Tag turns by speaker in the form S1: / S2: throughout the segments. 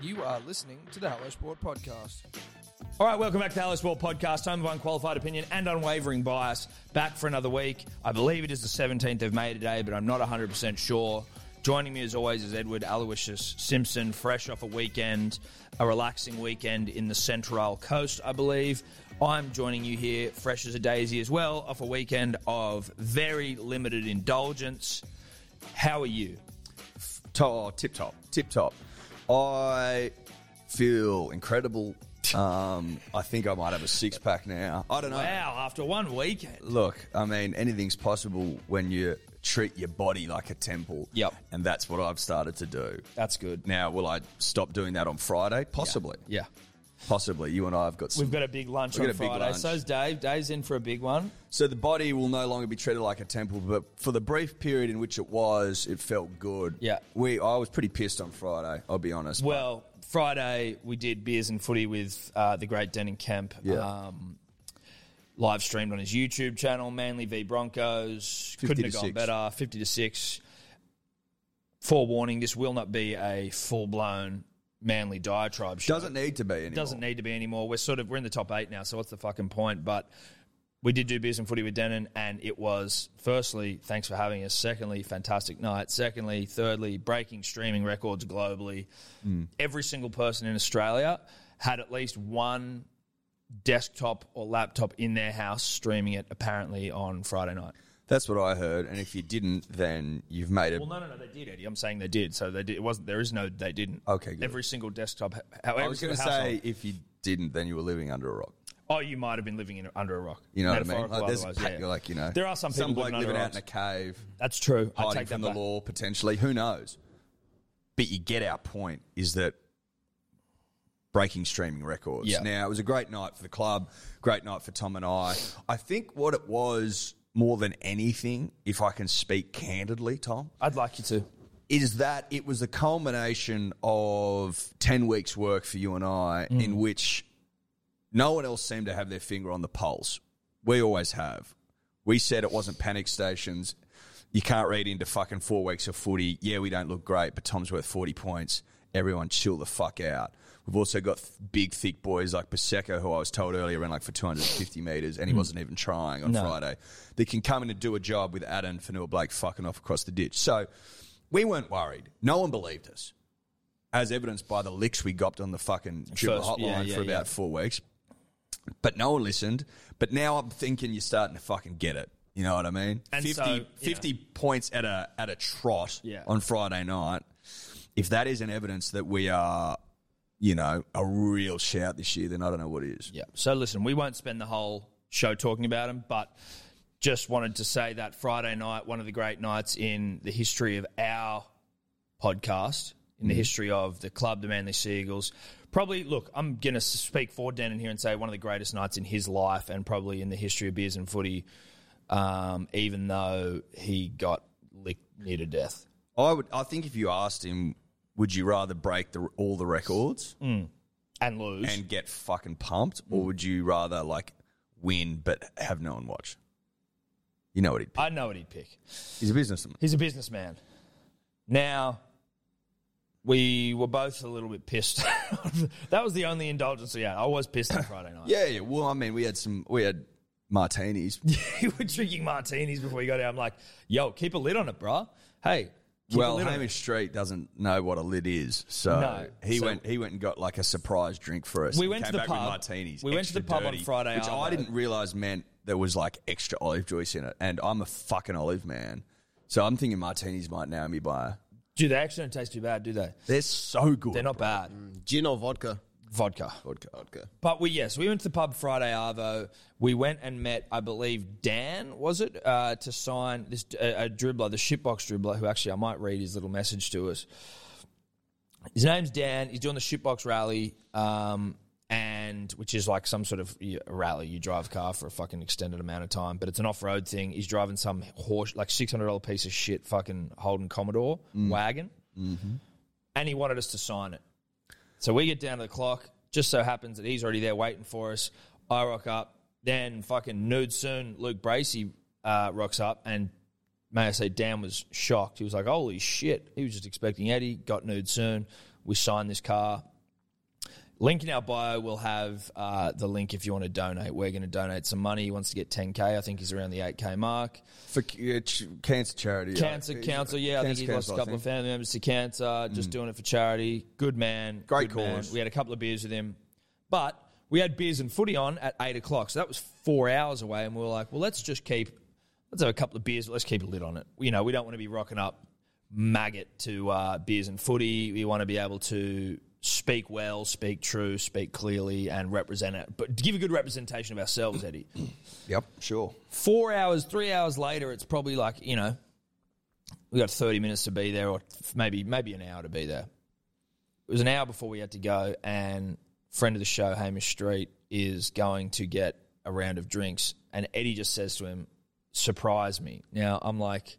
S1: You are listening to the Hello Sport Podcast.
S2: All right, welcome back to Hello Sport Podcast, home of unqualified opinion and unwavering bias. Back for another week. I believe it is the 17th of May today, but I'm not 100% sure. Joining me as always is Edward Aloysius Simpson, fresh off a weekend, a relaxing weekend in the Central Coast, I believe. I'm joining you here, fresh as a daisy as well, off a weekend of very limited indulgence. How are you?
S3: Oh, tip top, tip top. I feel incredible. Um, I think I might have a six pack now. I don't know.
S2: Wow, after one weekend.
S3: Look, I mean, anything's possible when you treat your body like a temple.
S2: Yep.
S3: And that's what I've started to do.
S2: That's good.
S3: Now, will I stop doing that on Friday? Possibly.
S2: Yeah.
S3: Possibly. You and I have got some.
S2: We've got a big lunch
S3: We've
S2: on
S3: got a big
S2: Friday.
S3: lunch.
S2: So's Dave. Dave's in for a big one.
S3: So the body will no longer be treated like a temple, but for the brief period in which it was, it felt good.
S2: Yeah.
S3: We I was pretty pissed on Friday, I'll be honest.
S2: Well, Friday we did beers and footy with uh, the great Denning Kemp.
S3: Yeah.
S2: Um, live streamed on his YouTube channel, Manly v Broncos.
S3: 50
S2: Couldn't
S3: to
S2: have gone
S3: six.
S2: better. Fifty to six. Forewarning: This will not be a full blown Manly diatribe. Show.
S3: doesn't need to be anymore.
S2: Doesn't need to be anymore. We're sort of we're in the top eight now, so what's the fucking point? But we did do beers and footy with Denon, and it was firstly, thanks for having us. Secondly, fantastic night. Secondly, thirdly, breaking streaming records globally. Every single person in Australia had at least one desktop or laptop in their house streaming it. Apparently on Friday night.
S3: That's what I heard. And if you didn't, then you've made it.
S2: Well, no, no, no, they did, Eddie. I'm saying they did. So they did. It wasn't. There is no. They didn't.
S3: Okay, good.
S2: Every single desktop. How,
S3: I was going to say, if you didn't, then you were living under a rock.
S2: Oh, you might have been living in, under a rock.
S3: You know what I mean?
S2: Metaphorical
S3: Like, there's a
S2: otherwise,
S3: pack,
S2: yeah.
S3: like you know,
S2: There are some people
S3: some bloke
S2: living under
S3: living out in a
S2: rocks.
S3: cave,
S2: That's true. I
S3: hiding
S2: take that
S3: from the
S2: back.
S3: law potentially. Who knows? But you get our point. Is that breaking streaming records?
S2: Yeah.
S3: Now it was a great night for the club. Great night for Tom and I. I think what it was more than anything, if I can speak candidly, Tom,
S2: I'd like you to.
S3: is that it was the culmination of 10 weeks' work for you and I,
S2: Mm.
S3: in which no one else seemed to have their finger on the pulse. We always have. We said it wasn't panic stations. You can't read into fucking four weeks of footy. Yeah, we don't look great, but Tom's worth 40 points. Everyone chill the fuck out. We've also got th- big, thick boys like Paseka, who I was told earlier ran like for 250 metres, and he wasn't even trying on
S2: Hmm. No.
S3: Friday. They can come in and do a job with Adam Fanua Blake fucking off across the ditch. So we weren't worried. No one believed us, as evidenced by the licks we got on the fucking triple
S2: First-
S3: hotline
S2: yeah, yeah,
S3: for about
S2: yeah.
S3: four weeks. But no one listened. But now I'm thinking you're starting to fucking get it. You know what I mean?
S2: And
S3: 50,
S2: so, you know.
S3: 50 points at a at a trot
S2: Yeah.
S3: on Friday night. If that isn't evidence that we are, you know, a real shout this year, then I don't know what is.
S2: Yeah. So listen, we won't spend the whole show talking about him, but just wanted to say that Friday night, one of the great nights in the history of our podcast, in
S3: Mm-hmm.
S2: the history of the club, the Manly Seagulls. Probably, look, I'm going to speak for Denon here and say one of the greatest nights in his life and probably in the history of beers and footy, um, even though he got licked near to death.
S3: I would. I think if you asked him, would you rather break the, all the records
S4: Mm.
S2: And lose. Mm.
S3: and get fucking pumped, or would you rather like win but have no one watch? You know what he'd pick.
S2: I know what he'd pick.
S3: He's a businessman.
S2: He's a businessman. Now, we were both a little bit pissed. that was the only indulgence we had. I was pissed on Friday night.
S3: Yeah, yeah. Well, I mean, we had some. We had martinis.
S2: we were drinking martinis before we got out. I'm like, yo, keep a lid on it, bruh. Hey, keep
S3: well,
S2: a lid on
S3: Hamish Street doesn't know what a lid is, so
S2: No.
S3: he
S2: So-
S3: went. He went and got like a surprise drink for us.
S2: We
S3: and
S2: went to
S3: came
S2: the
S3: back
S2: pub.
S3: With martinis.
S2: We went to
S3: extra
S2: the pub on
S3: dirty,
S2: Friday,
S3: which I
S2: Arvo.
S3: didn't realize meant there was like extra olive juice in it, and I'm a fucking olive man, so I'm thinking martinis might now me by.
S2: it. Dude, they actually don't taste too bad, do they?
S3: They're so good.
S2: They're not bad.
S5: Mm, Gin or vodka?
S2: Vodka.
S3: vodka.
S5: Vodka.
S2: But we yes, we went to the pub Friday Arvo. We went and met, I believe, Dan was it uh, to sign this a, a dribbler, the shitbox dribbler, who actually I might read his little message to us. His name's Dan. He's doing the shitbox rally, um, and which is like some sort of yeah, rally. You drive a car for a fucking extended amount of time, but it's an off-road thing. He's driving some horse, like six hundred dollar piece of shit, fucking Holden Commodore wagon, mm-hmm. and he wanted us to sign it. So we get down to the clock. Just so happens that he's already there waiting for us. I rock up. Then fucking nude soon, Luke Bracey uh, rocks up. And may I say, Dan was shocked. He was like, holy shit. He was just expecting Eddie. Got nude soon. We signed this car. Link in our bio will have uh, the link if you want to donate. We're going to donate some money. He wants to get 10K. I think he's around the 8K mark.
S3: for uh, ch- cancer charity.
S2: Cancer
S3: He's-
S2: council, yeah. I think
S3: Cancer
S2: he lost
S3: Council,
S2: a
S3: I
S2: couple
S3: think.
S2: of family members to cancer. Just doing it for charity. Good man.
S3: Mm. Great
S2: good man.
S3: cause.
S2: We had a couple of beers with him, but we had beers and footy on at eight o'clock, so that was four hours away. And we were like, well, let's just keep, let's have a couple of beers. But let's keep a lid on it. You know, we don't want to be rocking up maggot to uh, beers and footy. We want to be able to speak well, speak true, speak clearly, and represent it, but give a good representation of ourselves, Eddie
S3: Yep, sure.
S2: four hours, three hours later, it's probably like you know, we got thirty minutes to be there, or maybe maybe an hour to be there. It was an hour before we had to go, and friend of the show Hamish Street is going to get a round of drinks, and Eddie just says to him, "Surprise me!" Now I'm like.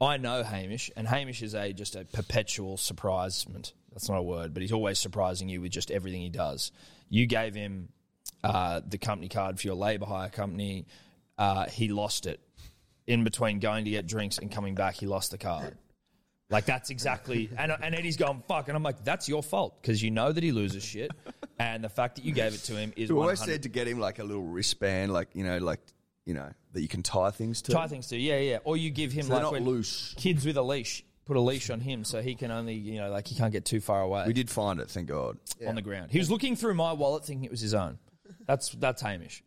S2: I know Hamish, and Hamish is a just a perpetual surprisement. That's not a word, but he's always surprising you with just everything he does. You gave him uh, the company card for your labour hire company. Uh, he lost it in between going to get drinks and coming back. He lost the card. Like that's exactly, and and Eddie's going fuck, and I'm like, that's your fault because you know that he loses shit, and the fact that you gave it to him is
S3: We always
S2: 100
S3: said to get him like a little wristband, like you know, like you know that you can tie things to.
S2: tie things to. Yeah, yeah. Or you give him
S3: they're
S2: like
S3: not
S2: when-
S3: loose.
S2: kids with a leash. Put a leash on him so he can only, you know, like he can't get too far away
S3: We did find it, thank God.
S2: on the ground. He was looking through my wallet thinking it was his own. That's that's Hamish.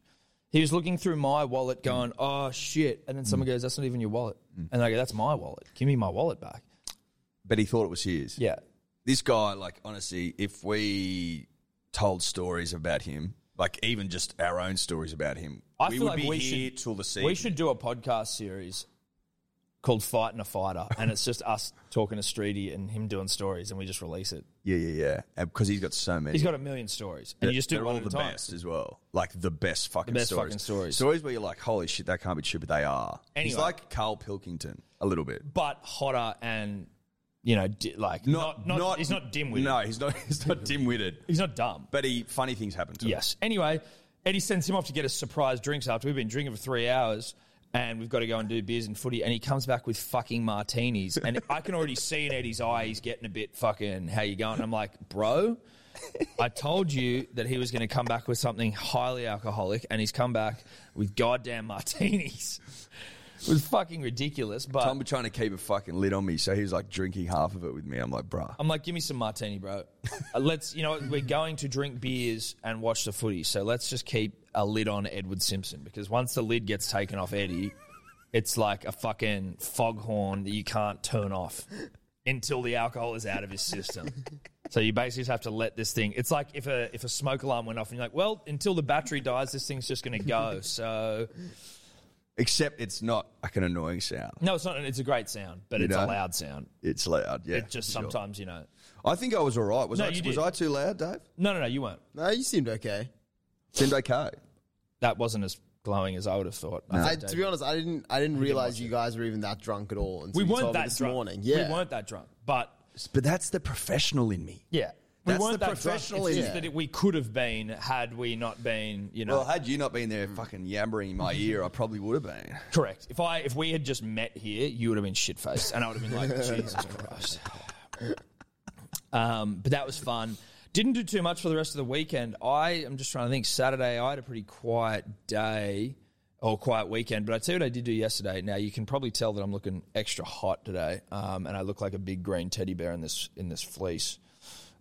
S2: He was looking through my wallet going, "Oh shit." And then
S3: Mm.
S2: someone goes, "That's not even your wallet." And I go, "That's my wallet. Give me my wallet back."
S3: But he thought it was his.
S2: Yeah.
S3: This guy, like honestly, if we told stories about him, like even just our own stories about him,
S2: I
S3: we
S2: feel
S3: would
S2: like
S3: be
S2: we
S3: here
S2: should
S3: till the sea.
S2: We should do a podcast series called Fighting a Fighter and it's just us talking to Streety and him doing stories and we just release it.
S3: Yeah, yeah, yeah. Because he's got so many.
S2: He's got a million stories and
S3: They're-
S2: you just do
S3: they're
S2: one
S3: all
S2: at a
S3: the
S2: time.
S3: best as well. Like the best fucking
S2: best
S3: stories.
S2: fucking stories.
S3: Stories where you're like, holy shit, that can't be true, but they are. He's
S2: Anyway.
S3: like Carl Pilkington a little bit.
S2: but hotter and you know di- like not not, he's not dimwitted.
S3: No, he's not. He's not dim-witted.
S2: He's not dumb.
S3: But he funny things happen to him.
S2: Yes. Anyway, Eddie sends him off to get us surprise drinks after we've been drinking for three hours. And we've got to go and do beers and footy. And he comes back with fucking martinis. And I can already see in Eddie's eye, he's getting a bit fucking, how you going? And I'm like, bro, I told you that he was going to come back with something highly alcoholic. And he's come back with goddamn martinis. It was fucking ridiculous. But
S3: Tom was trying to keep a fucking lid on me, so he was like drinking half of it with me. I'm like, bruh.
S2: I'm like, give me some martini, bro. Uh, let's, you know, what, we're going to drink beers and watch the footy, so let's just keep a lid on Edward Simpson because once the lid gets taken off Eddie, it's like a fucking foghorn that you can't turn off until the alcohol is out of his system. So you basically just have to let this thing. It's like if a if a smoke alarm went off and you're like, well, until the battery dies, this thing's just going to go. So
S3: Except it's not like an annoying sound.
S2: no, it's not. It's a great sound, but it's a
S3: know?
S2: loud sound.
S3: It's loud. Yeah.
S2: It just
S3: for sure.
S2: sometimes, you know.
S3: I think I was all right. Was
S2: No,
S3: I?
S2: you
S3: Was
S2: did.
S3: I too loud, Dave?
S2: No, no, no, you weren't.
S5: No, you seemed okay.
S3: Seemed okay.
S2: That wasn't as glowing as I would have thought. I
S5: I,
S2: think
S5: to be honest, I didn't. I didn't realize you guys were even that drunk at all until
S2: we
S5: you
S2: weren't
S5: told me
S2: that
S5: this
S2: drunk.
S5: morning. Yeah,
S2: We weren't that drunk, but
S3: But that's the professional in me.
S2: yeah,
S3: That's
S2: we weren't
S3: the
S2: that
S3: professional
S2: drunk. It's
S5: in
S2: just
S5: you.
S2: that it, we could have been had we not been, you know,
S3: Well, had you not been there, fucking yammering in my ear, I probably would have been.
S2: correct. If I if we had just met here, you would have been shit faced, and I would have been like, Jesus Christ. Um, but that was fun. Didn't do too much for the rest of the weekend. I am just trying to think. Saturday, I had a pretty quiet day or quiet weekend. But I tell you what, I did do yesterday. Now you can probably tell that I'm looking extra hot today, um, and I look like a big green teddy bear in this in this fleece.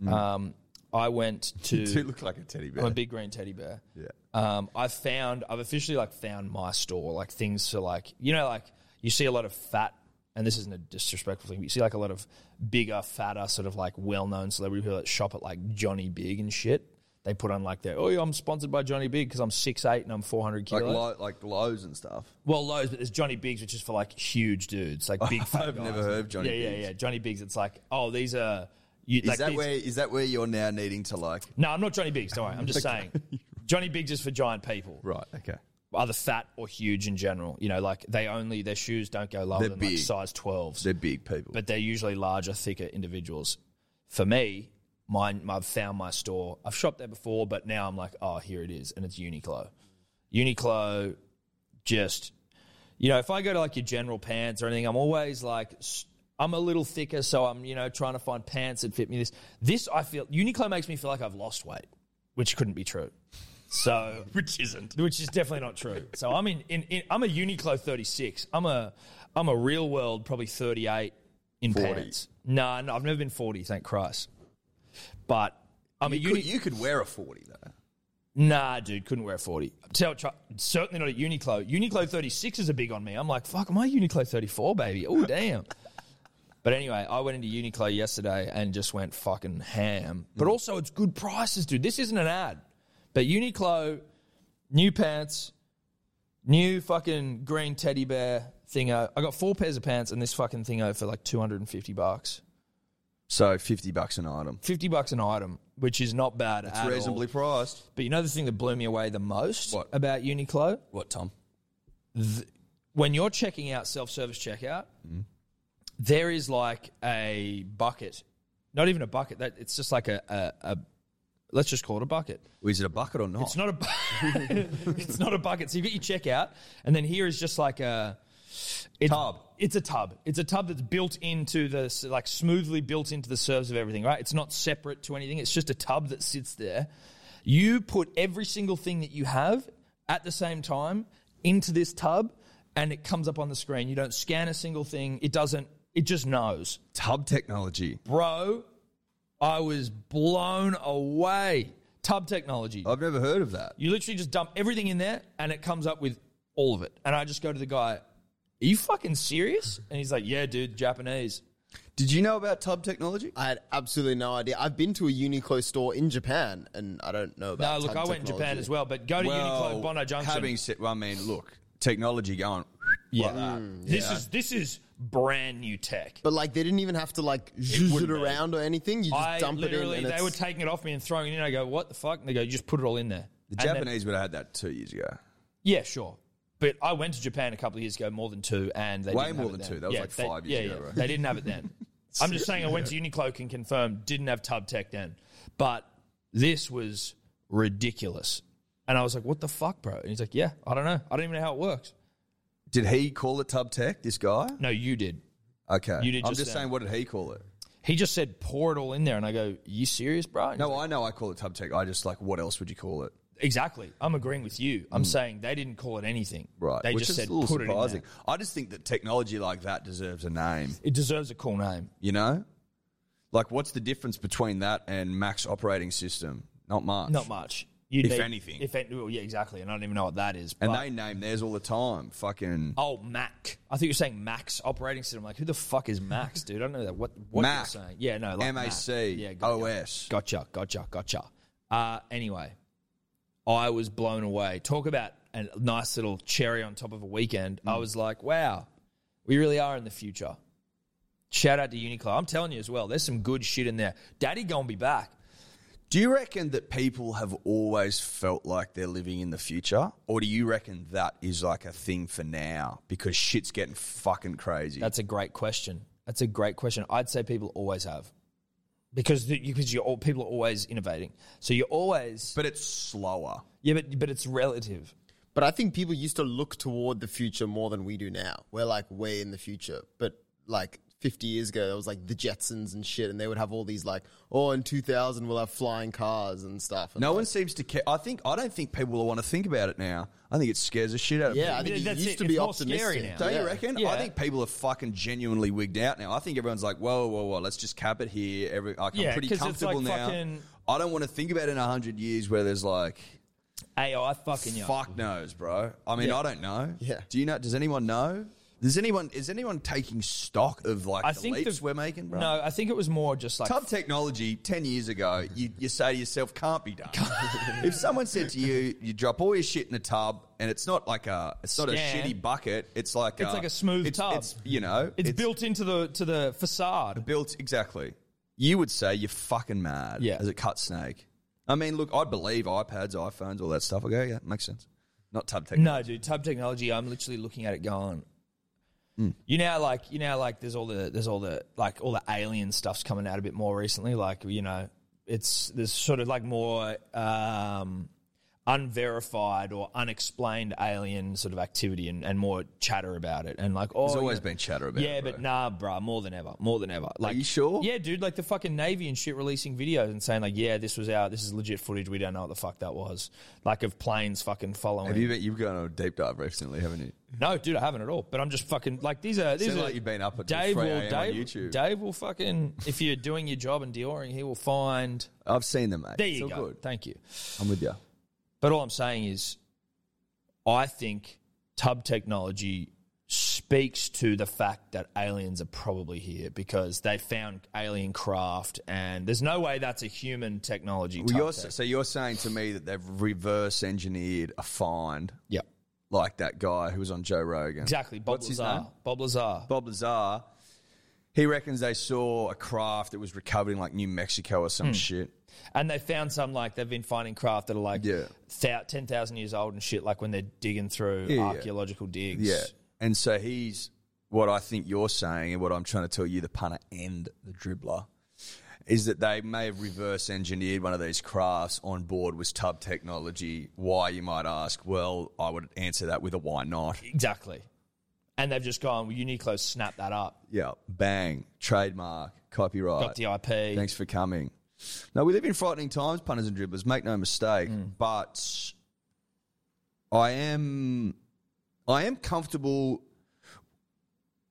S2: Um, I went to.
S3: Mm. You look like a teddy bear.
S2: I'm a big green teddy bear.
S3: Yeah.
S2: Um, I found I've officially like found my store, like things for like you know, like you see a lot of fat and this isn't a disrespectful thing, but you see like a lot of bigger, fatter, sort of like well known celebrity people that shop at like Johnny Big and shit. They put on like their oh yeah, I'm sponsored by Johnny Big because I'm six eight and I'm four hundred
S3: like
S2: kilos.
S3: lo- like lows and stuff.
S2: well, Lowe's, but there's Johnny Bigs, which is for like huge dudes, like big fat
S3: Oh, I've
S2: guys.
S3: never heard of Johnny
S2: yeah,
S3: Biggs.
S2: yeah, yeah. Johnny Bigs, it's like oh these are you,
S3: Is
S2: like
S3: that
S2: these-
S3: where is that where you're now needing to like?
S2: No, I'm not Johnny Biggs. Don't worry, I'm just saying Johnny Biggs is for giant people.
S3: Right. Okay.
S2: either fat or huge in general. You know, like they only their shoes don't go lower
S3: They're
S2: than
S3: big.
S2: like size twelves,
S3: They're big people.
S2: but they're usually larger, thicker individuals. For me, mine I've found my store. I've shopped there before, but now I'm like, oh, here it is, and it's Uniqlo. Uniqlo, just you know, if I go to like your general pants or anything, I'm always like, s- I'm a little thicker, so I'm you know trying to find pants that fit me. This this I feel Uniqlo makes me feel like I've lost weight, which couldn't be true. So
S3: Which isn't.
S2: which is definitely not true. So I'm in, in, in I'm a Uniqlo 36. I'm a I'm a real world probably 38 in
S3: 40.
S2: pants. No, no, I've never been 40, thank Christ. But I'm a
S3: You,
S2: Uni-
S3: could, you could wear a 40, though.
S2: Nah, dude, couldn't wear a 40. Tell, try, certainly not at Uniqlo. Uniqlo 36 is a big on me. I'm like, fuck, am I Uniqlo 34, baby? Oh, damn. but anyway, I went into Uniqlo yesterday and just went fucking ham.
S3: Mm.
S2: But also, it's good prices, dude. This isn't an ad. But Uniqlo, new pants, new fucking green teddy bear thingo. I got four pairs of pants and this fucking thingo for like 250 bucks.
S3: So 50 bucks an item.
S2: 50 bucks an item, which is not bad at all.
S3: Reasonably priced.
S2: But you know the thing that blew me away the most
S3: What?
S2: about Uniqlo?
S3: What, Tom?
S2: When you're checking out self service checkout, there is like a bucket, not even a bucket, that it's just like a, a, a let's just call it a bucket.
S3: Is it a bucket or not?
S2: It's not a bu- it's not a bucket. So you've got your checkout, and then here is just like a it's,
S3: Tub.
S2: It's a tub. It's a tub that's built into the s- like smoothly built into the serves of everything. Right. It's not separate to anything. It's just a tub that sits there. You put every single thing that you have at the same time into this tub, and it comes up on the screen. You don't scan a single thing. It doesn't. It just knows
S3: Tub technology.
S2: bro, I was blown away. Tub technology.
S3: I've never heard of that.
S2: You literally just dump everything in there and it comes up with all of it. And I just go to the guy, Are you fucking serious? And he's like, Yeah, dude, Japanese.
S3: Did you know about tub technology?
S5: I had absolutely no idea. I've been to a Uniqlo store in Japan, and I don't know
S2: No,
S5: about.
S2: look, I
S5: tub
S2: went to Japan
S5: technology.
S2: as well, but go to Uniqlo Bondi Junction.
S3: Having said, well, I mean, look, technology going.
S2: yeah. Mm, This is this is brand new tech.
S5: But like, they didn't even have to like zhuzh it
S3: wouldn't be.
S5: around or anything. You just
S2: I
S5: dump it in.
S2: literally
S5: and
S2: they
S5: it's-
S2: were taking it off me and throwing it in. I go, What the fuck? And they go, You just put it all in there.
S3: The
S2: And then-
S3: Japanese would have had that two years ago.
S2: Yeah, sure. But I went to Japan a couple of years ago, more than two, and they
S3: Way
S2: didn't
S3: more
S2: have it
S3: than
S2: then.
S3: two. That was like
S2: they-
S3: five years
S2: yeah,
S3: ago,
S2: yeah.
S3: right?
S2: They didn't have it then. I'm just saying, I went to Uniqlo and confirm didn't have Tub Tech then, but this was ridiculous. And I was like, "What the fuck, bro?" And he's like, "Yeah, I don't know. I don't even know how it works."
S3: Did he call it tub tech? This guy?
S2: No, you did.
S3: Okay.
S2: You did
S3: I'm
S2: just
S3: just
S2: then.
S3: saying, what did he call it?
S2: He just said, "Pour it all in there," and I go, "You serious, bro?" And he's
S3: No, I know I call it tub tech. I just like, what else would you call it? Mm.
S2: like, exactly. I'm agreeing with you. I'm saying they didn't call it anything.
S3: Right.
S2: They
S3: Which
S2: just
S3: is
S2: said,
S3: a little
S2: "Put
S3: surprising.
S2: it in
S3: I just think that technology like that deserves a name.
S2: there." It deserves a cool name.
S3: You know, like what's the difference between that and Max operating system? Not much.
S2: Not much. You'd
S3: If anything.
S2: If an- well, yeah, exactly. And I don't even know what that is.
S3: And
S2: but-
S3: they name theirs all the time. Fucking
S2: oh, Mac. I thought you were saying Max operating system. Like, who the fuck is Max, dude? I don't know that. What what
S3: Mac.
S2: you're saying? Yeah, no. Like
S3: MAC,
S2: Mac. Yeah, got-
S3: OS.
S2: Gotcha, gotcha, gotcha. Uh, anyway, I was blown away. Talk about a nice little cherry on top of a weekend. I was like, wow, we really are in the future. Shout out to Uniqlo. I'm telling you as well. There's some good shit in there. Daddy gonna be back.
S3: Do you reckon that people have always felt like they're living in the future, or do you reckon that is like a thing for now because shit's getting fucking crazy?
S2: That's a great question. That's a great question. I'd say people always have because the, because you're all, people are always innovating. So you're always
S3: but it's slower.
S2: yeah, but but it's relative.
S5: But I think people used to look toward the future more than we do now. We're like way in the future, but like 50 years ago, there was like the Jetsons and shit, and they would have all these like, oh, in 2000 we'll have flying cars and stuff. And
S3: No
S5: like,
S3: one seems to care. I think I don't think people want to think about it now. I think it scares the shit out of people.
S5: yeah, I think
S2: Yeah,
S5: you
S2: that's
S5: used
S2: it.
S5: to
S2: It's
S5: be
S2: more
S5: optimistic.
S2: scary now.
S3: Don't
S5: yeah.
S3: you reckon?
S2: Yeah.
S3: I think people are fucking genuinely wigged out now. I think everyone's like, whoa, whoa, whoa, let's just cap it here. Every, like,
S2: Yeah,
S3: I'm pretty
S2: 'cause it's
S3: comfortable
S2: like
S3: now.
S2: fucking-
S3: I don't want to think about it in 100 years where there's like,
S2: AI fucking yeah.
S3: fuck knows, bro. I mean, I don't know.
S5: Yeah.
S3: Do you know? Does anyone know? Does anyone is anyone taking stock of like
S2: I
S3: the
S2: think
S3: leaps
S2: the-
S3: we're making, bro?
S2: No, I think it was more just like
S3: Tub technology 10 years ago, you, you say to yourself, can't be done. if someone said to you, you drop all your shit in a tub, and it's not like a, it's not a
S2: Scan.
S3: shitty bucket, it's like
S2: It's like a smooth
S3: it's,
S2: tub.
S3: It's, you know,
S2: it's, built into the to the facade.
S3: built exactly. You would say you're fucking mad.
S2: Yeah.
S3: as a cut snake. I mean, look, I believe iPads, iPhones, all that stuff. I go, yeah, makes sense. Not tub tech.
S2: No, dude, tub technology. I'm literally looking at it going.
S3: Hmm.
S2: You know, like you know, like there's all the there's all the like all the alien stuff's coming out a bit more recently. Like you know, it's there's sort of like more um, unverified or unexplained alien sort of activity and, and more chatter about it. And like, oh,
S3: There's always
S2: yeah.
S3: been chatter about
S2: yeah,
S3: it.
S2: but nah, bruh, more than ever, more than ever. Like,
S3: you sure?
S2: Yeah, dude, like the fucking Navy and shit releasing videos and saying like, yeah, this was our, this is legit footage. We don't know what the fuck that was. Like of planes fucking following.
S3: Have you been, you've gone on a deep dive recently, haven't you?
S2: No, dude, I haven't at all. But I'm just fucking like these are these
S3: Sound
S2: are
S3: like you've been up at
S2: Dave
S3: 3
S2: will
S3: a.m.
S2: Dave,
S3: on YouTube.
S2: Dave will fucking if you're doing your job and deoring, he will find.
S3: I've seen them, mate.
S2: There you
S3: It's all
S2: go.
S3: good.
S2: Thank you.
S3: I'm with you.
S2: But all I'm saying is, I think tub technology speaks to the fact that aliens are probably here because they found alien craft, and there's no way that's a human technology.
S3: Well,
S2: tub
S3: you're,
S2: tech.
S3: so you're saying to me that they've reverse engineered a find
S2: yeah,
S3: like that guy who was on Joe Rogan.
S2: exactly. Bob
S3: What's his
S2: Lazar.
S3: name?
S2: Bob Lazar.
S3: Bob Lazar, he reckons they saw a craft that was recovered in like New Mexico or some shit.
S2: Hmm. And they found some like they've been finding craft that are like
S3: Yeah.
S2: thou- ten thousand years old and shit. Like when they're digging through
S3: Yeah, yeah.
S2: archaeological digs.
S3: Yeah. And so he's what I think you're saying and what I'm trying to tell you, the punter and the dribbler, is that they may have reverse engineered one of these crafts on board with tub technology. Why, you might ask? Well, I would answer that with a why not?
S2: exactly. And they've just gone. Well, Uniqlo snapped that up.
S3: Yeah. Bang. Trademark.
S2: Got
S3: Copyright.
S2: the IP.
S3: Thanks for coming. No, we live in frightening times, punters and dribblers. Make no mistake.
S2: Mm.
S3: But I am, I am comfortable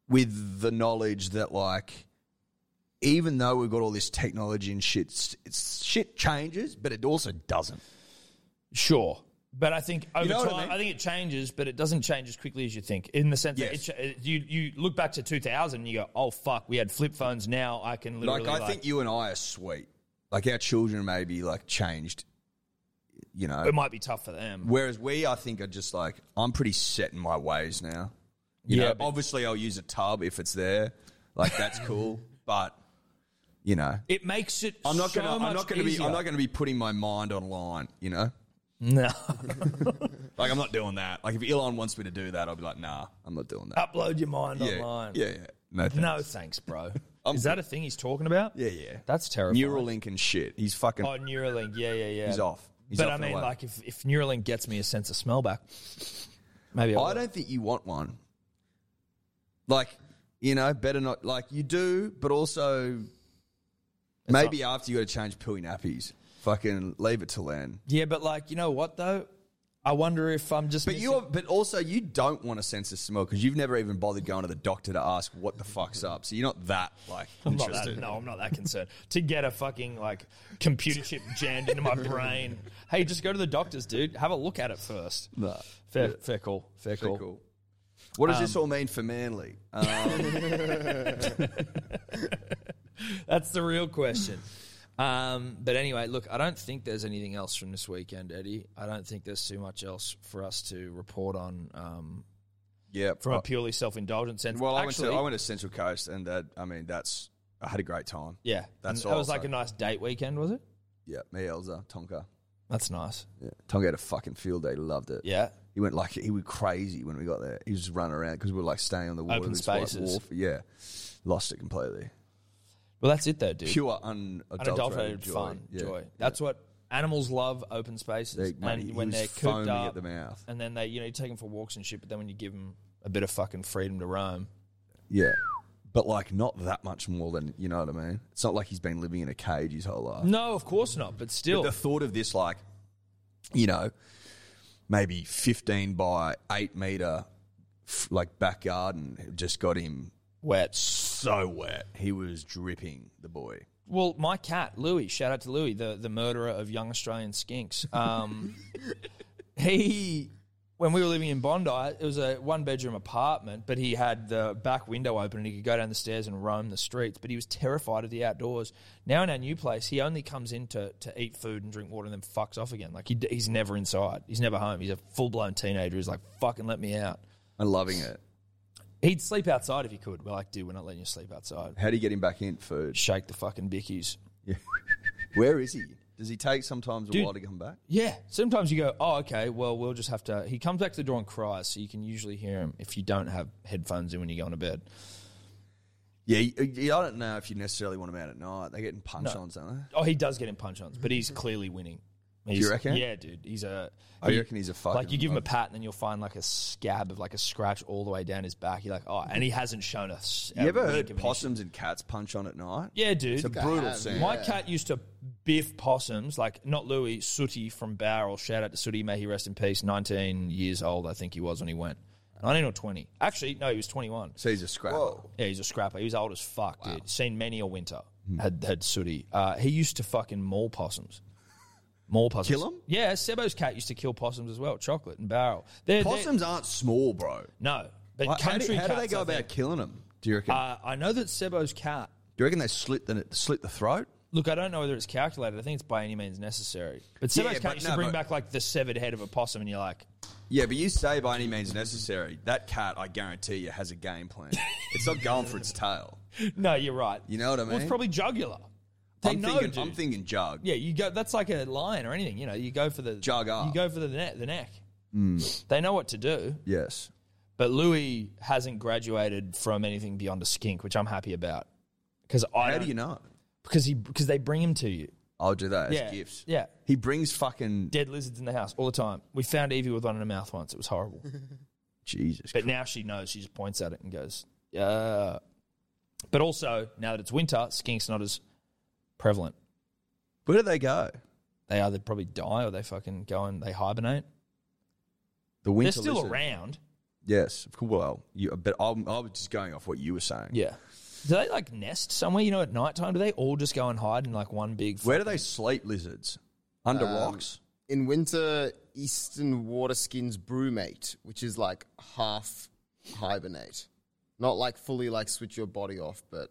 S3: with the knowledge that, like, even though we've got all this technology and shit, it's, it's, shit changes, but it also doesn't.
S2: Sure. But I think over
S3: know what I
S2: time, I,
S3: mean?
S2: think it changes, but it doesn't change as quickly as you think. In the sense
S3: Yes.
S2: that it, ch- you you look back to 2000 and you go, oh fuck, we had flip phones. Now I can literally
S3: Like, I think you and I are sweet. Like, our children may be like changed. You know,
S2: it might be tough for them.
S3: Whereas we, I think, are just like I'm pretty set in my ways now. You
S2: Yeah,
S3: know,
S2: but-
S3: obviously I'll use a tub if it's there, like that's cool. But you know,
S2: It makes it.
S3: I'm not
S2: so
S3: gonna, I'm
S2: much
S3: not gonna be,
S2: easier.
S3: I'm not gonna be putting my mind online. You know,
S2: no.
S3: like I'm not doing that. Like if Elon wants me to do that, I'll be like, nah, I'm not doing that.
S2: Upload your mind
S3: yeah,
S2: online.
S3: yeah, yeah, no, thanks.
S2: No thanks, bro. Is that a thing he's talking about?
S3: yeah, yeah.
S2: That's terrifying.
S3: Neuralink and shit. He's fucking,
S2: Oh, Neuralink. Yeah, yeah, yeah.
S3: he's off. He's
S2: but
S3: off
S2: I
S3: and
S2: mean,
S3: away.
S2: like, if, if Neuralink gets me a sense of smell back, maybe I,
S3: I don't think you want one. Like, you know, better not. Like, you do, but also maybe after you got to change pooey nappies, fucking leave it till then.
S2: Yeah, but like, you know what though? I wonder if I'm just.
S3: But
S2: missing-
S3: you, are, but also you don't want a sense of smell because you've never even bothered going to the doctor to ask what the fuck's up. So you're not that like
S2: I'm not
S3: interested.
S2: that, no, I'm not that concerned. to get a fucking like computer chip jammed into my brain. Hey, just go to the doctors, dude. Have a look at it first.
S3: Nah.
S2: Fair, fair call. Fair
S3: Very
S2: call. Um,
S3: cool. What does this all mean for Manly? Um,
S2: That's the real question. Um, but anyway, look, I don't think there's anything else from this weekend, Eddie. I don't think there's too much else for us to report on um,
S3: yeah,
S2: from a purely self-indulgent sense.
S3: Uh, well, I went,
S2: actually,
S3: to, I went to Central Coast, and that I mean, that's I had a great time.
S2: yeah,
S3: That's
S2: And that
S3: all
S2: was
S3: I'll
S2: like
S3: say.
S2: a nice date weekend, was it?
S3: Yeah, me, Elza, Tonka.
S2: That's nice.
S3: Yeah. Tonga had a fucking field day. Loved it.
S2: Yeah,
S3: He went like he was crazy when we got there. He was just running around because we were like staying on the water.
S2: Open
S3: this white
S2: spaces.
S3: wharf. Yeah, lost it completely.
S2: Well, that's it though, dude.
S3: Pure unadulterated,
S2: Unadulterated
S3: joy.
S2: fun,
S3: Yeah.
S2: joy. That's what animals love: open spaces,
S3: They- mate,
S2: and
S3: he
S2: when
S3: was
S2: they're cooped
S3: foaming
S2: up,
S3: at the mouth.
S2: and then they, you know, you take them for walks and shit. But then when you give them a bit of fucking freedom to roam,
S3: Yeah, but like not that much more than you know what I mean. It's not like he's been living in a cage his whole life.
S2: no, of course not. But still,
S3: The thought of this, like, you know, maybe fifteen by eight meter, f- like back garden, just got him
S2: wet.
S3: so wet. He was dripping. The boy.
S2: Well, my cat Louis, shout out to Louis, the the murderer of young Australian skinks. Um, he, when we were living in Bondi, it was a one bedroom apartment, but he had the back window open and he could go down the stairs and roam the streets. But he was terrified of the outdoors. Now in our new place, he only comes in to, to eat food and drink water and then fucks off again. Like he, d- he's never inside. He's never home. He's a full blown teenager. He's like, fucking let me out.
S3: I'm loving it.
S2: He'd sleep outside if he could. We're like, dude, we're not letting you sleep outside.
S3: How do you get him back in? Food.
S2: Shake the fucking bickies.
S3: Where is he? Does he take sometimes a
S2: Dude.
S3: while to come back?
S2: Yeah. Sometimes you go, oh, okay, well, we'll just have to. He comes back to the door and cries, so you can usually hear him if you don't have headphones in when you're going to bed.
S3: Yeah, y- y- I don't know if you necessarily want him out at night. They're getting punch ons, don't
S2: Oh, he does get in punch ons, but he's clearly winning. He's,
S3: you reckon?
S2: Yeah, dude. He's a.
S3: Oh, you reckon he's a fucking
S2: Like you give him a pat, and then you'll find like a scab of like a scratch all the way down his back. You're like, oh, and he hasn't shown us.
S3: You ever heard possums and cats punch on at night?
S2: Yeah, dude.
S3: It's a brutal
S5: have,
S3: scene.
S2: My cat used to biff possums, like not Louis, Sooty from Barrel. Shout out to Sooty, may he rest in peace. 19 years old, I think he was when he went. 19 or 20. Actually, no, he was 21.
S3: So he's a scrapper.
S2: Yeah, he's a scrapper. He was old as fuck, dude. Seen many a winter.
S3: Hmm.
S2: Had had sooty. Uh, he used to fucking maul possums. Maul possums.
S3: Kill 'em?
S2: Yeah, Sebo's cat used to kill possums as well. Chocolate and barrel. They're, they're-
S3: Possums aren't small, bro.
S2: no, but
S3: Like, how do,
S2: country
S3: how do
S2: cats.
S3: they go
S2: I
S3: about
S2: think.
S3: killing them? Do you reckon?
S2: Uh, I know that Sebo's cat.
S3: do you reckon they slit the slit the throat?
S2: Look, I don't know whether it's calculated. I think it's by any means necessary. But Sebo's
S3: Yeah,
S2: cat
S3: but
S2: used to
S3: no,
S2: bring
S3: but-
S2: back like the severed head of a possum, and you're like,
S3: Yeah, but you say by any means necessary. That cat, I guarantee you, has a game plan. it's not going for its tail.
S2: no, you're right.
S3: You know what I mean?
S2: Well, it's probably jugular. They
S3: I'm,
S2: know,
S3: thinking,
S2: dude.
S3: I'm thinking jug.
S2: Yeah, you go. That's like a lion or anything. You know, you go for the
S3: Jug up.
S2: You go for the neck. The neck. They know what to do,
S3: Mm. Yes.
S2: but Louis hasn't graduated from anything beyond a skink, which I'm happy about. Because I
S3: How
S2: don't,
S3: do you know?
S2: because he because they bring him to you.
S3: I'll do that as
S2: yeah,
S3: gifts.
S2: Yeah,
S3: He brings fucking
S2: dead lizards in the house all the time. We found Evie with one in her mouth once. It was horrible.
S3: Jesus.
S2: But now she knows. She just points at it and goes, "Yeah." But also now that it's winter, skinks not as prevalent.
S3: Where do they go?
S2: They either probably die or they fucking go and they hibernate.
S3: The winter
S2: They're still
S3: lizard.
S2: around.
S3: Yes. of course. Well, you, but I'm, I was just going off what you were saying.
S2: Yeah. Do they like nest somewhere? You know, at night time, do they all just go and hide in like one big?
S3: Where do they sleep, lizards? Under rocks?
S5: Um, In winter, eastern water skins brewmate, which is like half hibernate. Not like fully like switch your body off, but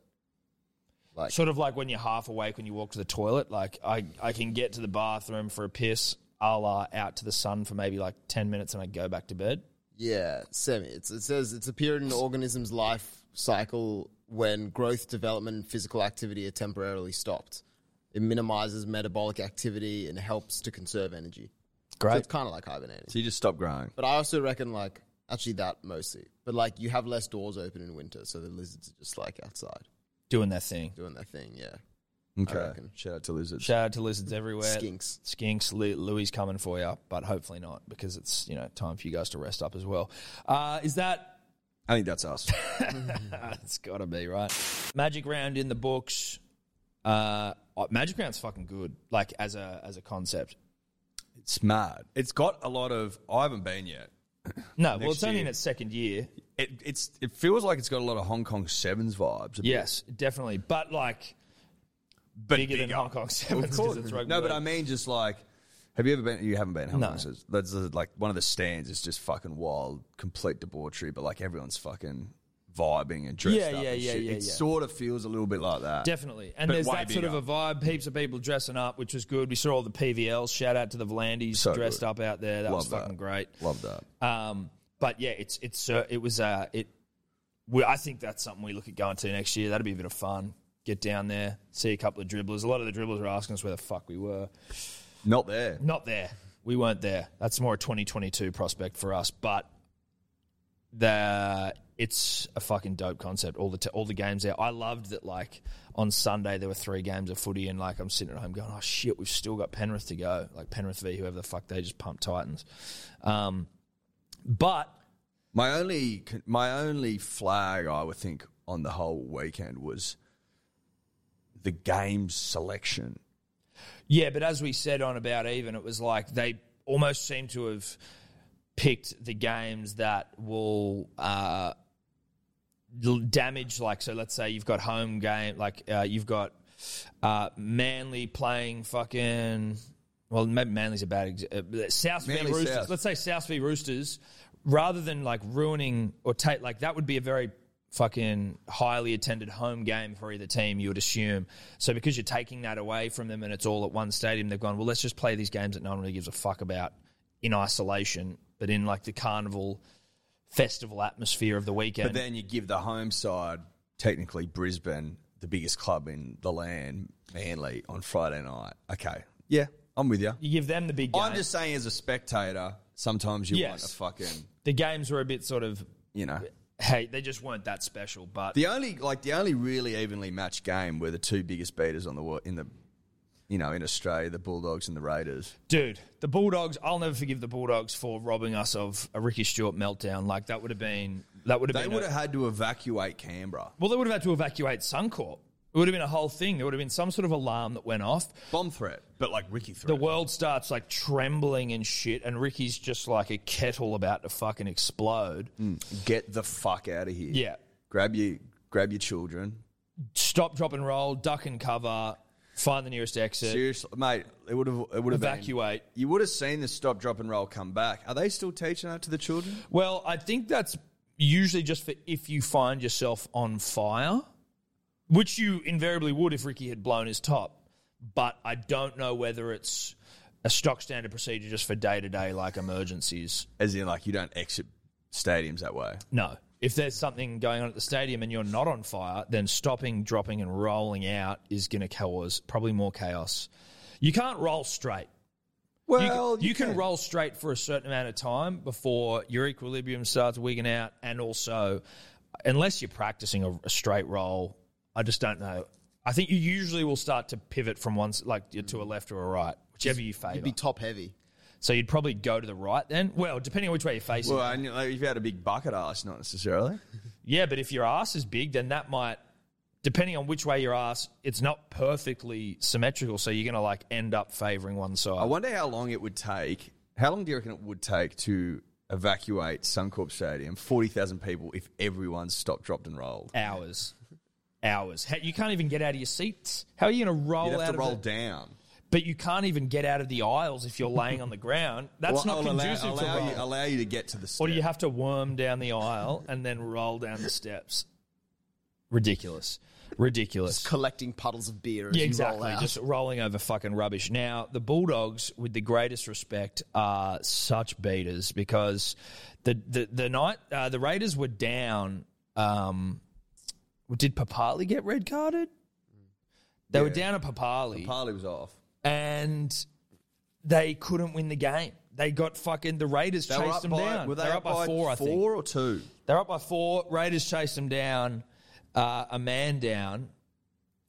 S5: like
S2: sort of like when you're half awake when you walk to the toilet. Like I, I can get to the bathroom for a piss, a la out to the sun for maybe like ten minutes, and I go back to bed.
S5: Yeah, semi. It's, it says it's a period in an organism's life cycle when growth, development, and physical activity are temporarily stopped. It minimizes metabolic activity and helps to conserve energy. So
S2: Great.
S5: it's kind of like hibernating.
S3: So you just stop growing.
S5: But I also reckon, like, actually that mostly. But, like, you have less doors open in winter, so the lizards are just, like, outside
S2: Doing their thing.
S5: doing their thing, yeah.
S3: Okay.
S5: reckon.
S3: Shout out to lizards.
S2: Shout out to lizards everywhere.
S5: Skinks.
S2: Skinks. Louis Louie's coming for you, but hopefully not because it's you know time for you guys to rest up as well. Uh, is that?
S3: I think that's us.
S2: it's got to be right. Magic round in the books. Uh, oh, Magic round's fucking good. Like as a as a concept.
S3: it's mad. It's got a lot of. I haven't been yet.
S2: No, well,
S3: Next
S2: it's only
S3: year.
S2: in its second year.
S3: It, it's, it feels like it's got a lot of Hong Kong Sevens vibes.
S2: Yes, definitely. But like
S3: but
S2: bigger, than Hong Kong Sevens because it's rugby.
S3: No, but
S2: league.
S3: I mean, just like, have you ever been? You haven't been. Hong
S2: No.
S3: Kong Sevens. That's uh, like one of the stands is just fucking wild, complete debauchery. But like everyone's fucking vibing and dressed
S2: Yeah,
S3: up.
S2: yeah,
S3: and
S2: yeah,
S3: shit.
S2: yeah,
S3: It
S2: yeah.
S3: sort of feels a little bit like that.
S2: Definitely. And
S3: But
S2: there's
S3: way
S2: that sort of a
S3: bigger.
S2: vibe. Heaps of people dressing up, which was good. We saw all the PVLs. Shout out to the Volandis
S3: So
S2: dressed
S3: good.
S2: up out there. That was
S3: Love that.
S2: fucking great.
S3: Love that.
S2: Um, but yeah, it's it's uh, it was uh, it. We, I think that's something we look at going to next year. That'd be a bit of fun. Get down there, see a couple of dribblers. A lot of the dribblers are asking us where the fuck we were.
S3: Not there.
S2: Not there. We weren't there. That's more a 2022 prospect for us. But the it's a fucking dope concept. All the t- all the games there. I loved that. Like on Sunday there were three games of footy, and like I'm sitting at home going, "Oh shit, we've still got Penrith to go." Like Penrith v whoever the fuck they just pumped Titans. Um, but
S3: My only my only flag I would think on the whole weekend was the game selection.
S2: Yeah, but as we said on about even, it was like they almost seem to have picked the games that will uh, l- damage. Like, so let's say you've got home game, like uh, you've got uh, Manly playing fucking. Well, maybe Manly's a bad example. South
S3: Manly
S2: v Roosters.
S3: South.
S2: Let's say South v Roosters, rather than like ruining or take like that would be a very fucking highly attended home game for either team. You would assume. So because you're taking that away from them and it's all at one stadium, they've gone. Well, let's just play these games that no one really gives a fuck about in isolation, but in like the carnival festival atmosphere of the weekend.
S3: But then you give the home side, technically Brisbane, the biggest club in the land, Manly, on Friday night. Okay. Yeah, I'm with you.
S2: you give them the big game.
S3: I'm just saying, as a spectator, sometimes you want
S2: Yes.
S3: a fucking,
S2: the games were a bit sort of
S3: you know.
S2: hey, they just weren't that special. But
S3: The only like the only really evenly matched game were the two biggest beaters on the world in the you know, in Australia, the Bulldogs and the Raiders.
S2: Dude, the Bulldogs, I'll never forgive the Bulldogs for robbing us of a Ricky Stewart meltdown. Like that would have been that would have
S3: They
S2: been
S3: would
S2: a-
S3: have had to evacuate Canberra.
S2: Well, they would have had to evacuate Suncorp. It would have been a whole thing. There would have been some sort of alarm that went off.
S3: Bomb threat, but like Ricky threat.
S2: The world starts like trembling and shit, and Ricky's just like a kettle about to fucking explode.
S3: Mm. Get the fuck out of here.
S2: Yeah.
S3: Grab your grab your children.
S2: Stop, drop, and roll, duck and cover, find the nearest exit,
S3: Seriously, mate, it would have it would have been-
S2: evacuate.
S3: you would have seen the stop, drop, and roll come back. Are they still teaching that to the children?
S2: Well, I think that's usually just for if you find yourself on fire, which you invariably would if Ricky had blown his top. But I don't know whether it's a stock standard procedure just for day to day like emergencies.
S3: As in, like you don't exit stadiums that way.
S2: No. If there's something going on at the stadium and you're not on fire, then stopping, dropping, and rolling out is going to cause probably more chaos. You can't roll straight. You-
S3: Well,
S2: you, can, roll straight for a certain amount of time before your equilibrium starts wigging out, and also, unless you're practicing a, a straight roll, I just don't know. I think you usually will start to pivot from one, s- like to a left or a right, whichever you favour.
S5: It'd be top heavy.
S2: so you'd probably go to the right then. Well, depending on which way you're facing.
S3: Well, and you- like, if you had a big bucket ass, not necessarily.
S2: yeah, but if your ass is big, then that might, depending on which way your ass, it's not perfectly symmetrical. So you're going to like end up favouring one side.
S3: I wonder how long it would take. How long do you reckon it would take to evacuate Suncorp Stadium, forty thousand people, if everyone stopped, dropped, and rolled?
S2: hours. Hours. How- You can't even get out of your seats. How are you going to roll
S3: You'd
S2: out
S3: have
S2: of
S3: to roll
S2: the-
S3: down.
S2: But you can't even get out of the aisles if you're laying on the ground.
S3: Well,
S2: That's not
S3: I'll allow-
S2: conducive
S3: allow,
S2: to roll.
S3: you, allow you to get to the. Step.
S2: or do you have to worm down the aisle and then roll down the steps? Ridiculous. Ridiculous.
S5: Collecting puddles of beer as
S2: Yeah,
S5: you
S2: exactly.
S5: roll out.
S2: Just rolling over fucking rubbish. Now, the Bulldogs, with the greatest respect, are such beaters because the the, the night uh, the Raiders were down. Um, did Papali get red carded? They were down at Papali,
S3: Parley was off.
S2: and they couldn't win the game. They got fucking the Raiders
S3: They were
S2: chased
S3: up
S2: them
S3: by,
S2: down.
S3: Were they
S2: They're up, by four, I think.
S3: Four or two?
S2: They're up by four. Raiders chased them down, uh, a man down,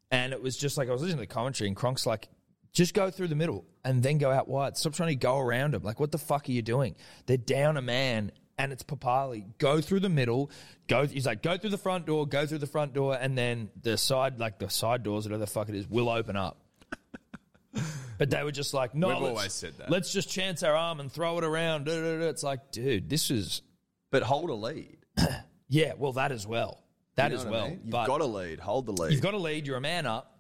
S2: and it was just like I was listening to the commentary, and Cronk's like, "Just go through the middle and then go out wide. Stop trying to go around them. Like, what the fuck are you doing? They're down a man." And it's Papali. Go through the middle. Go. He's like, go through the front door. Go through the front door, and then the side, like the side doors, whatever the fuck it is, will open up. But they were just like, no.
S3: We've
S2: let's-
S3: always said that.
S2: Let's just chance our arm and throw it around. Da, da, da. It's like, dude, this is
S3: But hold a lead.
S2: yeah, well, that as well.
S3: You
S2: That
S3: know
S2: as
S3: what I
S2: well.
S3: mean? You've
S2: but
S3: got a lead. Hold the lead.
S2: you've got a lead. You're a man up,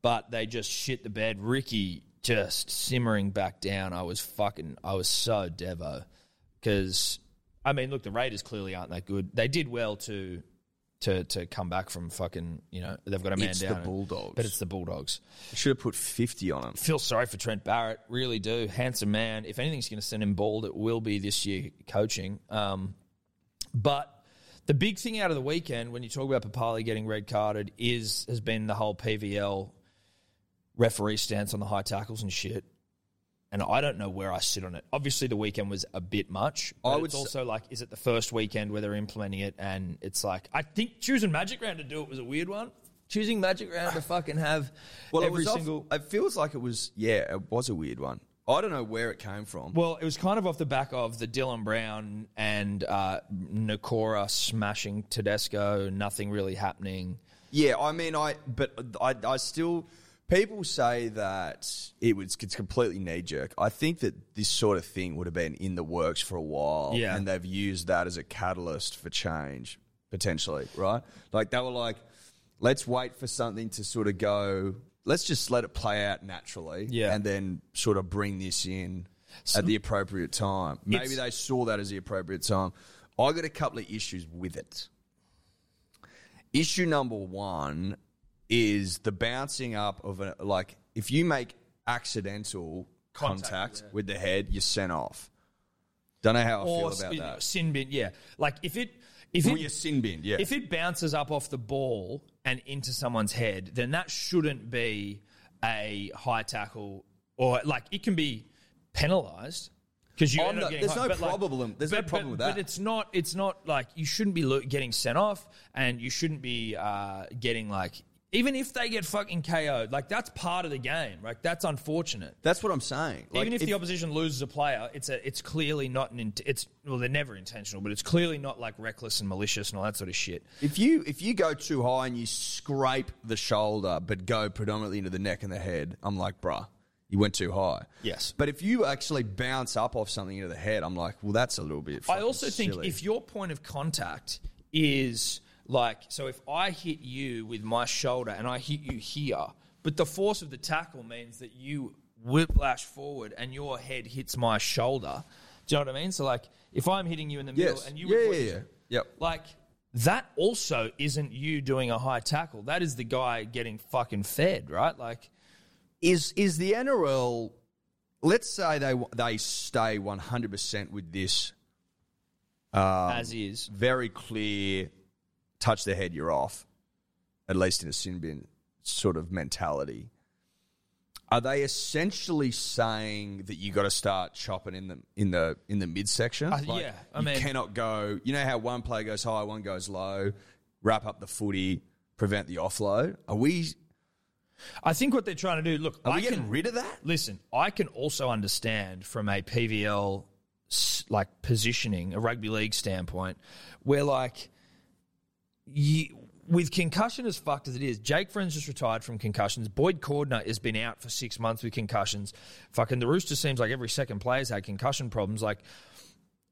S2: but they just shit the bed. Ricky just simmering back down. I was fucking. I was so devo because I mean, look, the Raiders clearly aren't that good. They did well to to to come back from fucking. You know, they've got a man
S3: It's the
S2: down.
S3: Bulldogs.
S2: but it's the Bulldogs.
S3: Should have put fifty on him.
S2: Feel sorry for Trent Barrett, really do. Handsome man. If anything's going to send him bald, it will be this year coaching. Um, but the big thing out of the weekend, when you talk about Papali getting red carded, is has been the whole PVL referee stance on the high tackles and shit. And I don't know where I sit on it. Obviously, the weekend was a bit much. But
S3: I would
S2: it's
S3: s-
S2: also like, is it the first weekend where they're implementing it? And it's like, I think choosing Magic Round to do it was a weird one. Choosing Magic Round to fucking have
S3: Well,
S2: every
S3: it was off-
S2: single.
S3: it feels like it was. Yeah, it was a weird one. I don't know where it came from.
S2: Well, it was kind of off the back of the Dylan Brown and uh, Nakora smashing Tedesco, nothing really happening.
S3: Yeah, I mean, I but I, I still people say that it was it's completely knee jerk. I think that this sort of thing would have been in the works for a while,
S2: Yeah.
S3: and they've used that as a catalyst for change potentially, right? Like they were like, let's wait for something to sort of go. Let's just let it play out naturally,
S2: Yeah.
S3: and then sort of bring this in at the appropriate time. Maybe
S2: It's-
S3: they saw that as the appropriate time. I got a couple of issues with it. Issue number one is the bouncing up of a like if you make accidental contact, with the head, you're sent off. Don't know how I feel about
S2: sin,
S3: that.
S2: sin bin, yeah. Like if it if
S3: Well,
S2: it,
S3: you're sin bin, yeah.
S2: if it bounces up off the ball and into someone's head, then that shouldn't be a high tackle or like it can be penalised. Because you
S3: I'm
S2: end up
S3: not-
S2: getting
S3: there's
S2: high-
S3: Oh, no
S2: but, like-
S3: problem- there's no
S2: but- but-
S3: problem with
S2: but
S3: that.
S2: it's not. It's not like you shouldn't be lo- getting sent off, and you shouldn't be uh, getting like even if they get fucking KO'd, like that's part of the game. Like that's unfortunate.
S3: That's what I'm saying. Like,
S2: even if, the opposition loses a player, it's a it's clearly not an int- it's well they're never intentional, but it's clearly not like reckless and malicious and all that sort of shit.
S3: If you if you go too high and you scrape the shoulder, but go predominantly into the neck and the head, I'm like, bruh, you went too high.
S2: Yes.
S3: But if you actually bounce up off something into the head, I'm like, well, that's a little bit.
S2: I also think if your point of contact is like, so if I hit you with my shoulder and I hit you here, but the force of the tackle means that you whiplash forward and your head hits my shoulder. Do you know what I mean? So like, if I'm hitting you in the middle
S3: yes,
S2: and you
S3: yeah,
S2: whiplash,
S3: yeah, yeah, yep.
S2: like that also isn't you doing a high tackle. That is the guy getting fucking fed, right? Like,
S3: is is the NRL? Let's say they they stay 100 percent with this um,
S2: as is.
S3: very clear touch the head, you're off, at least in a sin bin sort of mentality. Are they essentially saying that you got to start chopping in the in the in the midsection?
S2: Uh, yeah, I
S3: you
S2: mean-
S3: cannot go. You know how one player goes high, one goes low, wrap up the footy, prevent the offload. Are we
S2: I think what they're trying to do. Look,
S3: are
S2: I
S3: we getting
S2: can,
S3: rid of that?
S2: Listen, I can also understand from a PVL s- like positioning, a rugby league standpoint, where like you, with concussion as fucked as it is, Jake Friends just retired from concussions. Boyd Cordner has been out for six months with concussions. Fucking the Rooster seems like every second player's had concussion problems. Like,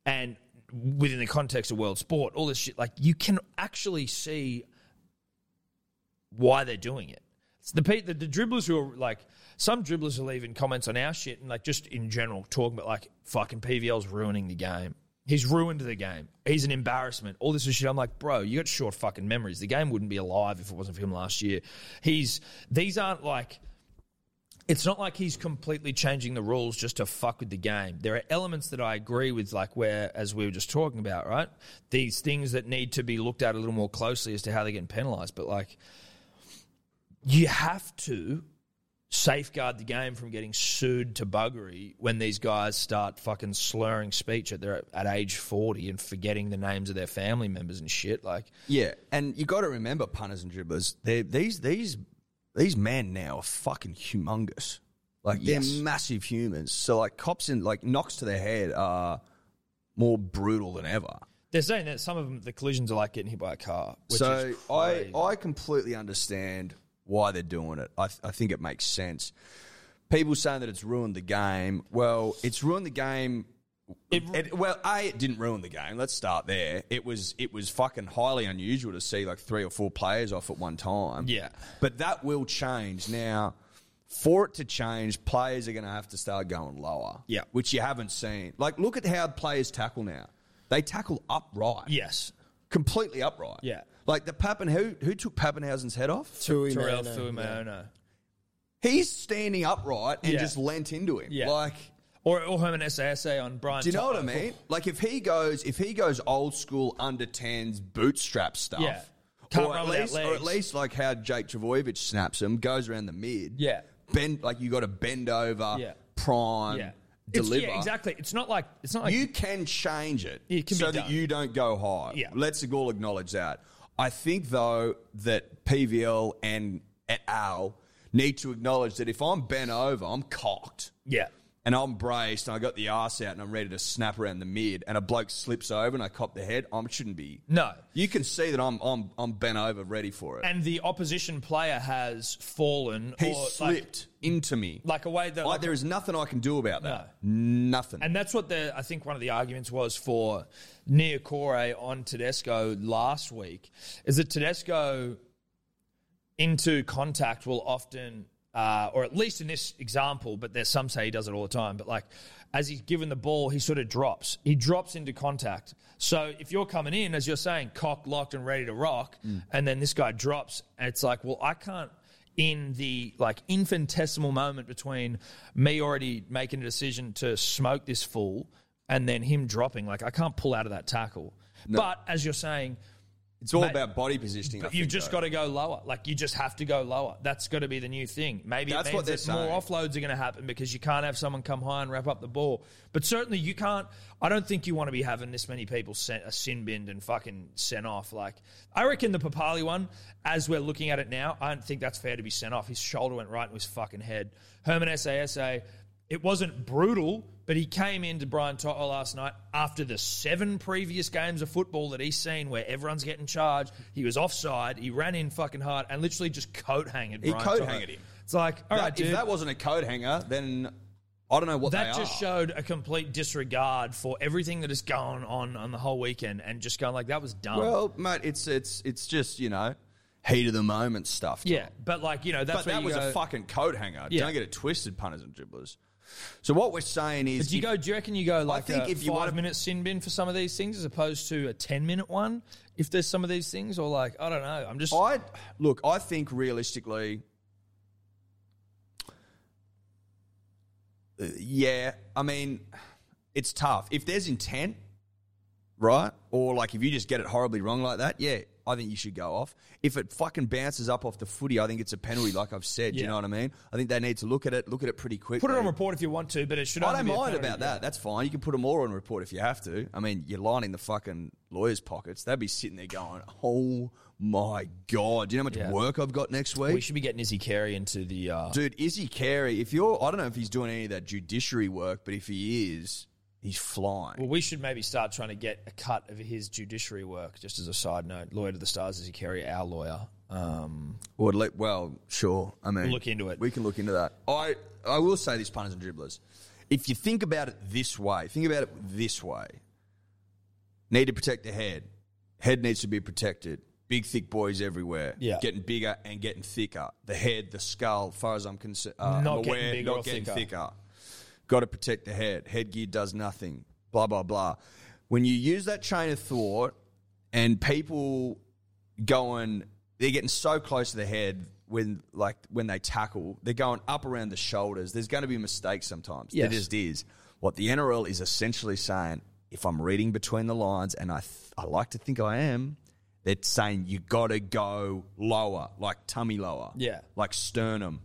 S2: and within the context of world sport, all this shit, like you can actually see why they're doing it. It's the, pe- the the dribblers who are like some dribblers are leaving comments on our shit and like just in general talking about like fucking PVL's ruining the game. He's ruined the game. He's an embarrassment. All this shit. I'm like, bro, you got short fucking memories. The game wouldn't be alive if it wasn't for him last year. He's these aren't like it's not like he's completely changing the rules just to fuck with the game. There are elements that I agree with, like where, as we were just talking about, right? These things that need to be looked at a little more closely as to how they're getting penalised. But like, you have to safeguard the game from getting sued to buggery when these guys start fucking slurring speech at their at age forty and forgetting the names of their family members and shit. Like,
S3: Yeah, and you got to remember punters and dribblers. They these these these men now are fucking humongous. Like they're
S2: Yes.
S3: massive humans. So like cops and like knocks to their head are more brutal than ever.
S2: they're saying that some of them the collisions are like getting hit by a car. Which
S3: so
S2: is
S3: I
S2: crazy.
S3: I completely understand why they're doing it. I th- I think it makes sense. People saying that it's ruined the game. Well, it's ruined the game. It- well, a it didn't ruin the game. Let's start there. It was it was fucking highly unusual to see like three or four players off at one time.
S2: Yeah.
S3: but that will change now. For it to change, players are going to have to start going lower.
S2: Yeah.
S3: which you haven't seen. Like, look at how players tackle now. They tackle upright
S2: yes,
S3: completely upright.
S2: Yeah.
S3: Like the Pappen who who took Pappenhausen's head off?
S5: Tui
S2: Terrell
S5: Manor.
S2: Fuimano.
S3: He's standing upright and
S2: Yeah.
S3: just lent into him.
S2: Yeah.
S3: Like
S2: Or, or Herman Essay on Brian.
S3: do you know what I
S2: Toto.
S3: mean? Like if he goes if he goes old school under tens bootstrap stuff.
S2: Yeah. Can't
S3: or, at
S2: run without
S3: least, or at
S2: legs.
S3: least like how Jake Travojevic snaps him, goes around the mid.
S2: Yeah.
S3: Bend like you gotta bend over,
S2: Yeah.
S3: prime,
S2: Yeah, It's-
S3: deliver.
S2: yeah, exactly. It's not like it's not like
S3: you can change it,
S2: It can be
S3: so that
S2: done.
S3: you don't go high.
S2: Yeah.
S3: Let's all acknowledge that. I think though that PVL and et al. need to acknowledge that if I'm bent over, I'm cocked
S2: yeah.
S3: and I'm braced and I got the arse out and I'm ready to snap around the mid and a bloke slips over and I cop the head, I shouldn't be.
S2: No,
S3: You can see that I'm I'm I'm bent over, ready for it.
S2: and the opposition player has fallen
S3: he
S2: or like-
S3: slipped into me.
S2: like, a way that
S3: Like,
S2: like,
S3: there is nothing I can do about that. Nothing.
S2: And that's what the I think one of the arguments was for Neocore on Tedesco last week is that Tedesco into contact will often, uh, or at least in this example, but there's some say he does it all the time. But like as he's given the ball, he sort of drops. He drops into contact. So if you're coming in, as you're saying, cock locked and ready to rock,
S3: Mm.
S2: and then this guy drops, and it's like, well, I can't in the like infinitesimal moment between me already making a decision to smoke this fool and then him dropping. Like I can't pull out of that tackle. But as you're saying,
S3: It's all
S2: Mate,
S3: about body positioning.
S2: But you've just got to go lower. Like you just have to go lower. That's got to be the new thing. Maybe
S3: That's
S2: it means
S3: what they're
S2: that more offloads are going to happen because you can't have someone come high and wrap up the ball. But certainly you can't. I don't think you want to be having this many people sent, uh, sin binned and fucking sent off. Like I reckon the Papali one, as we're looking at it now, I don't think that's fair to be sent off. His shoulder went right into his fucking head. Herman Sasa. It wasn't brutal, but he came into Brian Toto last night after the seven previous games of football that he's seen where everyone's getting charged. He was offside. He ran in fucking hard and literally just coat hanged
S3: He
S2: Brian
S3: coat
S2: Toto.
S3: hanged him.
S2: It's like, all right,
S3: if
S2: dude,
S3: that wasn't a coat hanger, then I don't know what
S2: that
S3: they
S2: just
S3: are.
S2: showed a complete disregard for everything that has gone on on the whole weekend and just going like, that was dumb.
S3: Well, mate, it's it's it's just you know heat of the moment stuff.
S2: yeah, but like, you know,
S3: but
S2: that's
S3: that
S2: where
S3: was
S2: you go,
S3: a fucking coat hanger.
S2: Yeah.
S3: Don't get it twisted, punters and dribblers. So what we're saying is,
S2: Do you
S3: if-
S2: go? Do you reckon you go like
S3: think
S2: a
S3: if you
S2: five
S3: wanna-
S2: minute sin bin for some of these things as opposed to a ten minute one? If there's some of these things, or like I don't know, I'm just
S3: I look. I think realistically, uh, yeah. I mean, it's tough if there's intent, right? Or like if you just get it horribly wrong like that, yeah. I think you should go off. If it fucking bounces up off the footy, I think it's a penalty. Like I've said, do you
S2: Yeah.
S3: know what I mean? I think they need to look at it, look at it pretty quickly.
S2: put it on report if you want to, but it should.
S3: I
S2: only
S3: don't
S2: be a
S3: mind
S2: penalty,
S3: about
S2: yeah.
S3: that. That's fine. You can put them all on report if you have to. I mean, you're lining the fucking lawyers' pockets. They'd be sitting there going, "Oh my god, do you know how much
S2: Yeah.
S3: work I've got next
S2: We
S3: week,
S2: should be getting Izzy Carey into the. Uh,
S3: dude?" Izzy Carey, if you're, I don't know if he's doing any of that judiciary work, but if he is, he's flying.
S2: well, we should maybe start trying to get a cut of his judiciary work. Just as a side note, lawyer to the stars, Izzy Carey, our lawyer. Um,
S3: Or le- well, sure. I mean,
S2: We'll look into it.
S3: We can look into that. I I will say this, punters and dribblers, if you think about it this way, think about it this way. Need to protect the head. Head needs to be protected. Big thick boys everywhere.
S2: Yeah.
S3: getting bigger and getting thicker. The head, the skull. Far as I'm concerned, uh,
S2: Not
S3: I'm
S2: getting
S3: aware,
S2: bigger
S3: not
S2: or
S3: getting
S2: thicker.
S3: thicker. Got to protect the head. Headgear does nothing. Blah blah blah. When you use that chain of thought, and people going they're getting so close to the head when like when they tackle they're going up around the shoulders there's going to be mistakes sometimes
S2: Yes.
S3: there just is what the nrl is essentially saying if i'm reading between the lines and i th- i like to think i am they're saying you gotta go lower like tummy lower
S2: Yeah.
S3: like sternum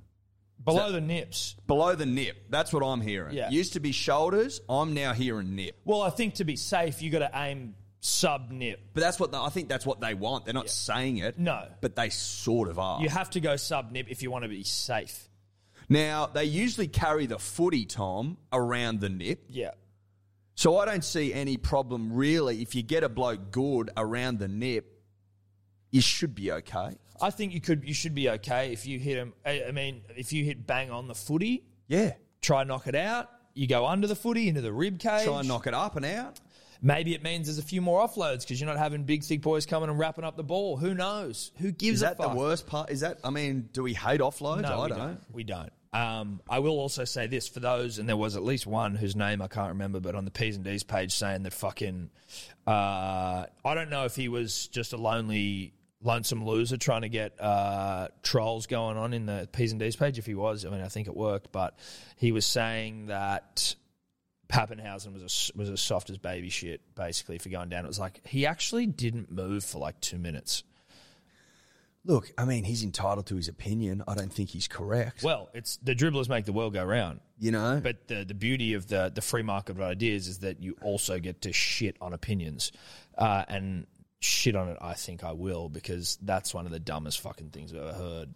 S2: below the nips.
S3: below the nip that's what i'm hearing
S2: Yeah.
S3: used to be shoulders i'm now hearing nip
S2: Well, I think to be safe, you got to aim sub nip.
S3: but that's what the, i think that's what they want they're not saying it
S2: No.
S3: but they sort of are
S2: You have to go sub nip if you want to be safe.
S3: Now, they usually carry the footy, Tom, around the nip.
S2: Yeah.
S3: So I don't see any problem really. If you get a bloke good around the nip, you should be okay.
S2: I think you could you should be okay if you hit him. I I mean, if you hit bang on the footy,
S3: Yeah.
S2: try and knock it out. You go under the footy into the rib cage.
S3: Try and knock it up and out.
S2: Maybe it means there's a few more offloads because you're not having big thick boys coming and wrapping up the ball. Who knows? Who gives
S3: Is that
S2: a fuck?
S3: the worst part? Is that, I mean, do we hate offloads?
S2: No,
S3: I
S2: we
S3: don't. know.
S2: We don't. Um, I will also say this for those, and there was at least one whose name I can't remember, but on the P's and D's page saying that fucking, uh, I don't know if he was just a lonely, lonesome loser trying to get uh, trolls going on in the P's and D's page. If he was, I mean, I think it worked, but he was saying that Pappenhausen was a, was as soft as baby shit, basically, for going down. It was like he actually didn't move for like two minutes.
S3: Look, I mean, he's entitled to his opinion. I don't think he's correct.
S2: Well, it's the dribblers make the world go round.
S3: you know?
S2: But the, the beauty of the, the free market of ideas is that you also get to shit on opinions. Uh, and shit on it, I think I will, because that's one of the dumbest fucking things I've ever heard.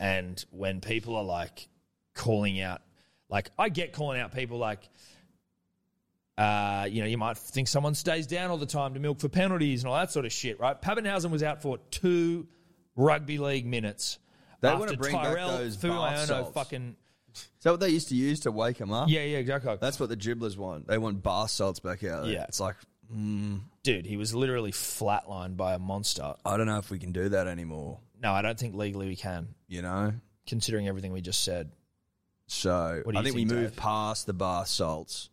S2: and when people are like calling out, like, I get calling out people like, uh, you know, you might think someone stays down all the time to milk for penalties and all that sort of shit, right? Pappenhausen was out for two rugby league minutes.
S3: They wanna
S2: after
S3: bring back
S2: Tyrell
S3: those bath
S2: Fuiano
S3: salts.
S2: fucking
S3: Is that what they used to use to wake him up?
S2: yeah yeah exactly
S3: That's what the dribblers want. They want bar salts Mm. back out.
S2: Yeah.
S3: It's like,
S2: dude, he was literally flatlined by a monster.
S3: I don't know if we can do that anymore,
S2: No, I don't think legally we can,
S3: you know?
S2: considering everything we just said.
S3: So
S2: What do
S3: I
S2: you
S3: think,
S2: think,
S3: we move
S2: Dave?
S3: past the bath salts.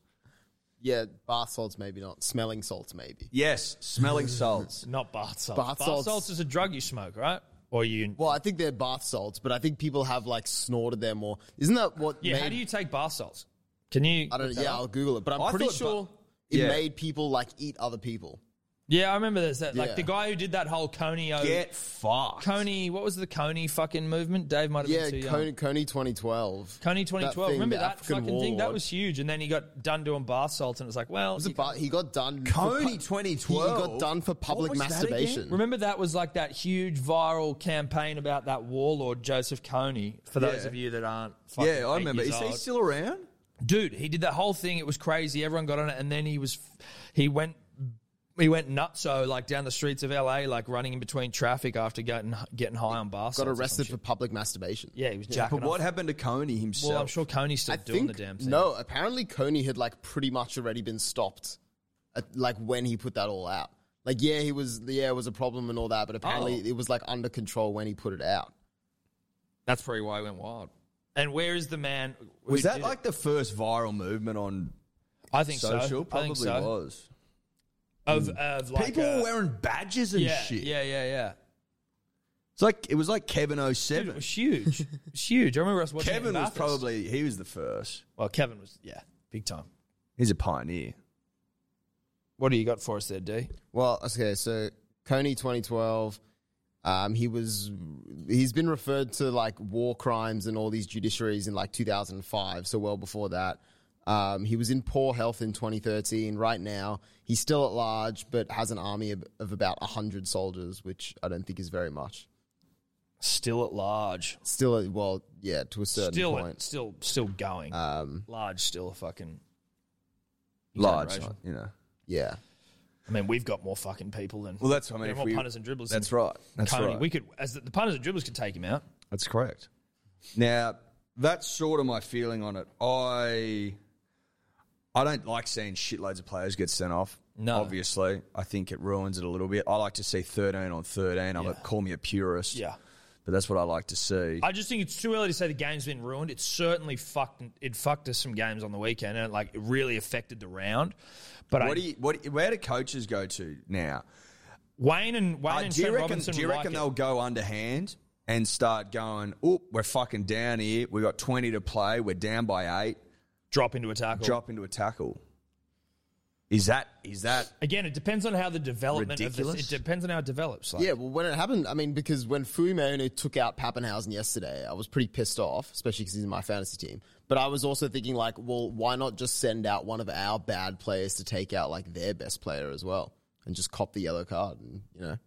S5: Yeah, bath salts maybe not. Smelling salts maybe.
S3: Yes, smelling salts.
S2: Not bath salts.
S5: Bath
S2: Bath,
S5: salts-
S2: salts is a drug you smoke, right? Or you?
S5: Well, I think they're bath salts, but I think people have like snorted them or isn't that what?
S2: yeah.
S5: made,
S2: How do you take bath salts? Can you?
S5: I don't.
S2: look that
S5: Yeah,
S2: up?
S5: I'll Google it, but I'm
S3: I
S5: pretty
S3: thought ba-
S5: sure it
S3: Yeah.
S5: made people like eat other people.
S2: Yeah, I remember this. That, like
S5: Yeah.
S2: the guy who did that whole Coney. O-
S3: Get fucked.
S2: Coney. What was the Coney fucking movement? Dave might have
S5: Yeah,
S2: been too young.
S5: Coney, Coney 2012.
S2: Coney 2012.
S5: thing,
S2: remember
S5: the
S2: that
S5: African
S2: fucking
S5: war
S2: thing? That
S5: lord.
S2: was huge. And then he got done doing bath salts, and it's like, well,
S5: Was it bu- he got done. for
S3: Coney
S5: pu-
S3: 2012?
S5: He got done for
S3: What
S5: public
S3: was that
S5: masturbation.
S2: Remember that was like that huge viral campaign about that warlord Joseph Kony. For those
S3: Yeah.
S2: of you that aren't, fucking
S3: Yeah, I
S2: eight
S3: remember.
S2: years
S3: Is he
S2: old.
S3: still around?
S2: dude? He did that whole thing. It was crazy. Everyone got on it, and then he was, he went, he went nuts. So like down the streets of LA, like running in between traffic after getting getting high on bar.
S5: got
S2: salts or some
S5: arrested
S2: shit.
S5: for public masturbation.
S2: yeah, he was jacking
S3: But what
S2: off.
S3: happened to Coney himself?
S2: Well, I'm sure Coney's still
S5: I
S2: doing
S5: think
S2: the damn thing.
S5: no. Apparently, Coney had like pretty much already been stopped, at, like when he put that all out. Like, yeah, he was. Yeah, it was a problem and all that, but apparently,
S2: Oh.
S5: it was like under control when he put it out.
S2: that's probably why he went wild. And where is the man? who
S3: was that
S2: did it?
S3: like the first viral movement on
S2: I think so.
S3: social?
S2: I
S3: Probably
S2: think so.
S3: was. Hmm.
S2: Of, of like
S3: People
S2: uh,
S3: were wearing badges and
S2: yeah,
S3: shit.
S2: yeah, yeah, yeah.
S3: It's like it was like Kevin 07.
S2: Dude, it was huge. it was huge. I remember us watching. it in
S3: Kevin was
S2: Bathurst.
S3: probably he was the first.
S2: well. Kevin was yeah, big time.
S3: He's a pioneer.
S2: What do you got for us there, D?
S5: Well, okay, so Coney 2012, um, he was he's been referred to like war crimes and all these judiciaries in like 2005, so well before that. Um, he was in poor health in 2013. Right now, he's still at large, but has an army of, of about 100 soldiers, which I don't think is very much.
S2: Still at large.
S5: Still, a- well, yeah, to a certain
S2: Still,
S5: point.
S2: still, still going.
S5: Um,
S2: large, still a fucking
S3: Large,
S2: exaggeration.
S3: you know.
S5: yeah.
S2: I mean, we've got more fucking people than
S3: Well, that's what I mean.
S2: there are
S3: if
S2: more
S3: we-
S2: punters and dribblers.
S3: That's
S2: than
S3: right. That's
S2: Coney.
S3: right.
S2: We could, as the, the punters and dribblers, could take him out.
S3: That's correct. Now, that's sort of my feeling on it. I I don't like seeing shitloads of players get sent off.
S2: No.
S3: Obviously. I think it ruins it a little bit. I like to see 13 on 13. I'm
S2: Yeah.
S3: a, call me a purist.
S2: Yeah.
S3: But that's what I like to see.
S2: I just think it's too early to say the game's been ruined. It certainly fucked. It fucked us some games on the weekend, and it, like it really affected the round. But I,
S3: what do you, what where do coaches go to now?
S2: Wayne and Wayne
S3: Uh,
S2: and
S3: do you
S2: Trent
S3: reckon
S2: Robinson
S3: do you
S2: like
S3: reckon
S2: it.
S3: they'll go underhand and start going, Oh, we're fucking down here. We've got twenty to play, we're down by eight,
S2: drop into a tackle.
S3: drop into a tackle. Is that is that
S2: Again, it depends on how the development of
S3: Ridiculous.
S2: this. It depends on how it develops. Like,
S5: Yeah, well, when it happened, I mean, because when Fuimano took out Pappenhausen yesterday, I was pretty pissed off, especially because he's in my fantasy team. But I was also thinking, like, well, why not just send out one of our bad players to take out, like, their best player as well and just cop the yellow card and, you know?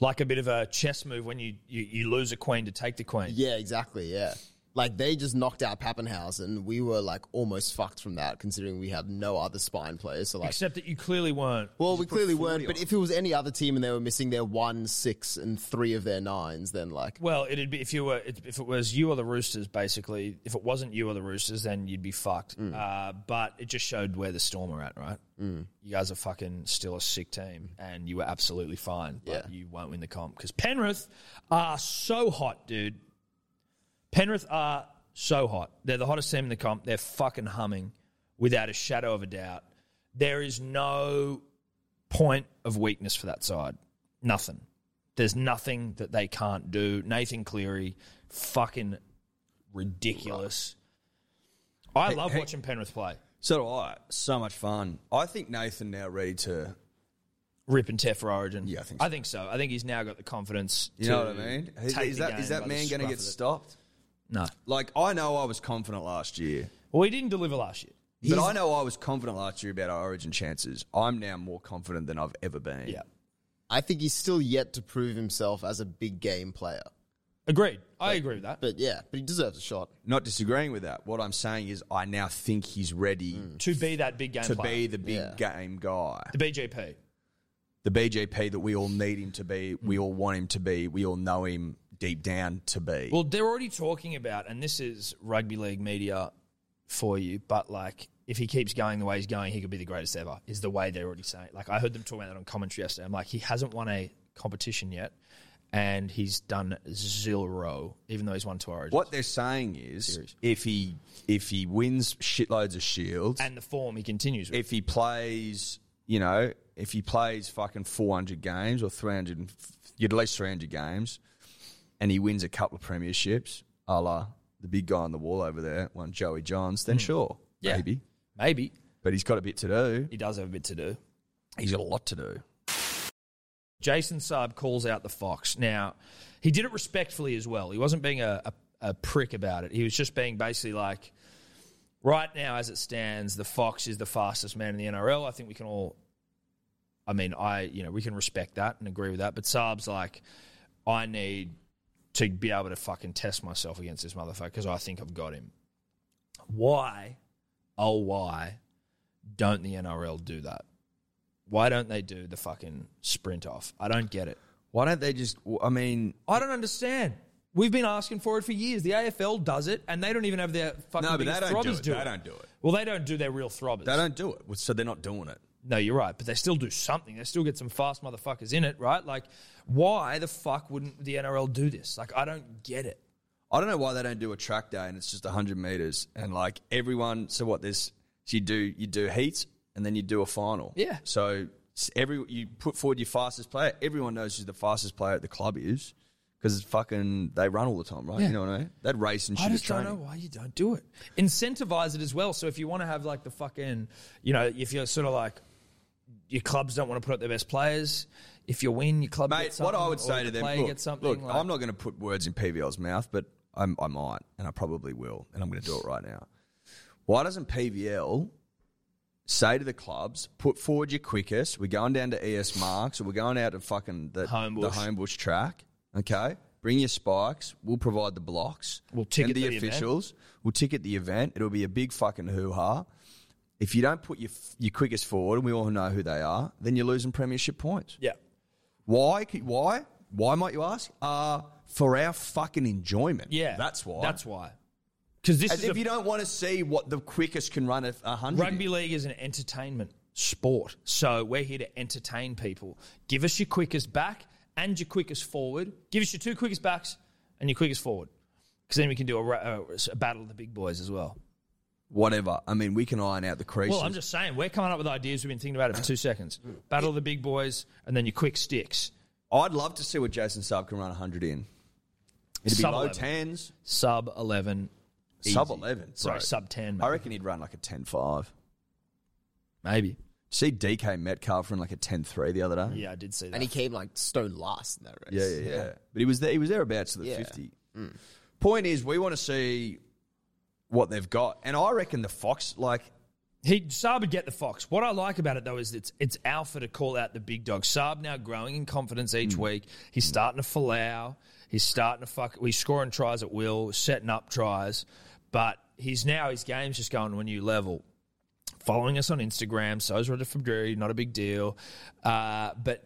S2: like a bit of a chess move when you, you, you lose a queen to take the queen.
S5: Yeah, exactly, yeah. Like, they just knocked out Pappenhausen. We were, like, almost fucked from that, considering we had no other spine players. So, like,
S2: Except that you clearly weren't.
S5: well, we
S3: 40
S5: clearly weren't, but
S3: on.
S5: if it was any other team and they were missing their one, six, and three of their nines, then, like,
S2: Well, it'd be if you were it- if it was you or the Roosters. Basically, if it wasn't you or the Roosters, then you'd be fucked.
S5: Mm.
S2: Uh, but it just showed where the Storm are at, right? Mm. You guys are fucking still a sick team, and you were absolutely fine. But
S5: Yeah.
S2: you won't win the comp because Penrith are so hot, dude. Penrith are so hot. They're the hottest team in the comp. They're fucking humming without a shadow of a doubt. There is no point of weakness for that side. Nothing. There's nothing that they can't do. Nathan Cleary, fucking ridiculous. I love watching Penrith play.
S3: So do I. So much fun. I think Nathan now ready to.
S2: Rip and tear for Origin.
S3: Yeah, I think so.
S2: I think so. I think he's now got the confidence.
S3: You
S2: to
S3: know what I mean? Is,
S2: take
S3: is
S2: the
S3: that is
S2: game
S3: that
S2: by the
S3: man going to
S2: scruff
S3: get
S2: of it.
S3: stopped?
S2: No.
S3: Like I know I was confident last year,
S2: Well, he didn't deliver last year.
S3: but I know I was confident last year about our Origin chances. I'm now more confident than I've ever been.
S2: Yeah.
S5: I think he's still yet to prove himself as a big game player.
S2: Agreed. I agree with that.
S5: But yeah, but he deserves a shot.
S3: Not disagreeing with that. What I'm saying is, I now think he's ready
S2: to be that big game
S3: to
S2: player.
S3: be the big
S5: Mm. Yeah.
S3: game guy,
S2: the BJP.
S3: the BJP that we all need him to be, we all want him to be, we all know him deep down to be.
S2: Well, they're already talking about, and this is rugby league media for you, but like if he keeps going the way he's going, he could be the greatest ever, is the way they're already saying. Like I heard them talking about that on commentary yesterday. I'm like, he hasn't won a competition yet, and he's done zero, even though he's won two origins.
S3: what they're saying is, if he if he wins shitloads of shields,
S2: And the form he continues with.
S3: if he plays, you know, if he plays fucking 400 games or 300, and f- at least 300 games, and he wins a couple of premierships, a la the big guy on the wall over there, one Joey Johns, then sure,
S2: Hmm. Yeah.
S3: maybe.
S2: Maybe
S3: But he's got a bit to do.
S2: he does have a bit to do.
S3: He's got a lot to do.
S2: Jason Saab calls out the Fox. Now, he did it respectfully as well. He wasn't being a, a, a prick about it. He was just being basically like, right now, as it stands, the Fox is the fastest man in the NRL. I think we can all, I mean, I, you know, we can respect that and agree with that. But Saab's like, I need to be able to fucking test myself against this motherfucker because I think I've got him. Why, oh, why don't the NRL do that? Why don't they do the fucking sprint off? I don't get it.
S3: Why don't they just? I mean,
S2: I don't understand. We've been asking for it for years. The AFL does it, and they don't even have their fucking
S3: no, but
S2: biggest
S3: they don't do
S2: throbbers
S3: it.
S2: do
S3: They
S2: it.
S3: don't do it.
S2: Well, they don't do their real throbbers.
S3: They don't do it. So they're not doing it.
S2: No, you're right, but they still do something. They still get some fast motherfuckers in it, right? Like, why the fuck wouldn't the NRL do this? Like, I don't get it.
S3: I don't know why they don't do a track day and it's just 100 meters and like everyone. So what? There's so you do you do heats and then you do a final.
S2: Yeah.
S3: So s- every you put forward your fastest player. Everyone knows who the fastest player at the club is because fucking they run all the time, right?
S2: Yeah.
S3: You know what I mean? That race and shit.
S2: I
S3: is
S2: just don't know
S3: training.
S2: why you don't do it. Incentivize it as well. So if you want to have like the fucking, you know, if you're sort of like your clubs don't want to put up their best players. If you win, your club
S3: Mate,
S2: gets
S3: what I
S2: something,
S3: would
S2: or
S3: say
S2: the
S3: to them,
S2: player
S3: look,
S2: gets something,
S3: look,
S2: like-
S3: I'm not going to put words in PVL's mouth, but I'm, I might, and I probably will, and I'm going to do it right now. Why doesn't PVL say to the clubs, put forward your quickest, we're going down to ES Marks, or we're going out to fucking the
S2: Homebush.
S3: the Homebush track, okay? Bring your spikes, we'll provide the blocks.
S2: We'll
S3: and
S2: ticket
S3: the,
S2: the event.
S3: officials. We'll ticket the event. It'll be a big fucking hoo-ha. If you don't put your, your quickest forward, and we all know who they are, then you're losing premiership points.
S2: Yeah.
S3: Why? Why? Why might you ask? Uh, for our fucking enjoyment.
S2: Yeah.
S3: that's why.
S2: That's why. Because this
S3: As
S2: is
S3: if
S2: a
S3: you don't want to see what the quickest can run a a hundred.
S2: Rugby league is an entertainment sport. So we're here to entertain people. Give us your quickest back and your quickest forward. Give us your two quickest backs and your quickest forward. Because then we can do a, ra- uh, a battle of the big boys as well.
S3: Whatever. I mean, we can iron out the creases.
S2: Well, I'm just saying, we're coming up with ideas. We've been thinking about it for two seconds. Battle of the big boys and then your quick sticks.
S3: I'd love to see what Jason Sub can run a hundred in. It'd be
S2: Sub
S3: low
S2: 11.
S3: tens,
S2: Sub 11.
S3: sub eleven.
S2: Sorry,
S3: bro.
S2: sub 10.
S3: I
S2: Maybe.
S3: reckon he'd run like a 10-5.
S2: maybe.
S3: See DK Metcalf run like a 10-3 the other day.
S2: Yeah, I did see that.
S5: And he came like stone last in that race.
S3: Yeah, yeah, yeah. But he was there. He was thereabouts to the
S5: Yeah.
S3: fifty.
S2: Mm.
S3: Point is, we want to see what they've got, and I reckon the Fox, like,
S2: He Saab would get the fox. What I like about it though is it's it's Alpha to call out the big dog. Saab now growing in confidence each
S3: Hmm.
S2: week. He's starting to Falau. He's starting to fuck. He's scoring tries at will, setting up tries, but he's now his game's just going to a new level. Following us on Instagram, so's Roger Fabri, not a big deal, uh, but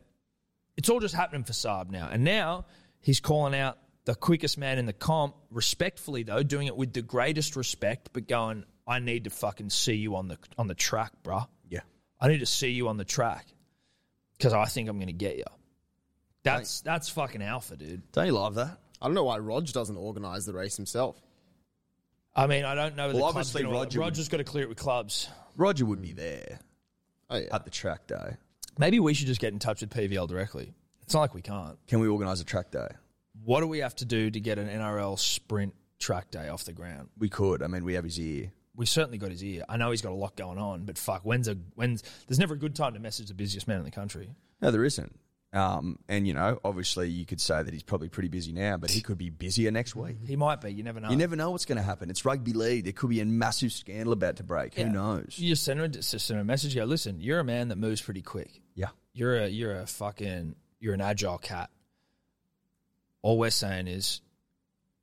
S2: it's all just happening for Saab now. And now he's calling out the quickest man in the comp, respectfully though, doing it with the greatest respect, but going, I need to fucking see you on the on the track, bruh.
S3: yeah,
S2: I need to see you on the track because I think I'm going to get you. That's that's fucking alpha, dude.
S3: don't you love that?
S5: I don't know why Rog doesn't organise the race himself.
S2: I mean, I don't know.
S3: Well,
S2: the
S3: obviously
S2: going
S3: Roger would-
S2: Roger's got to clear it with clubs.
S3: Roger would be there
S5: Oh yeah.
S3: at the track day.
S2: Maybe we should just get in touch with PVL directly. It's not like we can't.
S3: Can we organise a track day?
S2: What do we have to do to get an NRL sprint track day off the ground?
S3: We could. I mean, we have his ear.
S2: we certainly got his ear. I know he's got a lot going on, but fuck, when's a when's there's never a good time to message the busiest man in the country.
S3: No, there isn't. Um, and you know, obviously, you could say that he's probably pretty busy now, but he could be busier next week.
S2: He might be, you never know.
S3: You never know what's going to happen. It's rugby league. There could be a massive scandal about to break. Who knows?
S2: You just send him a, just send him a message. Go, listen, you're a man that moves pretty quick.
S3: Yeah.
S2: You're a you're a fucking you're an agile cat. All we're saying is,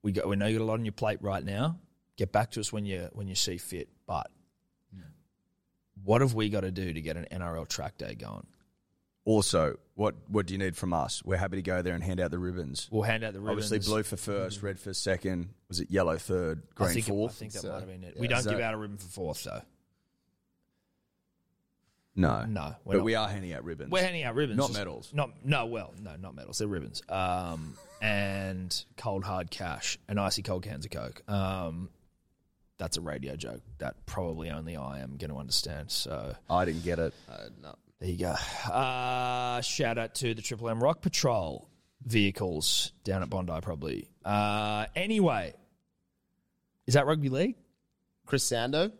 S2: we got we know you got a lot on your plate right now. Get back to us when you when you see fit. But what have we got to do to get an NRL track day going?
S3: Also, what what do you need from us? We're happy to go there and hand out the ribbons.
S2: We'll hand out the ribbons. Mm-hmm.
S3: Obviously, blue for first, red for second. Was it yellow third, green
S2: I think it-
S3: fourth? uh,
S2: I think that
S5: so,
S2: might have been it.
S5: yeah.
S2: we don't
S3: So-
S2: give out a ribbon for fourth though.
S3: no,
S2: No, we're
S3: but
S2: not.
S3: we are handing out ribbons.
S2: We're handing out ribbons,
S3: Not
S2: just-
S3: medals.
S2: Not no, well, no, not medals. They're ribbons. Um, and cold hard cash and icy cold cans of coke. Um, that's a radio joke that probably only I am going to understand. So
S3: I didn't get it.
S5: Uh, no.
S2: there you go. Uh, shout out to the Triple M Rock Patrol vehicles down at Bondi, probably. Uh, anyway, is that rugby league?
S5: Chris Sando.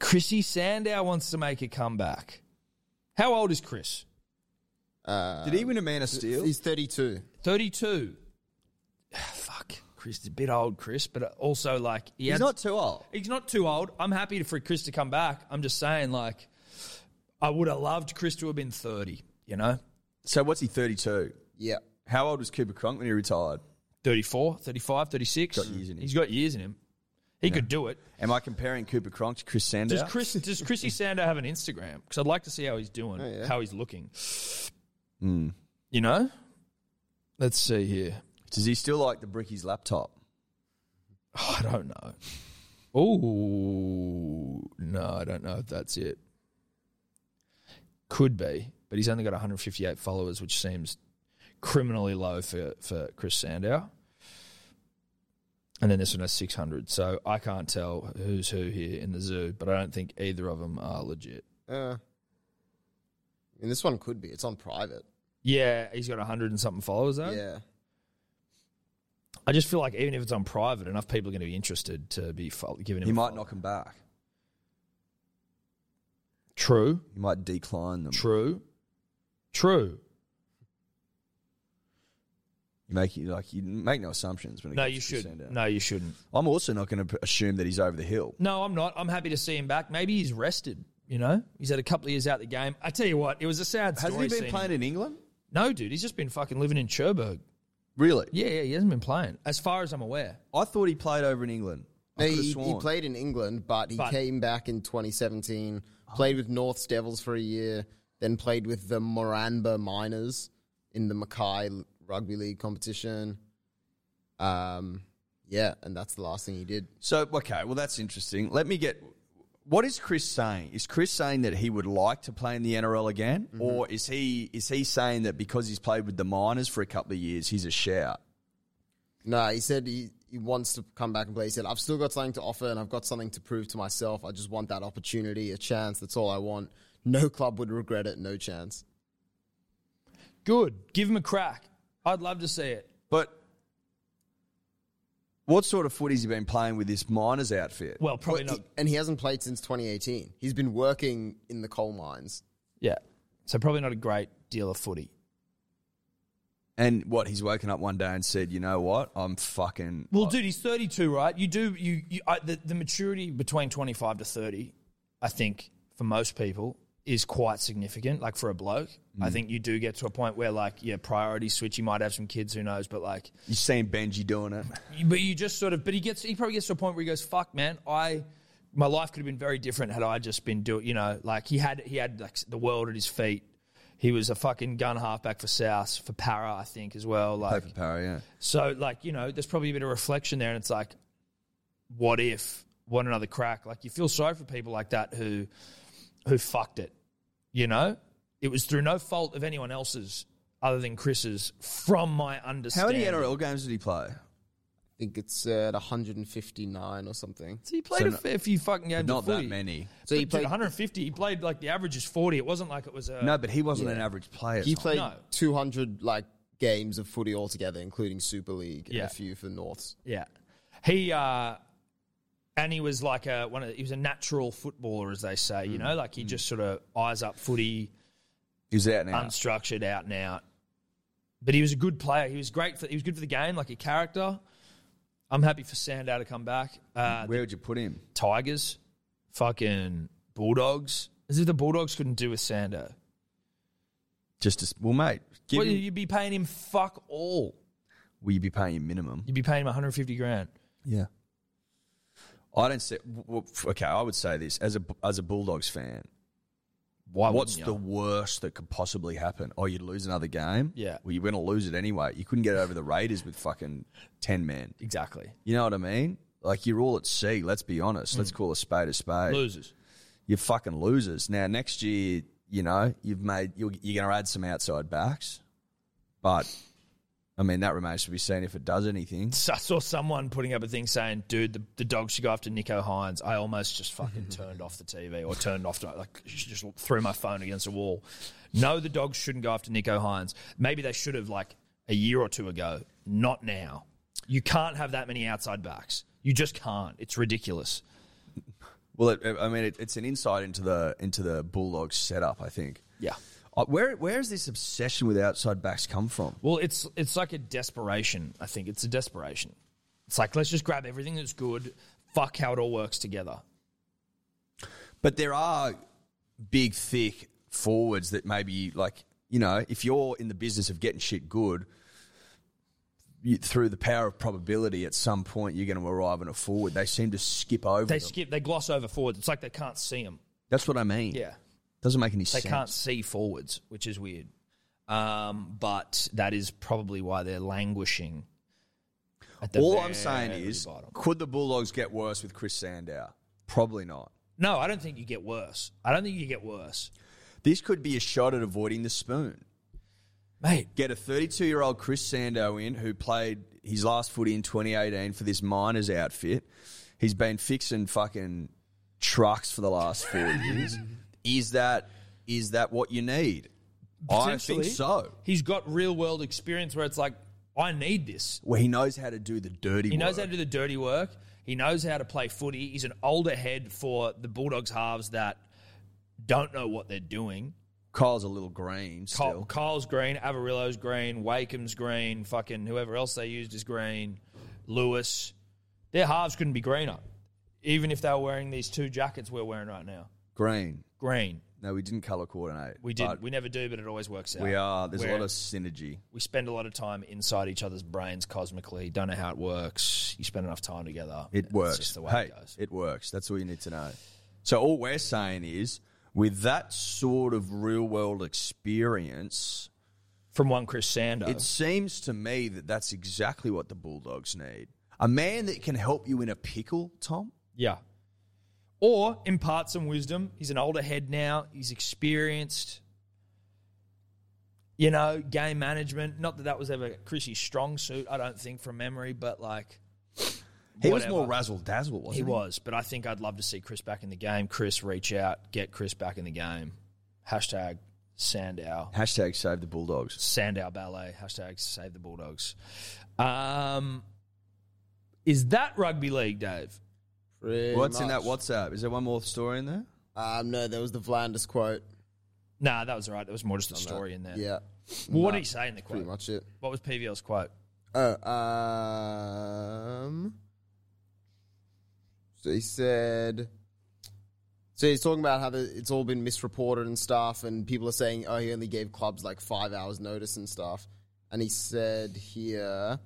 S2: Chrissy Sandow wants to make a comeback. How old is Chris?
S5: Uh,
S3: Did he win a Man of Steel?
S5: He's 32.
S2: 32. Fuck. Chris is a bit old, Chris, but also like he
S3: He's
S2: had-
S3: not too old.
S2: He's not too old. I'm happy to- for Chris to come back. I'm just saying, like, I would have loved Chris to have been 30. You know,
S3: So what's he? Thirty-two.
S5: Yeah.
S3: How old was Cooper Cronk when he retired?
S2: 34, 35, 36.
S3: Got years in him.
S2: He's got years in him. He could do it.
S3: Am I comparing Cooper Cronk to Chris Sandow?
S2: Does Chris does Chrissy Sando have an Instagram? Because I'd like to see how he's doing,
S5: yeah.
S2: how he's looking.
S3: Hmm.
S2: You know, let's see here.
S3: Does he still like the Bricky's laptop?
S2: I don't know. Oh no, I don't know if that's it. Could be, but he's only got 158 followers, which seems criminally low for for Chris Sandow. And then this one has 600, so I can't tell who's who here in the zoo, but I don't think either of them are legit.
S5: Uh, and this one could be. It's on private.
S2: Yeah, he's got 100 and something followers though.
S5: Yeah.
S2: I just feel like even if it's on private, enough people are going to be interested to be fo- giving him.
S3: He
S2: a
S3: might
S2: follow.
S3: knock him back.
S2: True.
S3: He might decline them.
S2: True. True.
S3: You make you like you make no assumptions when it
S2: No,
S3: comes
S2: you
S3: to Chris
S2: shouldn't.
S3: Sandow.
S2: No, you shouldn't.
S3: I'm also not going to assume that he's over the hill.
S2: No, I'm not. I'm happy to see him back. Maybe he's rested. You know, he's had a couple of years out the game. I tell you what, it was a sad story.
S3: Hasn't he
S2: seeing
S3: been
S2: him-
S3: playing in England?
S2: No, dude, he's just been fucking living in Cherbourg.
S3: Really?
S2: Yeah, yeah, he hasn't been playing, as far as I'm aware.
S3: I thought he played over in England. I
S5: No,
S3: could've
S5: he, he
S3: sworn.
S5: played in England, but he
S2: But- Oh.
S5: came back in 2017, played with North's Devils for a year, then played with the Moranbah Miners in the Mackay L- Rugby League competition. Um, yeah, and that's the last thing he did.
S3: So okay, well that's interesting. Let me get. What is Chris saying? Is Chris saying that he would like to play in the NRL again,
S2: Mm-hmm.
S3: or is he is he saying that because he's played with the Miners for a couple of years, he's a shout?
S5: No, he said he, he wants to come back and play. He said, I've still got something to offer and I've got something to prove to myself. I just want that opportunity, a chance. That's all I want. No club would regret it. No chance.
S2: Good. Give him a crack. I'd love to see it.
S3: But what sort of footy's he been playing with this Miners outfit?
S2: Well, probably
S5: But
S2: not.
S5: he- and he hasn't played since 2018. He's been working in the coal mines.
S2: Yeah. So probably not a great deal of footy.
S3: and what he's woken up one day and said, you know what, I'm fucking.
S2: Well, dude, he's 32, right? You do you, you I, the, the maturity between 25 to 30, I think for most people is quite significant. Like for a bloke, I think you do get to a point where like yeah, priorities switch. You might have some kids, who knows? But like,
S3: You seen Benji doing it?
S2: you- but you just sort of, but he gets, he probably gets to a point where he goes, "Fuck, man, I." My life could have been very different had I just been doing, you know, like he had, he had like the world at his feet. He was a fucking gun halfback for South, for Para, I think, as well. Like,
S3: Paper power, yeah.
S2: so, like, you know, there's probably a bit of reflection there, and it's like, what if? What another crack? Like, you feel sorry for people like that who, who fucked it. You know, it was through no fault of anyone else's other than Chris's, from my
S3: How
S2: understanding.
S3: many NRL games did he play?
S5: I think it's uh, at 159 or something.
S2: So he played
S3: So
S2: a
S3: no-
S2: fair few fucking games.
S3: Not
S2: of
S3: that
S2: footy.
S3: many.
S5: So he
S2: Dude,
S5: played.
S2: 150. He played like the average is 40. It wasn't like it was a
S3: No, but he wasn't an average player.
S5: He played
S2: Uh, No.
S5: 200 like games of footy altogether, including Super League and
S2: Yeah.
S5: a few for Norths.
S2: Yeah, he uh, and he was like a one. Of, he was a natural footballer, as they say.
S3: Mm.
S2: You know, like he just sort of eyes up footy,
S3: He was out now.
S2: unstructured, out and out. But he was a good player. He was great. For, he was good for the game, like a character. I'm happy for Sandow to come back. Uh,
S3: Where would you put him?
S2: Tigers, fucking Bulldogs. As if the Bulldogs couldn't do with Sandow.
S3: Just as well, mate. Give
S2: Well,
S3: him-
S2: you'd be paying him fuck all.
S3: will you be paying him minimum?
S2: You'd be paying him 150 grand.
S3: Yeah. I don't see. w- w- f- Okay, I would say this as a as a Bulldogs fan.
S2: Why?
S3: What's
S2: wouldn't
S3: the
S2: you?
S3: worst that could possibly happen? Oh, you'd lose another game.
S2: Yeah.
S3: Well, you're going to lose it anyway. You couldn't get over the Raiders with fucking ten men.
S2: exactly
S3: You know what I mean? Like you're all at sea. Let's be honest. Let's call a spade a spade.
S2: Hmm. losers?
S3: You're fucking losers. Now next year, you know you've made you're, you're going to add some outside backs, but I mean that remains to be seen if it does anything.
S2: I saw someone putting up a thing saying, "Dude, the, the dogs should go after Nico Hines." I almost just fucking turned off the TV or turned off like just threw my phone against the wall. No, the dogs shouldn't go after Nico Hines. Maybe they should have like a year or two ago, not now. You can't have that many outside backs. You just can't. It's ridiculous.
S3: Well, it, I mean, it, it's an insight into the into the Bulldogs setup. I think
S2: Yeah.
S3: Uh, where where has this obsession with outside backs come from?
S2: Well, it's it's like a desperation. I think it's a desperation. It's like let's just grab everything that's good. Fuck how it all works together.
S3: But there are big, thick forwards that maybe like you know, if you're in the business of getting shit good, you, through the power of probability, at some point you're going to arrive in a forward. They seem to skip over.
S2: They
S3: them.
S2: skip. They gloss over forwards. It's like they can't see them.
S3: That's what I mean.
S2: Yeah.
S3: doesn't make any
S2: They
S3: sense.
S2: can't see forwards, which is weird. Um, but that is probably why they're languishing. At the
S3: All I'm
S2: very
S3: saying is,
S2: bottom.
S3: could the Bulldogs get worse with Chris Sandow? Probably not.
S2: no. I don't think you get worse. I don't think you get worse,
S3: This could be a shot at avoiding the spoon.
S2: mate.
S3: Get a 32 year old Chris Sando in who played his last footy in 2018 for this miners outfit. He's been fixing fucking trucks for the last four years. Is that is that what you need? I think
S2: Potentially.
S3: so.
S2: He's got real world experience where it's like, I need this.
S3: Well, he knows how to do the dirty
S2: He knows
S3: work.
S2: how to do the dirty work. He knows how to play footy. He's an older head for the Bulldogs halves that don't know what they're doing.
S3: Kyle's a little green
S2: Kyle,
S3: still.
S2: Kyle's green, Avarillo's green, Wakeham's green, fucking whoever else they used is green, Lewis. Their halves couldn't be greener, even if they were wearing these two jackets we're wearing right now.
S3: green.
S2: Green.
S3: No, we didn't colour coordinate.
S2: We
S3: but
S2: did. We never do, but it always works out.
S3: we are. There's a
S2: We're-
S3: lot of synergy.
S2: we spend a lot of time inside each other's brains cosmically. Don't know how it works. You spend enough time together.
S3: It
S2: It's
S3: works.
S2: just the way
S3: hey,
S2: it goes.
S3: works. That's all you need to know. So all we're saying is, with that sort of real world experience,
S2: From one Chris Sando.
S3: it seems to me that that's exactly what the Bulldogs need. A man that can help you in a pickle, Tom.
S2: Yeah. Or impart some wisdom. He's an older head now. He's experienced. You know, game management. Not that that was ever Chrissy's strong suit, I don't think, from memory, but like
S3: He
S2: Whatever.
S3: was more razzle dazzle, wasn't he?
S2: he was. But I think I'd love to see Chris back in the game. Chris, reach out, get Chris back in the game. Hashtag Sandow.
S3: Hashtag save the Bulldogs.
S2: Sandow Ballet. Hashtag save the Bulldogs. Um, is that rugby league, Dave?
S5: Pretty
S3: What's in
S5: much.
S3: that WhatsApp? Is there one more story in there?
S5: Um, no, there was the Vlanders quote.
S2: Nah, that was all right. There was more just a story in there.
S5: Yeah,
S2: Well, what did he say in the
S5: pretty
S2: quote?
S5: much it.
S2: What was PVL's quote?
S5: Oh, um. So he said. So he's talking about how the, it's all been misreported and stuff, and people are saying, oh, he only gave clubs like five hours notice and stuff. And he said here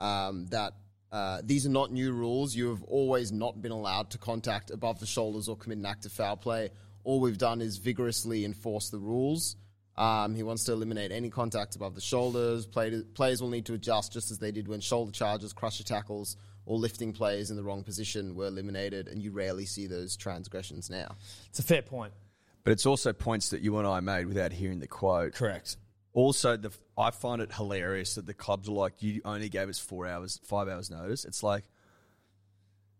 S5: um, that uh, these are not new rules. You have always not been allowed to contact above the shoulders or commit an act of foul play. All we've done is vigorously enforce the rules. Um, he wants to eliminate any contact above the shoulders. Play, players will need to adjust just as they did when shoulder charges, crusher tackles, or lifting players in the wrong position were eliminated, and you rarely see those transgressions now.
S2: It's a fair point.
S3: But it's also points that you and I made without hearing the quote.
S2: Correct.
S3: Also, the I find it hilarious that the clubs are like, you only gave us four hours, five hours notice. It's like,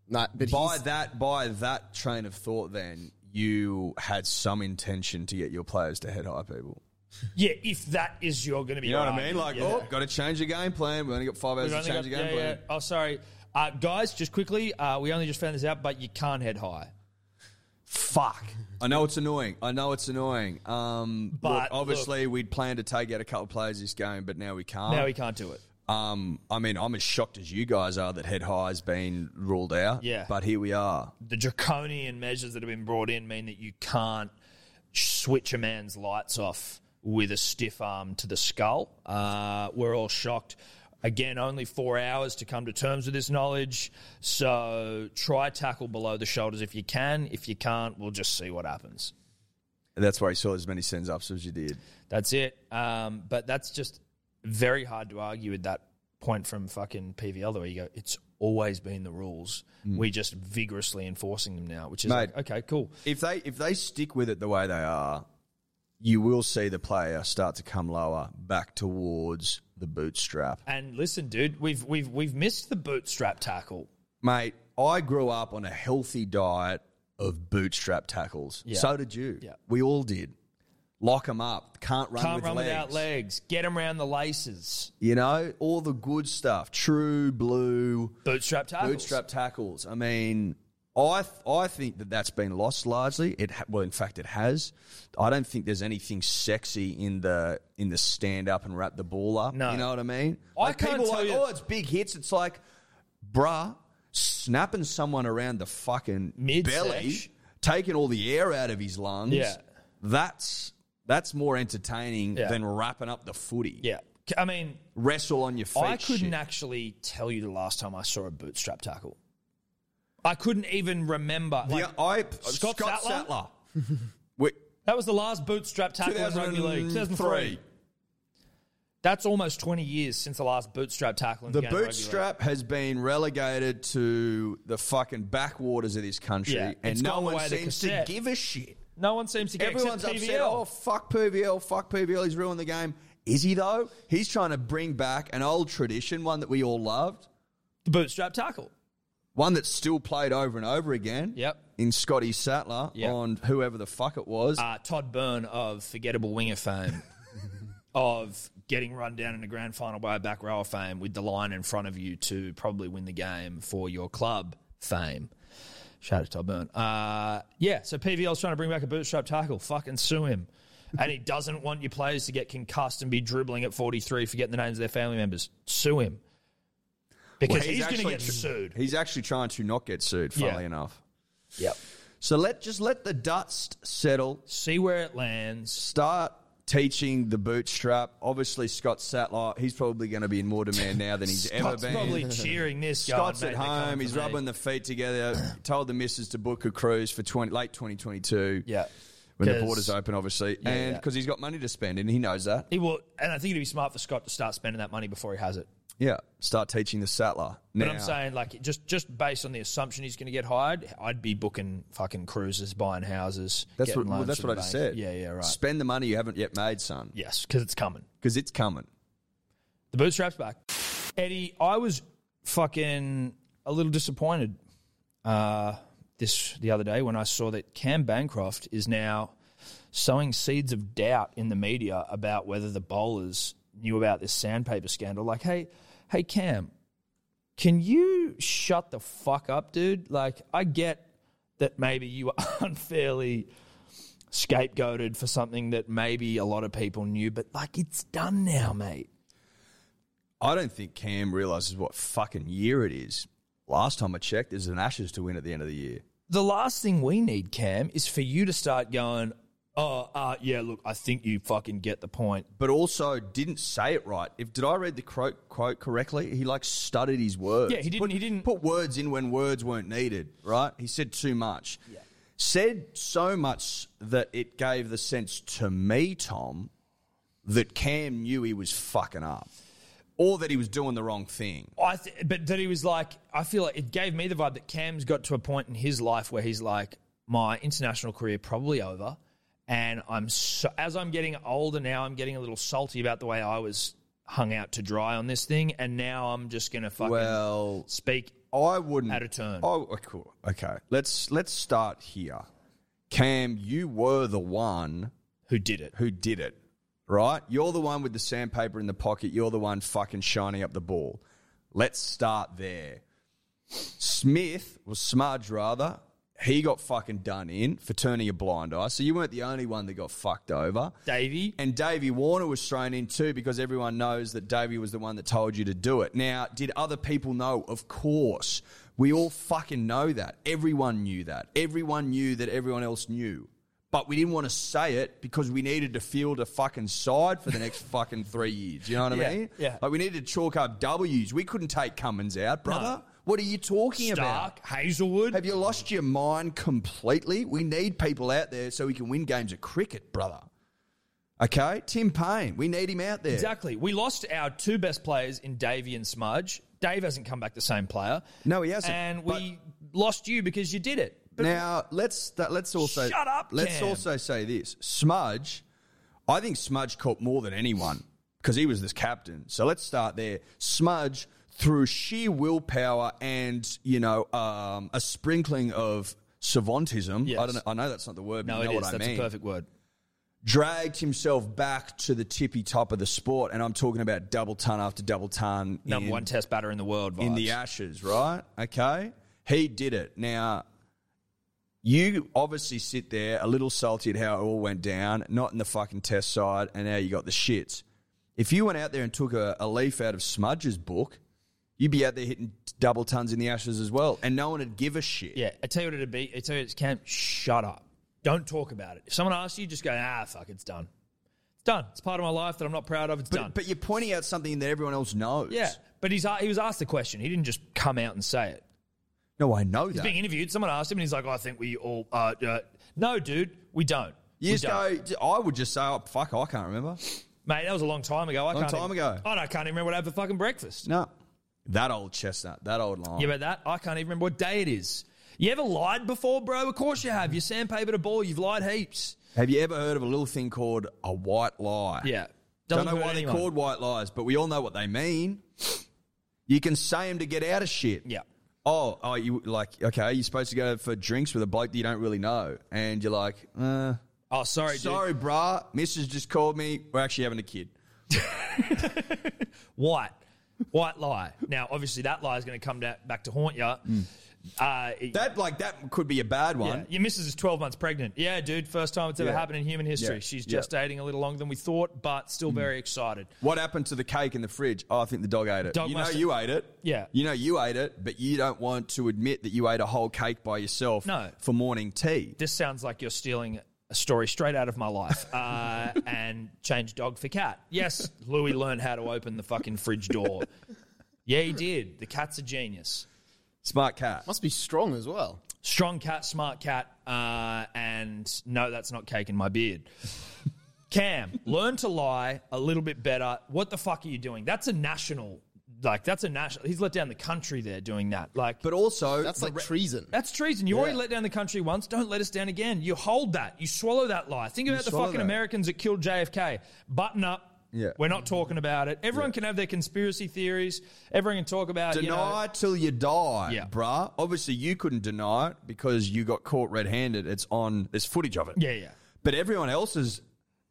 S5: Nah, but
S3: by
S5: he's-
S3: that by that train of thought, then you had some intention to get your players to head high people.
S2: Yeah, if that is you're going to be.
S3: You know what I mean?
S2: arguing,
S3: Like,
S2: yeah.
S3: oh, got to change the game plan. We only got five hours
S2: We've
S3: to
S2: only
S3: change
S2: got-
S3: the game
S2: yeah,
S3: plan.
S2: yeah. Oh, sorry, uh, guys. Just quickly, uh, we only just found this out, but you can't head high. Fuck.
S3: I know it's annoying. I know it's annoying. Um, look,
S2: But,
S3: obviously, we'd planned to take out a couple of players this game, but now we can't.
S2: now we can't do it.
S3: um, I mean, I'm as shocked as you guys are that head high has been ruled out.
S2: Yeah.
S3: but here we are.
S2: The draconian measures that have been brought in mean that you can't switch a man's lights off with a stiff arm to the skull. Uh, we're all shocked. Again, only four hours to come to terms with this knowledge. So try tackle below the shoulders if you can. If you can't, we'll just see what happens.
S3: That's why you saw as many sends ups as you did.
S2: That's it. Um, but that's just very hard to argue with that point from fucking PVL, where you go, it's always been the rules. We're just vigorously enforcing them now, which is
S3: Mm. Mate.
S2: like, okay, cool.
S3: if they if they stick with it the way they are, you will see the player start to come lower back towards the bootstrap.
S2: And listen, dude, we've we've we've missed the bootstrap tackle.
S3: Mate, I grew up on a healthy diet of bootstrap tackles.
S2: Yeah.
S3: So did you.
S2: Yeah.
S3: We all did. Lock them up. Can't run,
S2: Can't
S3: with,
S2: run
S3: legs.
S2: without legs. Get them around the laces.
S3: You know, all the good stuff. True blue
S2: Bootstrap tackles.
S3: bootstrap tackles. I mean, I th- I think that that's been lost largely. It ha- well, in fact, it has. I don't think there's anything sexy in the in the stand up and wrap the ball up.
S2: No.
S3: you know what I mean.
S2: I can't
S3: people are
S2: tell
S3: like,
S2: you-
S3: oh, it's big hits. It's like, bruh, snapping someone around the fucking belly,
S2: Mid-sesh.
S3: taking all the air out of his lungs.
S2: Yeah.
S3: that's that's more entertaining
S2: Yeah.
S3: than wrapping up the footy.
S2: Yeah. C- I mean,
S3: wrestle on your feet.
S2: I couldn't
S3: shit.
S2: actually tell you the last time I saw a bootstrap tackle. I couldn't even remember. Like,
S3: yeah, I
S2: Scott
S3: Scott,
S2: Sattler?
S3: Sattler. Wait,
S2: that was the last bootstrap tackle in rugby league, 2003. That's almost 20 years since the last bootstrap tackle in
S3: The
S2: game of rugby
S3: bootstrap has been relegated to the fucking backwaters of this country,
S2: Yeah, it's
S3: and no
S2: gone
S3: one
S2: away the
S3: seems to
S2: cassette.
S3: give a shit.
S2: league. No one seems to get
S3: Everyone's
S2: except
S3: upset.
S2: PVL.
S3: Oh, fuck PVL, fuck PVL. He's ruined the game. Is he though? He's trying to bring back an old tradition, one that we all loved,
S2: The bootstrap tackle.
S3: one that's still played over and over again.
S2: Yep.
S3: In Scotty Sattler
S2: Yep.
S3: on whoever the fuck it was.
S2: Uh, Todd Byrne of forgettable winger fame, of getting run down in the grand final by a back rower fame with the line in front of you to probably win the game for your club fame. Shout out to Todd Byrne. Uh, yeah, so PVL's trying to bring back a bootstrap tackle. Fucking sue him. And he doesn't want your players to get concussed and be dribbling at 43, forgetting the names of their family members. Sue him. Because
S3: Well,
S2: he's, going to
S3: actually-
S2: get sued.
S3: He's actually trying to not get sued,
S2: Yeah.
S3: funnily enough.
S2: Yep.
S3: So let just let the dust settle.
S2: See where it lands.
S3: Start teaching the bootstrap. Obviously, Scott Sattler, he's probably going to be in more demand now than he's ever
S2: Scott's
S3: been.
S2: probably cheering this guy.
S3: Scott's at home. He's rubbing the feet together. told the missus to book a cruise for 20, late 2022.
S2: Yeah.
S3: When the
S2: 'Cause-
S3: borders open, obviously, and
S2: yeah.
S3: because he's got money to spend, and he knows that.
S2: He will, and I think it'd be smart for Scott to start spending that money before he has it.
S3: Yeah, start teaching the Sattler.
S2: But
S3: Now,
S2: I'm saying, like, just just based on the assumption he's going to get hired, I'd be booking fucking cruises, buying houses.
S3: that's
S2: getting
S3: what well,
S2: loans
S3: that's
S2: from
S3: what I
S2: the
S3: just
S2: bank.
S3: said.
S2: Yeah, yeah, right.
S3: Spend the money you haven't yet made, son,
S2: yes, because it's coming.
S3: because it's coming.
S2: The bootstraps back. Eddie, I was fucking a little disappointed uh, this the other day when I saw that Cam Bancroft is now sowing seeds of doubt in the media about whether the bowlers knew about this sandpaper scandal. Like, hey, hey, Cam, can you shut the fuck up, dude? Like, I get that maybe you are unfairly scapegoated for something that maybe a lot of people knew, but like, it's done now, mate.
S3: I don't think Cam realizes what fucking year it is. Last time I checked, there's an Ashes to win at the end of the year.
S2: the last thing we need, Cam, is for you to start going, oh, uh, yeah, look, I think you fucking get the point.
S3: But also didn't say it right. If did I read the quote, quote correctly? He like stuttered his words.
S2: Yeah, he didn't-
S3: Put,
S2: he didn't-
S3: put words in when words weren't needed. Right? He said too much. Said so much that it gave the sense to me, Tom, that Cam knew he was fucking up, or that he was doing the wrong thing.
S2: I th- but that he was like, I feel like it gave me the vibe that Cam's got to a point in his life where he's like, my international career probably over, and I'm so, as I'm getting older now, I'm getting a little salty about the way I was hung out to dry on this thing, and now I'm just gonna fucking
S3: Well,
S2: speak.
S3: I wouldn't
S2: At a turn.
S3: Oh, oh, cool. Okay, let's let's start here. Cam, you were the one
S2: Who did it?
S3: who did it, right? You're the one with the sandpaper in the pocket. You're the one fucking shining up the ball. Let's start there. Smith was smudge rather. He got fucking done in for turning a blind eye. So you weren't the only one that got fucked over.
S2: Davey.
S3: And Davey Warner was thrown in too because everyone knows that Davey was the one that told you to do it. Now, did other people know? Of course. We all fucking know that. Everyone knew that. Everyone knew that everyone else knew. But we didn't want to say it because we needed to field a fucking side for the next fucking three years. You know what I
S2: Yeah,
S3: mean?
S2: yeah.
S3: Like we needed to chalk up W's. We couldn't take Cummins out, brother.
S2: No.
S3: What are you talking about?
S2: Stark, Hazelwood.
S3: Have you lost your mind completely? We need people out there so we can win games of cricket, brother. Okay, Tim Payne, we need him out there.
S2: Exactly. We lost our two best players in Davey and Smudge. Dave hasn't come back the same player.
S3: No, he hasn't.
S2: And we lost you because you did it. But
S3: Now let's th- let's also
S2: Shut up,
S3: Let's
S2: Cam.
S3: also say this: Smudge, I think Smudge caught more than anyone because he was this captain. So let's start there. Smudge, through sheer willpower and you know um, a sprinkling of savantism.
S2: Yes.
S3: I don't. Know, I know that's not the word. But you
S2: no,
S3: know
S2: it is.
S3: What I
S2: That's
S3: mean.
S2: a perfect word.
S3: dragged himself back to the tippy top of the sport, and I'm talking about double ton after double ton
S2: Number
S3: in,
S2: one test batter in the world. Vibes.
S3: in the ashes, right? Okay, he did it. Now You obviously sit there a little salty at how it all went down, not in the fucking test side, and now you got the shits. If you went out there and took a, a leaf out of Smudge's book, you'd be out there hitting double tons in the ashes as well, and no one would give a shit.
S2: Yeah, I tell you what it'd be. I tell you it's camp. Shut up. Don't talk about it. If someone asks you, just go, ah, fuck, it's done. It's done. It's part of my life that I'm not proud of. It's done.
S3: But, but you're pointing out something that everyone else knows.
S2: yeah, but he's a- he was asked the question. He didn't just come out and say it.
S3: No, I know
S2: He's
S3: that.
S2: being interviewed. Someone asked him, and he's like, I think we all. Uh, uh, no, dude, we don't. We
S3: Years
S2: don't.
S3: ago, I would just say, oh, fuck, I can't remember.
S2: Mate, that was a long time ago. I
S3: Long
S2: can't
S3: time
S2: even-
S3: ago.
S2: I, don't, I can't even remember what I had for fucking breakfast.
S3: No. That old chestnut, that old line.
S2: You about that? I can't even remember what day it is. You ever lied before, bro? Of course you have. You sandpapered a ball. You've lied heaps.
S3: Have you ever heard of a little thing called a white lie?
S2: Yeah.
S3: Don't
S2: Doesn't
S3: know
S2: hurt
S3: why
S2: anyone.
S3: they're called white lies, but we all know what they mean. You can say them to get out of shit.
S2: Yeah.
S3: Oh, oh, you like okay? You're supposed to go for drinks with a bloke that you don't really know, and you're like, uh,
S2: Oh, sorry, dude.
S3: sorry, brah, Mrs. just called me. We're actually having a kid.
S2: White. White lie. Now, obviously, that lie is going to come da- back to haunt you. Uh, it-
S3: That like that could be a bad one.
S2: yeah, your missus is 12 months pregnant. Yeah, dude, first time it's ever
S3: Yeah.
S2: happened in human history.
S3: Yeah.
S2: She's
S3: Yeah. Mm.
S2: just dating a little longer than we thought, but still very excited.
S3: What happened to the cake in the fridge? Oh, I think the dog ate it.
S2: Dog
S3: you know
S2: must-
S3: you ate it.
S2: Yeah.
S3: You know you ate it, but you don't want to admit that you ate a whole cake by yourself
S2: No.
S3: for morning tea.
S2: This sounds like you're stealing a story straight out of my life uh, and change dog for cat. Yes, Louis learned how to open the fucking fridge door. Yeah, he did. The cat's a genius.
S3: Smart cat.
S5: Must be strong as well.
S2: strong cat, smart cat, uh, and no, that's not cake in my beard. Cam, learn to lie a little bit better. What the fuck are you doing? That's a national, like that's a national. He's let down the country there doing that. Like,
S3: But also,
S5: That's like treason.
S2: that's treason. You already let down the country once. Don't let us down again. You hold that. You swallow that lie. Think about the
S3: swallow
S2: fucking
S3: that.
S2: Americans that killed JFK. Button up.
S3: Yeah.
S2: We're not talking about it. Everyone can have their conspiracy theories. Everyone can talk about
S3: deny
S2: you know,
S3: till you die,
S2: Yeah.
S3: bruh. Obviously, you couldn't deny it because you got caught red handed. It's on, there's footage of it.
S2: Yeah, yeah,
S3: But everyone else is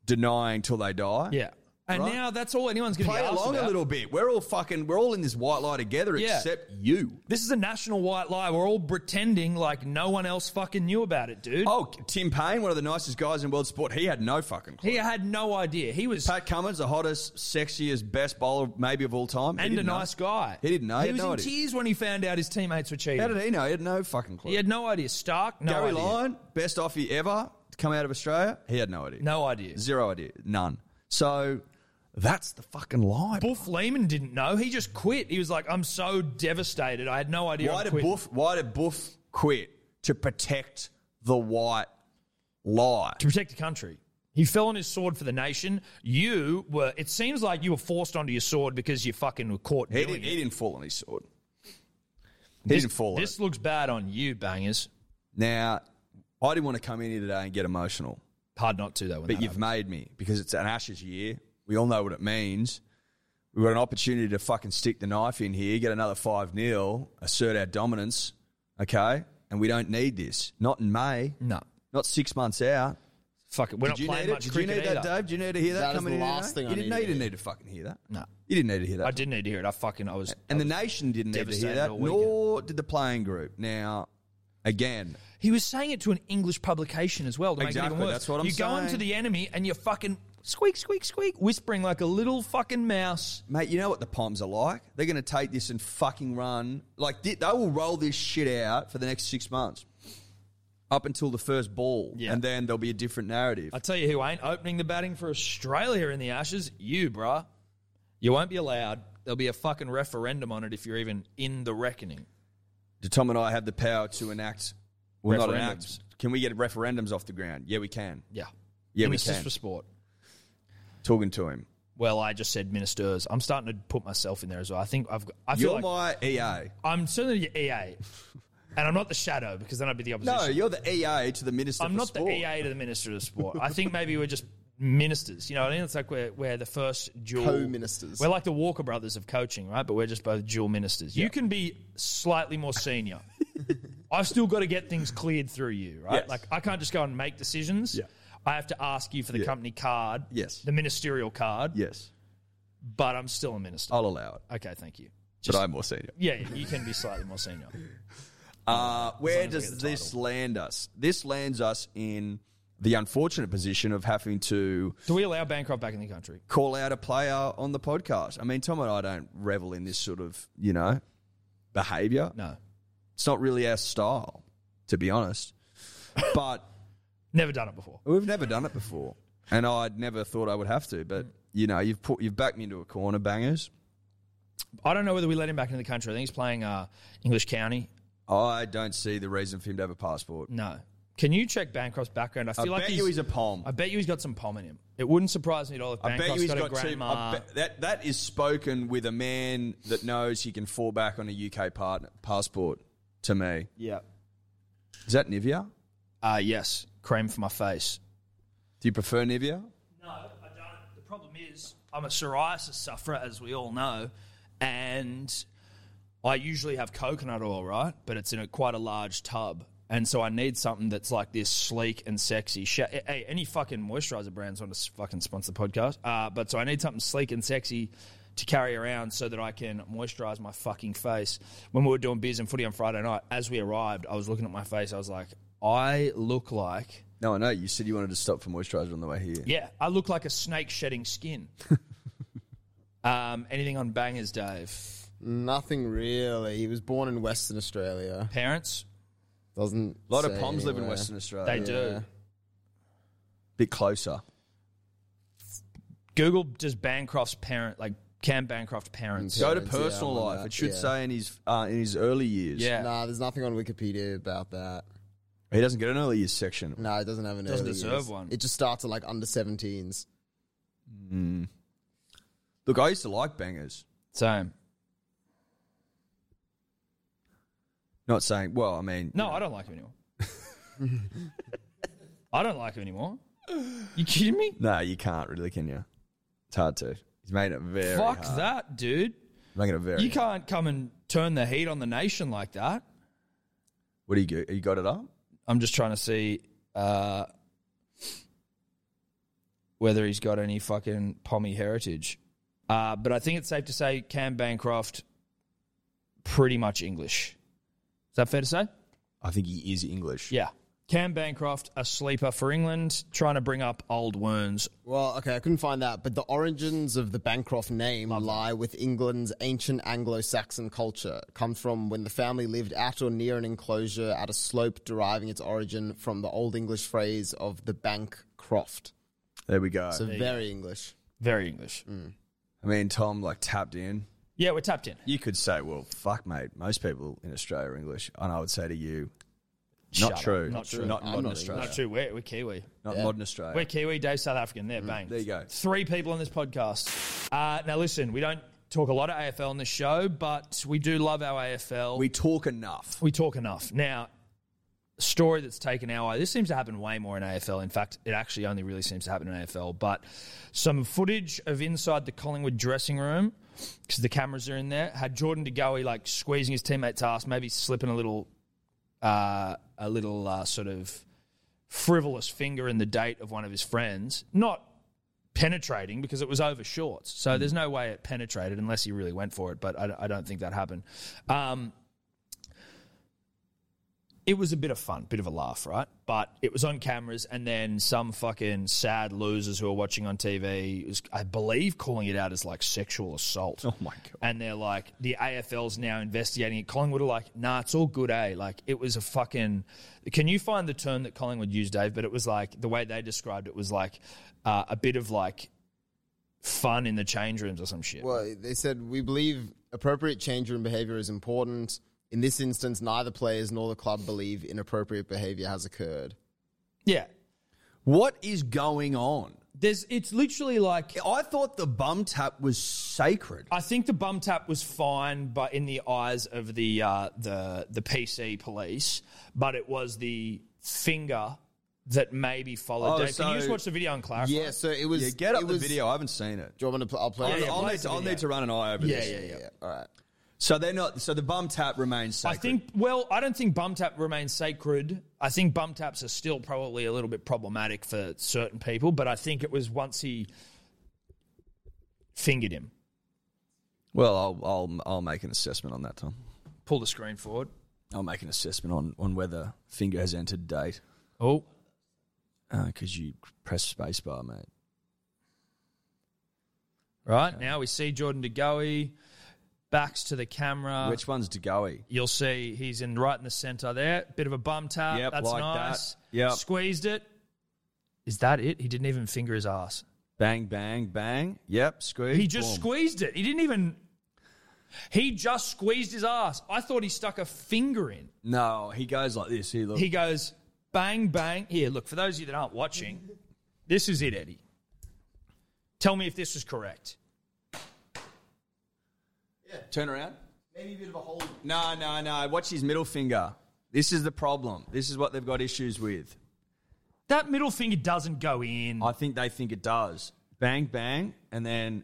S3: denying till they die.
S2: yeah. And
S3: Right.
S2: now that's all anyone's going to be
S3: Play
S2: asked
S3: along
S2: about.
S3: a little bit. We're all fucking, we're all in this white lie together
S2: Yeah.
S3: except you.
S2: This is a national white lie. We're all pretending like no one else fucking knew about it, dude.
S3: Oh, Tim Payne, one of the nicest guys in world sport, he had no fucking clue.
S2: He had no idea. He was
S3: Pat Cummins, the hottest, sexiest, best bowler maybe of all time. He
S2: and a
S3: didn't know.
S2: nice guy.
S3: He didn't know. He
S2: He
S3: had
S2: was
S3: no
S2: in
S3: idea.
S2: tears when he found out his teammates were cheating.
S3: How did he know? He had no fucking clue.
S2: He had no idea. Stark, no
S3: Gary
S2: idea.
S3: Lyon, best offie ever to come out of Australia. He had no idea.
S2: No idea.
S3: Zero idea. None. So that's the fucking lie. bro.
S2: Boof Lehman didn't know. He just quit. He was like, "I'm so devastated. I had no idea."
S3: Why
S2: I'm
S3: did
S2: quitting."
S3: Boof why did Boof quit? To protect the white lie.
S2: to protect the country. He fell on his sword for the nation. You were. It seems like you were forced onto your sword because you fucking were caught
S3: He
S2: doing
S3: didn't,
S2: it.
S3: he didn't fall on his sword. He
S2: this,
S3: didn't fall on it.
S2: This looks bad on you, bangers.
S3: Now, I didn't want to come in here today and get emotional.
S2: Hard not to though. When
S3: but
S2: that
S3: you've made me because it's an Ashes year. We all know what it means. We've got an opportunity to fucking stick the knife in here, get another 5 0, assert our dominance, okay? And we don't need this. Not in May,
S2: No.
S3: not six months out.
S2: Fuck it. We're
S3: Did you
S2: not
S3: need
S2: playing
S3: it?
S2: much
S3: Did you
S2: cricket
S3: need that,
S2: either.
S3: Dave? Did you need to hear that,
S5: That is
S3: coming
S5: the
S3: in?
S5: last
S3: today?
S5: thing
S3: you
S5: I
S3: didn't
S5: needed
S3: need
S5: to
S3: to
S5: hear.
S3: need to fucking hear that.
S2: No.
S3: You didn't need to hear that.
S2: I didn't need to hear it. I fucking I was.
S3: and the nation didn't need to hear
S2: devastated
S3: that,
S2: all weekend.
S3: nor did the playing group. Now, again,
S2: He was saying it to an English publication as well to make it
S3: Exactly,
S2: even worse.
S3: that's what I'm
S2: you go
S3: saying.
S2: into the enemy and you fucking squeak, squeak, squeak, whispering like a little fucking mouse.
S3: Mate, you know what the Poms are like? They're going to take this and fucking run. Like, they, they will roll this shit out for the next six months up until the first ball.
S2: Yeah.
S3: And then there'll be a different narrative.
S2: I tell you who ain't opening the batting for Australia in the Ashes. You, bruh. You won't be allowed. There'll be a fucking referendum on it if you're even in the reckoning.
S3: Do Tom and I have the power to enact? Well, not
S2: Referendums.
S3: enact. Can we get referendums off the ground? Yeah, we can.
S2: Yeah.
S3: Yeah, we
S2: Ministers
S3: can.
S2: for sport.
S3: Talking to him.
S2: Well, I just said ministers. I'm starting to put myself in there as well. I think I've. got- I feel
S3: You're
S2: like
S3: my E EA.
S2: I'm certainly E the EA, and I'm not the shadow because then I'd be the opposition.
S3: No, you're the EA to the Minister
S2: I'm
S3: for
S2: not
S3: Sport.
S2: the EA to the Minister of Sport. I think maybe we're just ministers. You know, what I mean, it's like we're, we're the first dual
S5: Co-ministers.
S2: We're like the Walker brothers of coaching, right? But we're just both dual ministers. You can be slightly more senior. I've still got to get things cleared through you, right?
S3: Yes.
S2: Like I can't just go and make decisions.
S3: Yeah.
S2: I have to ask you for the
S3: Yeah.
S2: company card,
S3: Yes.
S2: the ministerial card,
S3: Yes,
S2: but I'm still a minister.
S3: I'll allow it.
S2: Okay, thank you.
S3: but I'm more senior.
S2: Yeah, yeah, you can be slightly more senior.
S3: Uh, where does this land us? This lands us in the unfortunate position of having to
S2: Do we allow Bancroft back in the country?
S3: call out a player on the podcast. I mean, Tom and I don't revel in this sort of, you know, behavior.
S2: No.
S3: It's not really our style, to be honest. But
S2: Never done it before.
S3: we've never done it before. And I'd never thought I would have to, but you know, you've put you've backed me into a corner, bangers.
S2: I don't know whether we let him back into the country. I think he's playing uh, English County.
S3: I don't see the reason for him to have a passport.
S2: No. Can you check Bancroft's background? I
S3: I
S2: feel like
S3: bet
S2: he's,
S3: you he's a palm.
S2: I bet you he's got some pom in him. It wouldn't surprise me at all if
S3: I bet
S2: Bancroft's
S3: you he's
S2: got,
S3: got,
S2: a
S3: two.
S2: grandma.
S3: I bet- that that is spoken with a man that knows he can fall back on a UK partner, passport. To me,
S2: yeah.
S3: is that Nivea?
S2: Uh, yes. Cream for my face.
S3: Do you prefer Nivea?
S2: No, I don't. The problem is, I'm a psoriasis sufferer, as we all know, and I usually have coconut oil, right? But it's in a, quite a large tub. And so I need something that's like this sleek and sexy. Sh- hey, any fucking moisturizer brands want to s- fucking sponsor the podcast. Uh, but so I need something sleek and sexy to carry around so that I can moisturize my fucking face. When we were doing beers and footy on Friday night, as we arrived, I was looking at my face. I was like, I look like
S3: No, I know. You said you wanted to stop for moisturiser on the way here.
S2: yeah, I look like a snake shedding skin. um, anything on bangers, Dave?
S5: Nothing really. He was born in Western Australia.
S2: Parents,
S5: Doesn't
S3: A lot of
S5: say
S3: palms live in
S5: anywhere.
S3: Western Australia.
S2: they do.
S3: Bit closer.
S2: Google does Bancroft's parent, like Cam Bancroft parents.
S3: Go
S5: Yeah,
S3: to
S5: it's- yeah,
S3: personal
S5: I'm on
S3: life.
S5: that,
S3: It should
S5: yeah.
S3: say in his uh, in his early years.
S2: Yeah,
S5: Nah, there's nothing on Wikipedia about that.
S3: he doesn't get an early years section.
S5: No, it doesn't have an
S2: Doesn't
S5: early
S2: deserve
S5: years.
S2: one.
S5: It just starts at like under 17s.
S3: Mm. Look, I used to like bangers.
S2: same.
S3: Not saying. Well, I mean,
S2: No, I don't like him anymore. I don't like him anymore. You kidding me?
S3: no, you can't really, can you? It's hard to. He's made it very.
S2: Fuck
S3: hard.
S2: that, dude.
S3: Making it very.
S2: You can't come and turn the heat on the nation like that.
S3: What do you go? You got it up?
S2: I'm just trying to see uh, whether he's got any fucking pommy heritage. Uh, but I think it's safe to say Cam Bancroft, pretty much English. Is that fair to say?
S3: I think he is English.
S2: Yeah. Cam Bancroft, a sleeper for England, trying to bring up old wounds.
S5: Well, okay, I couldn't find that, but the origins of the Bancroft name lie with England's ancient Anglo-Saxon culture. It comes from when the family lived at or near an enclosure at a slope, deriving its origin from the Old English phrase of the bank croft.
S3: There we go.
S5: So very English. Mm.
S2: Very English.
S3: I mean, Tom like tapped in.
S2: Yeah, we're tapped in.
S3: You could say, well, fuck, mate. Most people in Australia are English, and I would say to you,
S2: Shut
S3: not
S2: up.
S3: true.
S2: Not true.
S3: Not
S5: I'm
S3: modern
S5: not
S3: Australia.
S2: Not true. We're, we're Kiwi.
S3: Not modern Australia. Mm.
S2: We're Kiwi, Dave South African. There, bang.
S3: There you go.
S2: Three people on this podcast. Uh, now, listen, we don't talk a lot of AFL on this show, but we do love our AFL.
S3: We talk enough.
S2: we talk enough. Now, a story that's taken our eye. This seems to happen way more in AFL. In fact, it actually only really seems to happen in AFL. But some footage of inside the Collingwood dressing room because the cameras are in there had Jordan De Goey like squeezing his teammate's ass, maybe slipping a little, uh, a little uh, sort of frivolous finger in the date of one of his friends. Not penetrating because it was over shorts. So there's no way it penetrated unless he really went for it. But I, I don't think that happened. Um, it was a bit of fun, bit of a laugh, right? But it was on cameras, and then some fucking sad losers who are watching on TV is, I believe, calling it out as like sexual assault.
S3: Oh my god.
S2: And they're like, the AFL's now investigating it. Collingwood are like, nah, it's all good, eh? Like, it was a fucking. Can you find the term that Collingwood used, Dave? But it was like, the way they described it was like uh, a bit of like fun in the change rooms or some shit.
S5: Well, they said we believe appropriate change room behavior is important. In this instance, neither players nor the club believe inappropriate behavior has occurred.
S2: Yeah.
S3: What is going on?
S2: There's, it's literally like
S3: I thought the bum tap was sacred.
S2: I think the bum tap was fine, but in the eyes of the uh, the the PC police, but it was the finger that maybe followed.
S3: Oh,
S2: Dave, can you
S3: so-
S2: just watch the video and clarify?
S5: Yeah, so it was.
S3: Yeah, get up
S5: it
S3: the
S5: was-
S3: video. I haven't seen it.
S5: Do you want me to? Pl- I'll play. it.
S2: yeah,
S3: I'll,
S2: play
S3: need
S2: the
S3: to, I'll
S2: video.
S3: need to run an eye over
S2: Yeah,
S3: this.
S2: yeah, yeah.
S5: All right.
S3: So they're not. So the bum tap remains
S2: I
S3: sacred.
S2: think. Well, I don't think bum tap remains sacred. I think bum taps are still probably a little bit problematic for certain people, but I think it was once he fingered him.
S3: Well, I'll, I'll I'll make an assessment on that, Tom.
S2: Pull the screen forward.
S3: I'll make an assessment on, on whether finger has entered date.
S2: Oh,
S3: Because you press spacebar, mate.
S2: right now we see Jordan De Goey backs to the camera.
S3: Which one's Degoe?
S2: You'll see he's in right in the centre there. Bit of a bum tap.
S3: Yep,
S2: Uh, That's
S3: like that.
S2: nice.
S3: Yep.
S2: Squeezed it. Is that it? He didn't even finger his ass.
S3: Bang, bang, bang. Yep, squeeze.
S2: He just squeezed it. He didn't even. He just squeezed his ass. I thought he stuck a finger in.
S3: No, he goes like this. He look.
S2: He goes bang bang. Here, look for those of you that aren't watching, this is it, Eddie. Tell me if this was correct.
S3: Turn around.
S5: Maybe a bit of a hold.
S3: No, no, no. Watch his middle finger. This is the problem. This is what they've got issues with.
S2: That middle finger doesn't go in.
S3: I think they think it does. Bang, bang, and then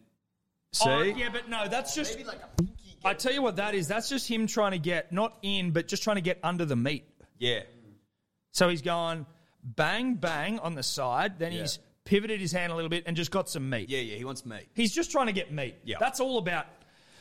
S3: see.
S2: Oh, yeah, but no, that's just.
S5: Like a pinky.
S2: I tell you what that is. That's just him trying to get not in, but just trying to get under the meat.
S3: Yeah.
S2: So he's gone bang bang on the side. Then
S3: Yeah.
S2: he's pivoted his hand a little bit and just got some meat.
S3: Yeah, yeah, He wants meat.
S2: He's just trying to get meat.
S3: Yeah.
S2: That's all about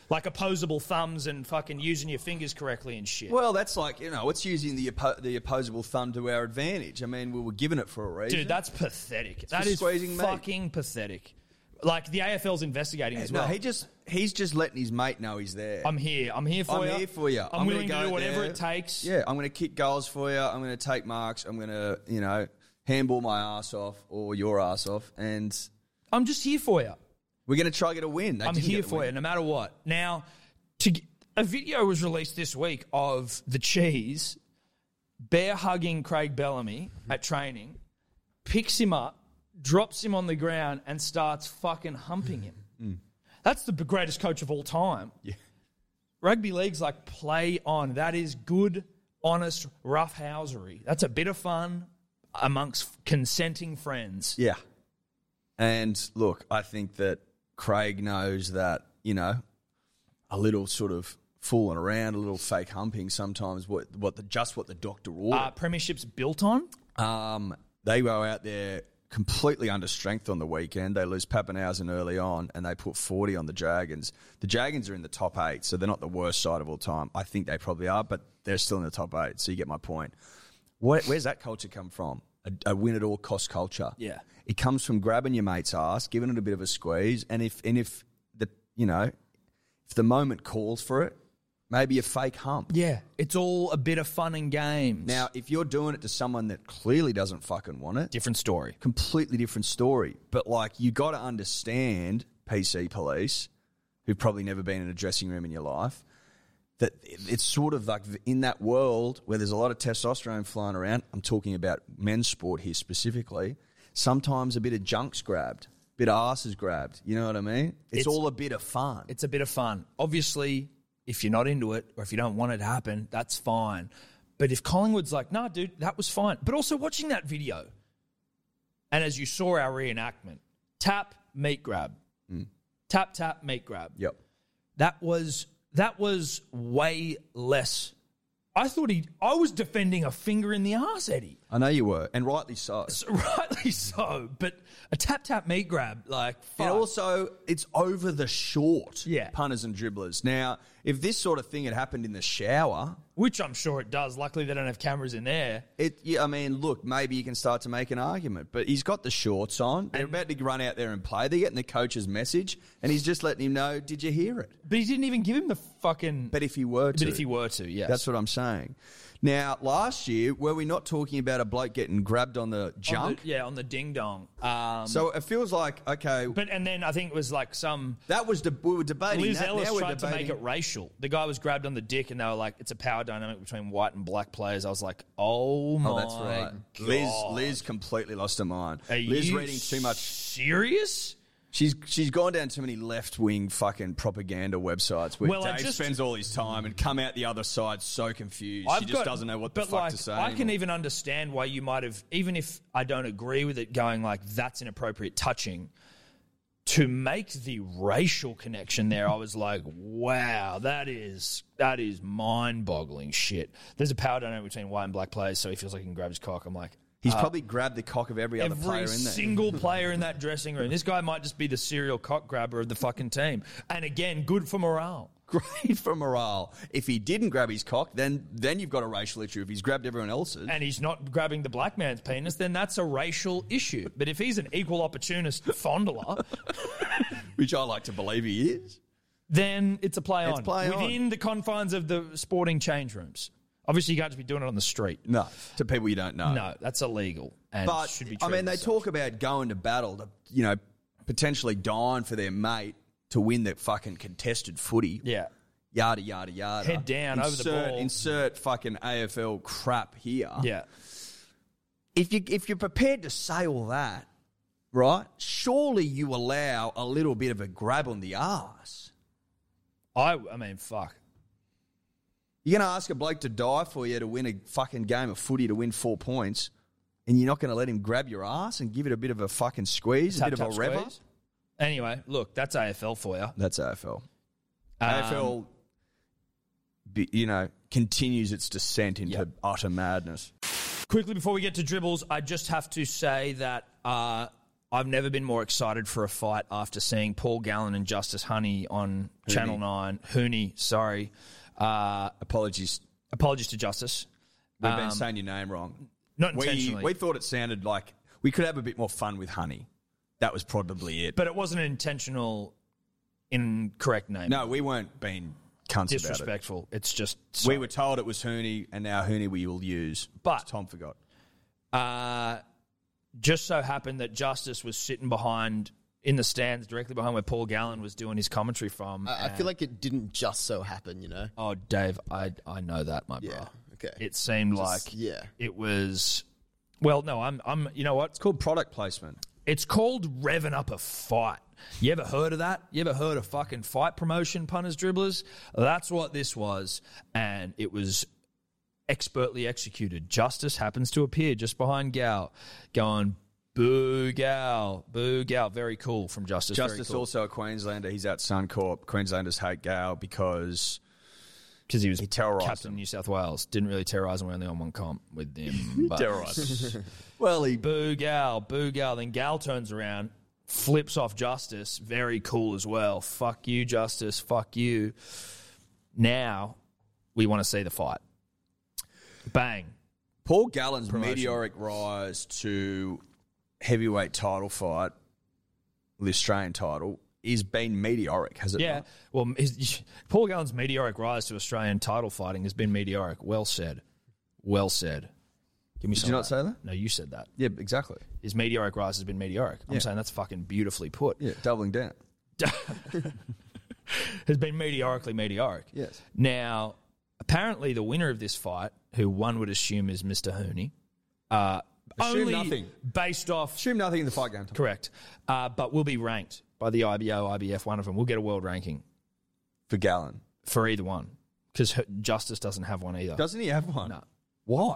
S2: like opposable thumbs and fucking using your fingers correctly and shit.
S3: Well, that's like you know, it's using the oppo- the opposable thumb to our advantage. I mean, we were given it for a reason.
S2: Dude, that's pathetic. That
S3: just
S2: is
S3: squeezing meat.
S2: fucking pathetic. Like the AFL's investigating as
S3: no,
S2: well.
S3: he just he's just letting his mate know he's there.
S2: I'm here. I'm here for
S3: I'm
S2: you.
S3: here for you.
S2: I'm,
S3: I'm
S2: willing
S3: gonna
S2: to do
S3: go
S2: whatever
S3: there.
S2: it takes.
S3: Yeah, I'm going to kick goals for you. I'm going to take marks. I'm going to, you know, handball my ass off or your ass off, and
S2: I'm just here for you.
S3: we're going to try get a win. They
S2: I'm
S3: didn't get
S2: here
S3: the
S2: for
S3: win.
S2: you, no matter what. Now, to g- a video was released this week of the cheese bear hugging Craig Bellamy at training, picks him up, drops him on the ground, and starts fucking humping him. That's the b- greatest coach of all time. Mm-hmm. Yeah. Rugby league's like play on. That is good, honest roughhousery. That's a bit of fun amongst consenting friends.
S3: Yeah. And look, I think that Craig knows that, you know, a little sort of fooling around, a little fake humping sometimes what what the just what the doctor
S2: Uh,
S3: ordered.
S2: premiership's built on.
S3: um they go out there completely under strength on the weekend. They lose Pappenhausen early on and they put 40 on the Dragons. The Dragons are in the top 8, so they're not the worst side of all time. I think they probably are, but they're still in the top 8, so you get my point. Where, where's that culture come from? A, a win at all cost culture.
S2: Yeah.
S3: It comes from grabbing your mate's ass, giving it a bit of a squeeze, and if and if the you know, if the moment calls for it, maybe a fake hump.
S2: Yeah, it's all a bit of fun and games.
S3: Now, if you're doing it to someone that clearly doesn't fucking want it,
S2: different story.
S3: completely different story. But like you got to understand PC police, who've probably never been in a dressing room in your life, that it's sort of like in that world where there's a lot of testosterone flying around. I'm talking about men's sport here specifically. Sometimes a bit of junk's grabbed, bit of ass is grabbed. You know what I mean? It's,
S2: It's-
S3: all a bit of fun.
S2: It's a bit of fun. Obviously, if you're not into it or if you don't want it to happen, that's fine. But if Collingwood's like, nah, dude, that was fine. But also watching that video, and as you saw our reenactment, tap, meat grab. Tap, tap, meat grab.
S3: Mm. yep.
S2: That was that was way less. I thought he I was defending a finger in the ass, Eddie.
S3: I know you were, and rightly so.
S2: So, rightly so. But a tap tap meat grab, like fuck.
S3: And also, it's over the short
S2: Yeah.
S3: punters and dribblers. Now, if this sort of thing had happened in the shower,
S2: which I'm sure it does. Luckily, they don't have cameras in there.
S3: It, yeah, I mean, look, maybe you can start to make an argument, but he's got the shorts on. They're about to run out there and play. They're getting the coach's message, and he's just letting him know, "Did you hear it?"
S2: But he didn't even give him the fucking.
S3: But if he were to,
S2: But if he were to, yes.
S3: that's what I'm saying. Now, last year, were we not talking about a bloke getting grabbed on the
S2: On
S3: junk?
S2: the- yeah, on the ding dong. Um,
S3: so it feels like okay,
S2: but and then I think it was like some
S3: that was the we were debating.
S2: Liz
S3: that.
S2: Ellis
S3: now we're
S2: tried to make
S3: debating-
S2: it racial. The guy was grabbed on the dick, and they were like, "It's a power dynamic between white and black players." I was like, "Oh my,
S3: Oh, that's right. Liz, Liz completely lost her mind.
S2: Are
S3: Liz
S2: you
S3: reading too much.
S2: Serious?
S3: She's she's gone down too many left wing fucking propaganda websites where
S2: Well, I
S3: Dave
S2: just-
S3: spends all his time and come out the other side so confused. she just
S2: got-
S3: doesn't know what the
S2: but,
S3: fuck
S2: like,
S3: to say.
S2: I can
S3: anymore.
S2: even understand why you might have, even if I don't agree with it, going like that's inappropriate touching. To make the racial connection there, I was like, wow, that is that is mind boggling shit. There's a power dynamic between white and black players, so he feels like he can grab his cock. I'm like, uh,
S3: He's probably grabbed the cock of every, other player
S2: every
S3: in there.
S2: single player in that dressing room. This guy might just be the serial cock grabber of the fucking team. And again, good for morale.
S3: Great for morale. If he didn't grab his cock, then then you've got a racial issue. If he's grabbed everyone else's,
S2: and he's not grabbing the black man's penis, then that's a racial issue. But if he's an equal opportunist fondler,
S3: which I like to believe he is,
S2: then it's a play
S3: It's
S2: on
S3: play on.
S2: within the confines of the sporting change rooms. Obviously, you can't just be doing it on the street.
S3: no, to people you don't know.
S2: No, that's illegal and
S3: but
S2: should be.
S3: I mean,
S2: treated
S3: they
S2: as such.
S3: talk about going to battle to you know potentially dying for their mate to win the fucking contested footy.
S2: Yeah.
S3: Yada yada yada.
S2: Head down, over the
S3: insert,
S2: ball.
S3: Insert fucking AFL crap here.
S2: Yeah.
S3: If you if you're prepared to say all that, right? Surely you allow a little bit of a grab on the arse.
S2: I, I mean, fuck.
S3: You're going to ask a bloke to die for you to win a fucking game of footy to win four points, and you're not going to let him grab your ass and give it a bit of a fucking squeeze, a
S2: Tap,
S3: bit
S2: tap,
S3: of a rev up?
S2: squeeze. Anyway, look, that's AFL for you.
S3: That's AFL.
S2: Um,
S3: AFL, be- you know, continues its descent into
S2: Yep.
S3: utter madness.
S2: Quickly before we get to dribbles, I just have to say that uh, I've never been more excited for a fight after seeing Paul Gallen and Justice Honey on Channel Nine. Hooney, sorry. Uh,
S3: Apologies,
S2: apologies to Justice.
S3: we've
S2: Um,
S3: been saying your name wrong.
S2: Not
S3: We
S2: intentionally,
S3: we thought it sounded like we could have a bit more fun with honey. That was probably it.
S2: but it wasn't an intentional, incorrect name.
S3: no, we weren't being cunts about it.
S2: disrespectful. It's just
S3: We were told it was Hooney, and now Hooney we will use.
S2: But-
S3: Tom forgot.
S2: Uh, just so happened that Justice was sitting behind in the stands, directly behind where Paul Gallen was doing his commentary from.
S5: I, I
S2: and-
S5: feel like it didn't just so happen, you know?
S2: oh, Dave, I I know that, my
S5: Yeah.
S2: bro.
S5: Okay.
S2: It seemed
S5: Just-
S2: like
S5: yeah.
S2: it was. Well, no, I'm I'm. You know what?
S3: It's called product placement.
S2: It's called revving up a fight. You ever heard of that? You ever heard of fucking fight promotion punters dribblers? That's what this was, and it was expertly executed. Justice happens to appear just behind Gal, going boo Gal, boo Gal. Very cool from Justice. very
S3: Justice
S2: cool.
S3: also a Queenslander. He's at Suncorp. Queenslanders hate Gale because
S2: because he was
S3: terrorised
S2: captain New South Wales. Didn't really terrorise him. We're only on one comp with him. But
S3: terrorised. well, he
S2: boo Gal, boo Gal. Then Gal turns around, flips off Justice. Very cool as well. Fuck you, Justice. Fuck you. Now we want to see the fight. Bang.
S3: Paul Gallen's meteoric rise to heavyweight title fight, the Australian title, is been meteoric, has it?
S2: Yeah.
S3: not?
S2: Well, his, Paul Gallen's meteoric rise to Australian title fighting has been meteoric. Well said. Well said. Give me
S3: Did
S2: some
S3: you
S2: of
S3: not say that?
S2: No, you said that.
S3: Yeah, exactly.
S2: His meteoric rise has been meteoric. I'm saying that's fucking beautifully put.
S3: Yeah, doubling down.
S2: has been meteorically meteoric.
S3: Yes.
S2: Now, apparently, the winner of this fight, who one would assume is Mr. Hooney, uh,
S3: Assume
S2: only
S3: nothing.
S2: based off
S3: Assume nothing in the fight game. Tom.
S2: correct, uh, but will be ranked by the IBO, IBF. One of them will get a world ranking
S3: For Gallen.
S2: for either one because Justice doesn't have one either.
S3: Doesn't he have one?
S2: No.
S3: Why?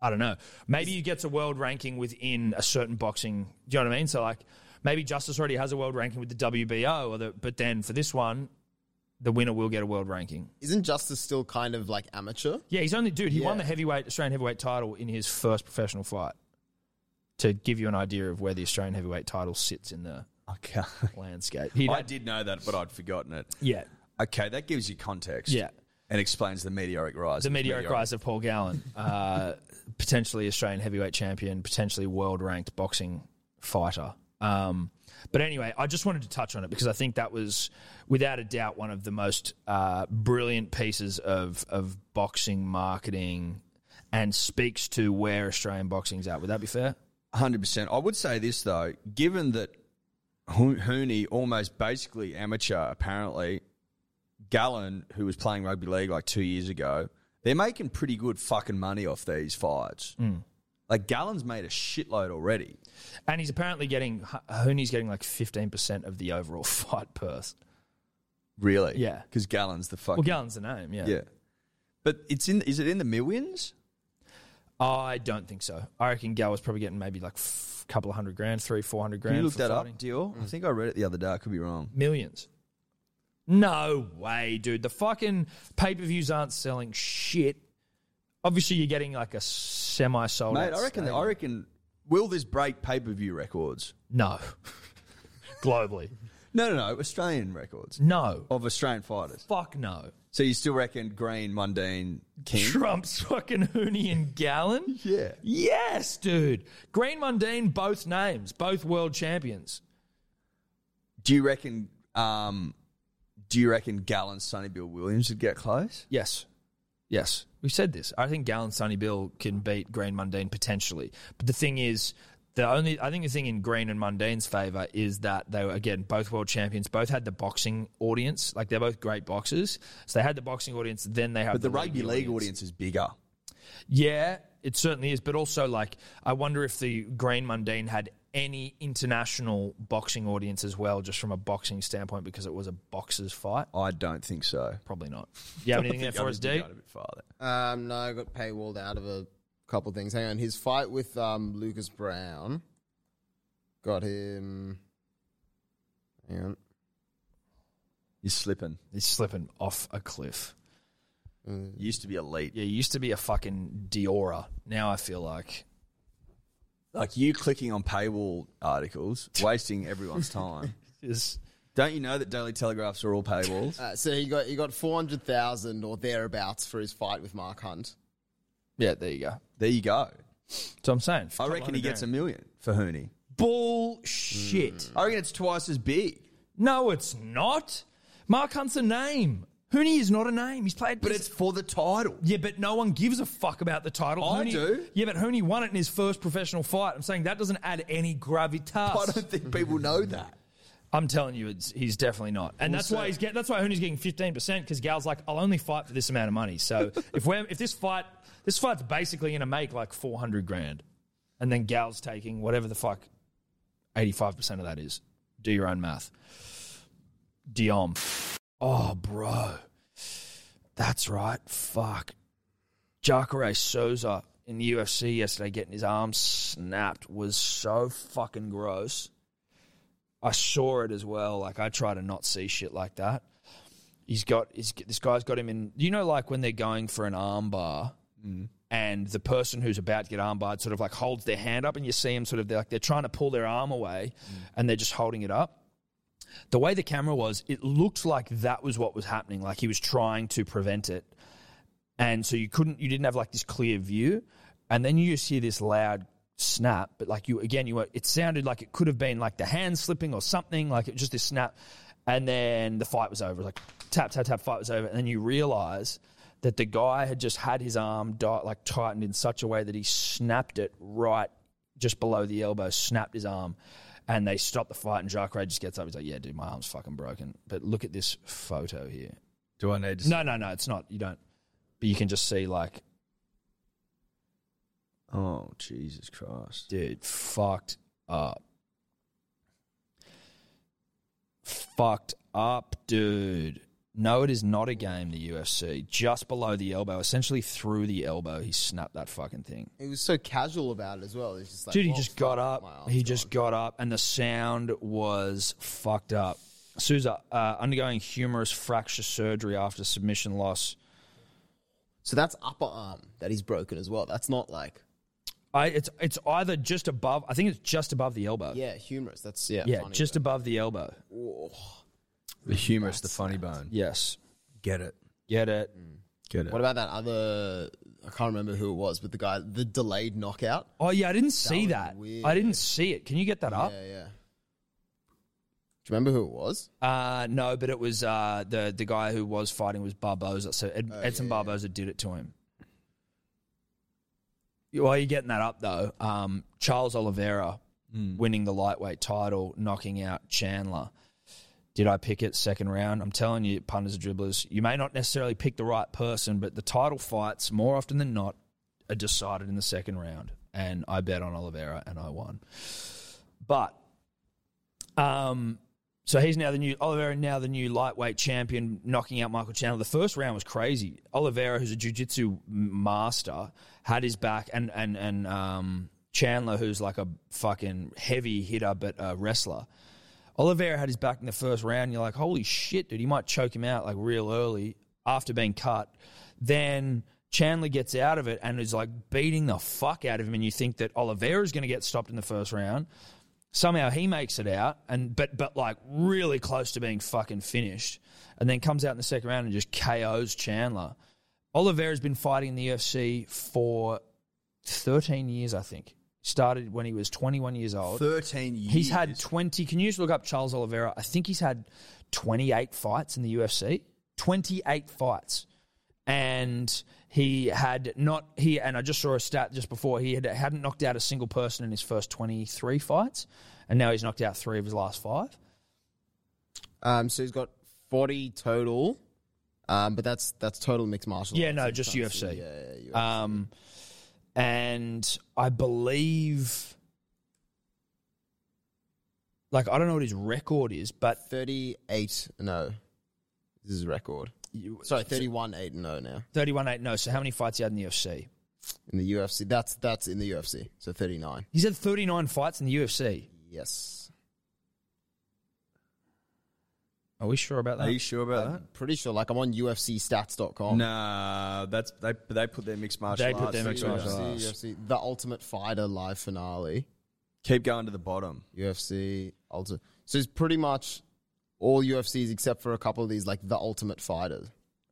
S2: I don't know. Maybe he gets a world ranking within a certain boxing. Do you know what I mean? So like maybe Justice already has a world ranking with the WBO, or the, but then for this one, the winner will get a world ranking.
S5: Isn't Justice still kind of like amateur?
S2: Yeah, he's only dude. He won
S5: Yeah.
S2: the heavyweight Australian heavyweight title in his first professional fight. To give you an idea of where the Australian heavyweight title sits in the
S3: Okay.
S2: landscape, he
S3: I did know that, but I'd forgotten it.
S2: yeah,
S3: Okay, that gives you context.
S2: Yeah.
S3: And explains the meteoric rise.
S2: the meteoric rise of Paul Gallen, uh, potentially Australian heavyweight champion, potentially world ranked boxing fighter. Um, but anyway, I just wanted to touch on it because I think that was, without a doubt, one of the most uh, brilliant pieces of of boxing marketing, and speaks to where Australian boxing's at. Would that be fair?
S3: Hundred percent. I would say this though, given that Ho- Hooney almost basically amateur, apparently Gallen, who was playing rugby league like two years ago, they're making pretty good fucking money off these fights.
S2: Hmm.
S3: Like Gallen's made a shitload already.
S2: And he's apparently getting Hooney's getting like fifteen percent of the overall fight purse.
S3: Really?
S2: Yeah.
S3: Because Gallen's the
S2: Well,
S3: fucking
S2: Gallen's the name, yeah.
S3: yeah. But it's in. Is it in the millions?
S2: I don't think so. I reckon Gal was probably getting maybe like a f- couple of hundred grand, three, four hundred grand.
S3: Can you look
S2: for
S3: that
S2: fighting.
S3: up, Dior? I think I read it the other day. I could be wrong.
S2: Millions. No way, dude. The fucking pay per views aren't selling shit. Obviously, you're getting like a semi sold.
S3: Mate, I reckon. I reckon. Will this break pay per view records?
S2: no. Globally,
S3: No, no, no. Australian records
S2: No.
S3: of Australian fighters.
S2: Fuck no.
S3: So you still reckon Green, Mundine, King?
S2: Trump's fucking Hooney and Gallon?
S3: Yeah.
S2: Yes, dude. Green Mundine, both names, both world champions.
S3: Do you reckon? Um, do you reckon Gallon, Sonny Bill Williams would get close?
S2: Yes. Yes. We said this. I think Gallon Sonny Bill can beat Green Mundane potentially. But the thing is, the only I think the thing in Green and Mundane's favour is that they were again both world champions, both had the boxing audience. Like they're both great boxers. So they had the boxing audience, then they have
S3: But the rugby league audience is bigger.
S2: Yeah, it certainly is. But also, like, I wonder if the Green Mundane had any international boxing audience as well, just from a boxing standpoint, because it was a boxer's fight.
S3: I don't think so.
S2: Probably not. You have anything there for us, D?
S3: A bit farther.
S5: Um, no, I got paywalled out of a couple things. Hang on, his fight with um, Lucas Brown got him. Hang on,
S3: He's slipping.
S2: He's slipping off a cliff.
S3: Used to be elite.
S2: Yeah, he used to be a fucking Diora. Now I feel like
S3: Like you clicking on paywall articles, wasting everyone's time.
S2: is
S3: Don't you know that Daily Telegraphs are all paywalls?
S5: uh, so he got he got four hundred thousand or thereabouts for his fight with Mark Hunt.
S2: yeah. There you go.
S3: there you go.
S2: So I'm saying,
S3: I reckon he gets a million for Hooney.
S2: bullshit.
S3: Mm. I reckon it's twice as big.
S2: No, it's not. Mark Hunt's a name. Hooney is not a name. He's played,
S3: But it's for the title.
S2: Yeah, but no one gives a fuck about the title.
S3: I
S2: Hooney-
S3: do.
S2: Yeah, but Hooney won it in his first professional fight. I'm saying that doesn't add any
S3: I
S2: gravitas.
S3: don't think people know that.
S2: I'm telling you, it's, he's definitely not, and that's why he's get, that's why Hooney's getting 15 percent because Gal's like, I'll only fight for this amount of money. So if we're if this fight this fight's basically going to make like 400 grand, and then Gal's taking whatever the fuck 85 percent of that is. Do your own math. Diom. Oh, bro. That's right. Fuck. Jacare Souza in the UFC yesterday getting his arm snapped was so fucking gross. I saw it as well. Like I try to not see shit like that. He's got he's, this guy's got him in. You know, like when they're going for an arm bar, and the person who's about to get arm barred sort of like holds their hand up, and you see him sort of they're like they're trying to pull their arm away, and they're just holding it up. The way the camera was, it looked like that was what was happening. Like he was trying to prevent it, and so you couldn't you didn't have like this clear view and then you just hear this loud snap but like you again you were it sounded like it could have been like the hand slipping or something like it was just this snap and then the fight was over like tap tap tap fight was over and then you realize that the guy had just had his arm di- like tightened in such a way that he snapped it right just below the elbow snapped his arm and they stopped the fight and Jacare just gets up he's like yeah dude my arm's fucking broken but look at this photo here
S3: Do I need to?
S2: no no no it's not you don't but you can just see like
S3: Oh Jesus Christ!
S2: dude, fucked up. Fucked up, dude. No, it is not a game, the UFC. Just below the elbow, essentially through the elbow, he snapped that fucking thing.
S5: He was so casual about it as well. He's just like, "Oh,
S2: Dude, he
S5: "Well,
S2: just
S5: fuck,
S2: got
S5: my
S2: up.
S5: arm's
S2: He
S5: gone."
S2: just got up, and the sound was fucked up. Souza uh, undergoing humerus fracture surgery after submission loss.
S5: So that's upper arm that he's broken as well. That's not like
S2: I, it's it's either just above. I think it's just above the elbow.
S5: yeah, humorous. That's yeah,
S2: yeah
S5: funny,
S2: just
S5: but-
S2: above the elbow.
S5: oh."
S3: The humorous, the funny bone.
S2: Yes,
S3: Get it.
S2: get it.
S3: Get it.
S5: What about that other? I can't remember who it was, but the guy, the delayed knockout.
S2: Oh yeah, I didn't see
S5: was
S2: that.
S5: weird.
S2: I didn't see it. Can you get that up?
S5: Yeah, yeah. Do you remember who it was?
S2: Uh, no, but it was uh, the the guy who was fighting was Barboza. So Ed,
S5: Oh,
S2: Edson Barboza did it to him. While you're getting that up though, um, Charles Oliveira winning the lightweight title, knocking out Chandler. Did I pick it second round? I'm telling you, punters and dribblers, you may not necessarily pick the right person, but the title fights more often than not are decided in the second round. And I bet on Oliveira, and I won. But um, so he's now the new Oliveira, now the new lightweight champion, knocking out Michael Chandler. The first round was crazy. Oliveira, who's a jiu-jitsu master, had his back, and and and um, Chandler, who's like a fucking heavy hitter but a wrestler. Oliveira had his back in the first round. And you're like, holy shit, dude, he might choke him out like real early after being cut. Then Chandler gets out of it and is like beating the fuck out of him, and you think that Oliveira's going to get stopped in the first round. Somehow he makes it out, and but but like really close to being fucking finished, and then comes out in the second round and just KOs Chandler. Oliveira's been fighting in the UFC for thirteen years, I think. Started when he was twenty-one years old.
S3: 13 years.
S2: He's had 20. Can you just look up Charles Oliveira? I think he's had 28 fights in the UFC. 28 fights. And he had not he and I just saw a stat just before he had hadn't knocked out a single person in his first 23 fights and now he's knocked out 3 of his last 5.
S5: Um, so he's got forty total. Um, but that's that's total mixed martial.
S2: Yeah,
S5: arts
S2: no,
S5: and
S2: just
S5: stuff, so
S2: UFC.
S5: yeah, yeah, yeah,
S2: Um, and I believe like I don't know what his record is, but
S5: Thirty-eight. No, oh. this is record.
S2: you-
S5: Sorry, thirty-one eight and zero now
S2: 31 8 no. oh. So how many fights he had in the UFC?
S5: in the UFC. That's that's in the UFC. So thirty-nine.
S2: He's had 39 fights in the UFC.
S5: Yes,
S2: Are we sure about that?
S3: Are you sure about that?
S5: pretty sure. Like I'm on UFCStats.com.
S3: Nah, Uh, that's they. They put their mixed martial
S2: They put
S3: arts
S2: their mixed
S3: into it.
S2: martial
S5: UFC,
S2: arts.
S5: UFC, the Ultimate Fighter live finale.
S3: Keep going to the bottom.
S5: UFC Ultimate. So it's pretty much all UFCs except for a couple of these, like the Ultimate Fighters.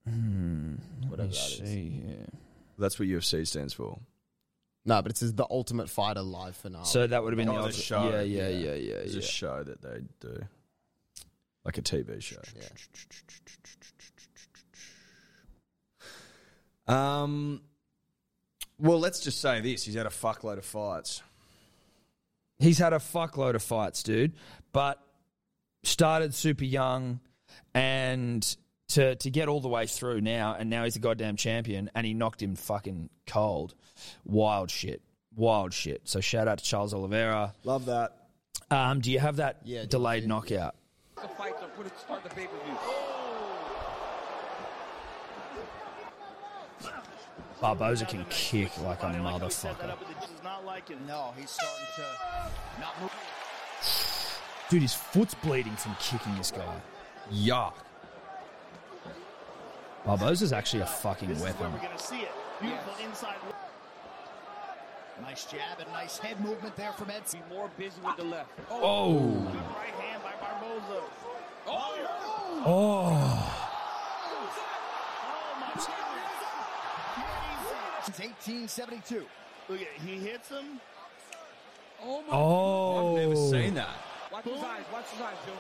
S2: Mm.
S3: Mm.
S5: Whatever that is.
S3: That's what UFC stands for.
S5: No, but it says the Ultimate Fighter live finale.
S2: So that would have been
S3: Oh,
S2: the
S3: the
S2: other
S3: show.
S2: Yeah,
S3: Yeah.
S2: yeah, yeah, yeah.
S3: It's
S2: yeah.
S3: a show that they do, like a TV show. Um, well, let's just say this: he's had a fuckload of fights.
S2: He's had a fuckload of fights, dude, but started super young and to to get all the way through now and now he's a goddamn champion and he knocked him fucking cold. Wild shit. Wild shit. So shout out to Charles Oliveira.
S3: Love that.
S2: Um, do you have that
S5: Yeah,
S2: delayed
S5: Jimmy.
S2: knockout?
S6: the fights and put it start the pay per view.
S2: Barboza can kick like a motherfucker.
S7: No, he's starting to not move.
S2: Dude, his foot's bleeding from kicking this guy. Yuck. Barboza's actually a fucking
S7: This is where
S2: weapon.
S7: we're going to see it. Beautiful inside. Nice jab and nice head movement there from Ed.
S6: Be more busy with the left. Oh,
S2: Oh.
S7: Good right hand by Barboza.
S2: Oh.
S7: Oh my God. Since 1872. Look at he hits him.
S6: oh my.
S2: Oh.
S3: Never seen that.
S6: Watch his eyes. Watch his eyes, Joe.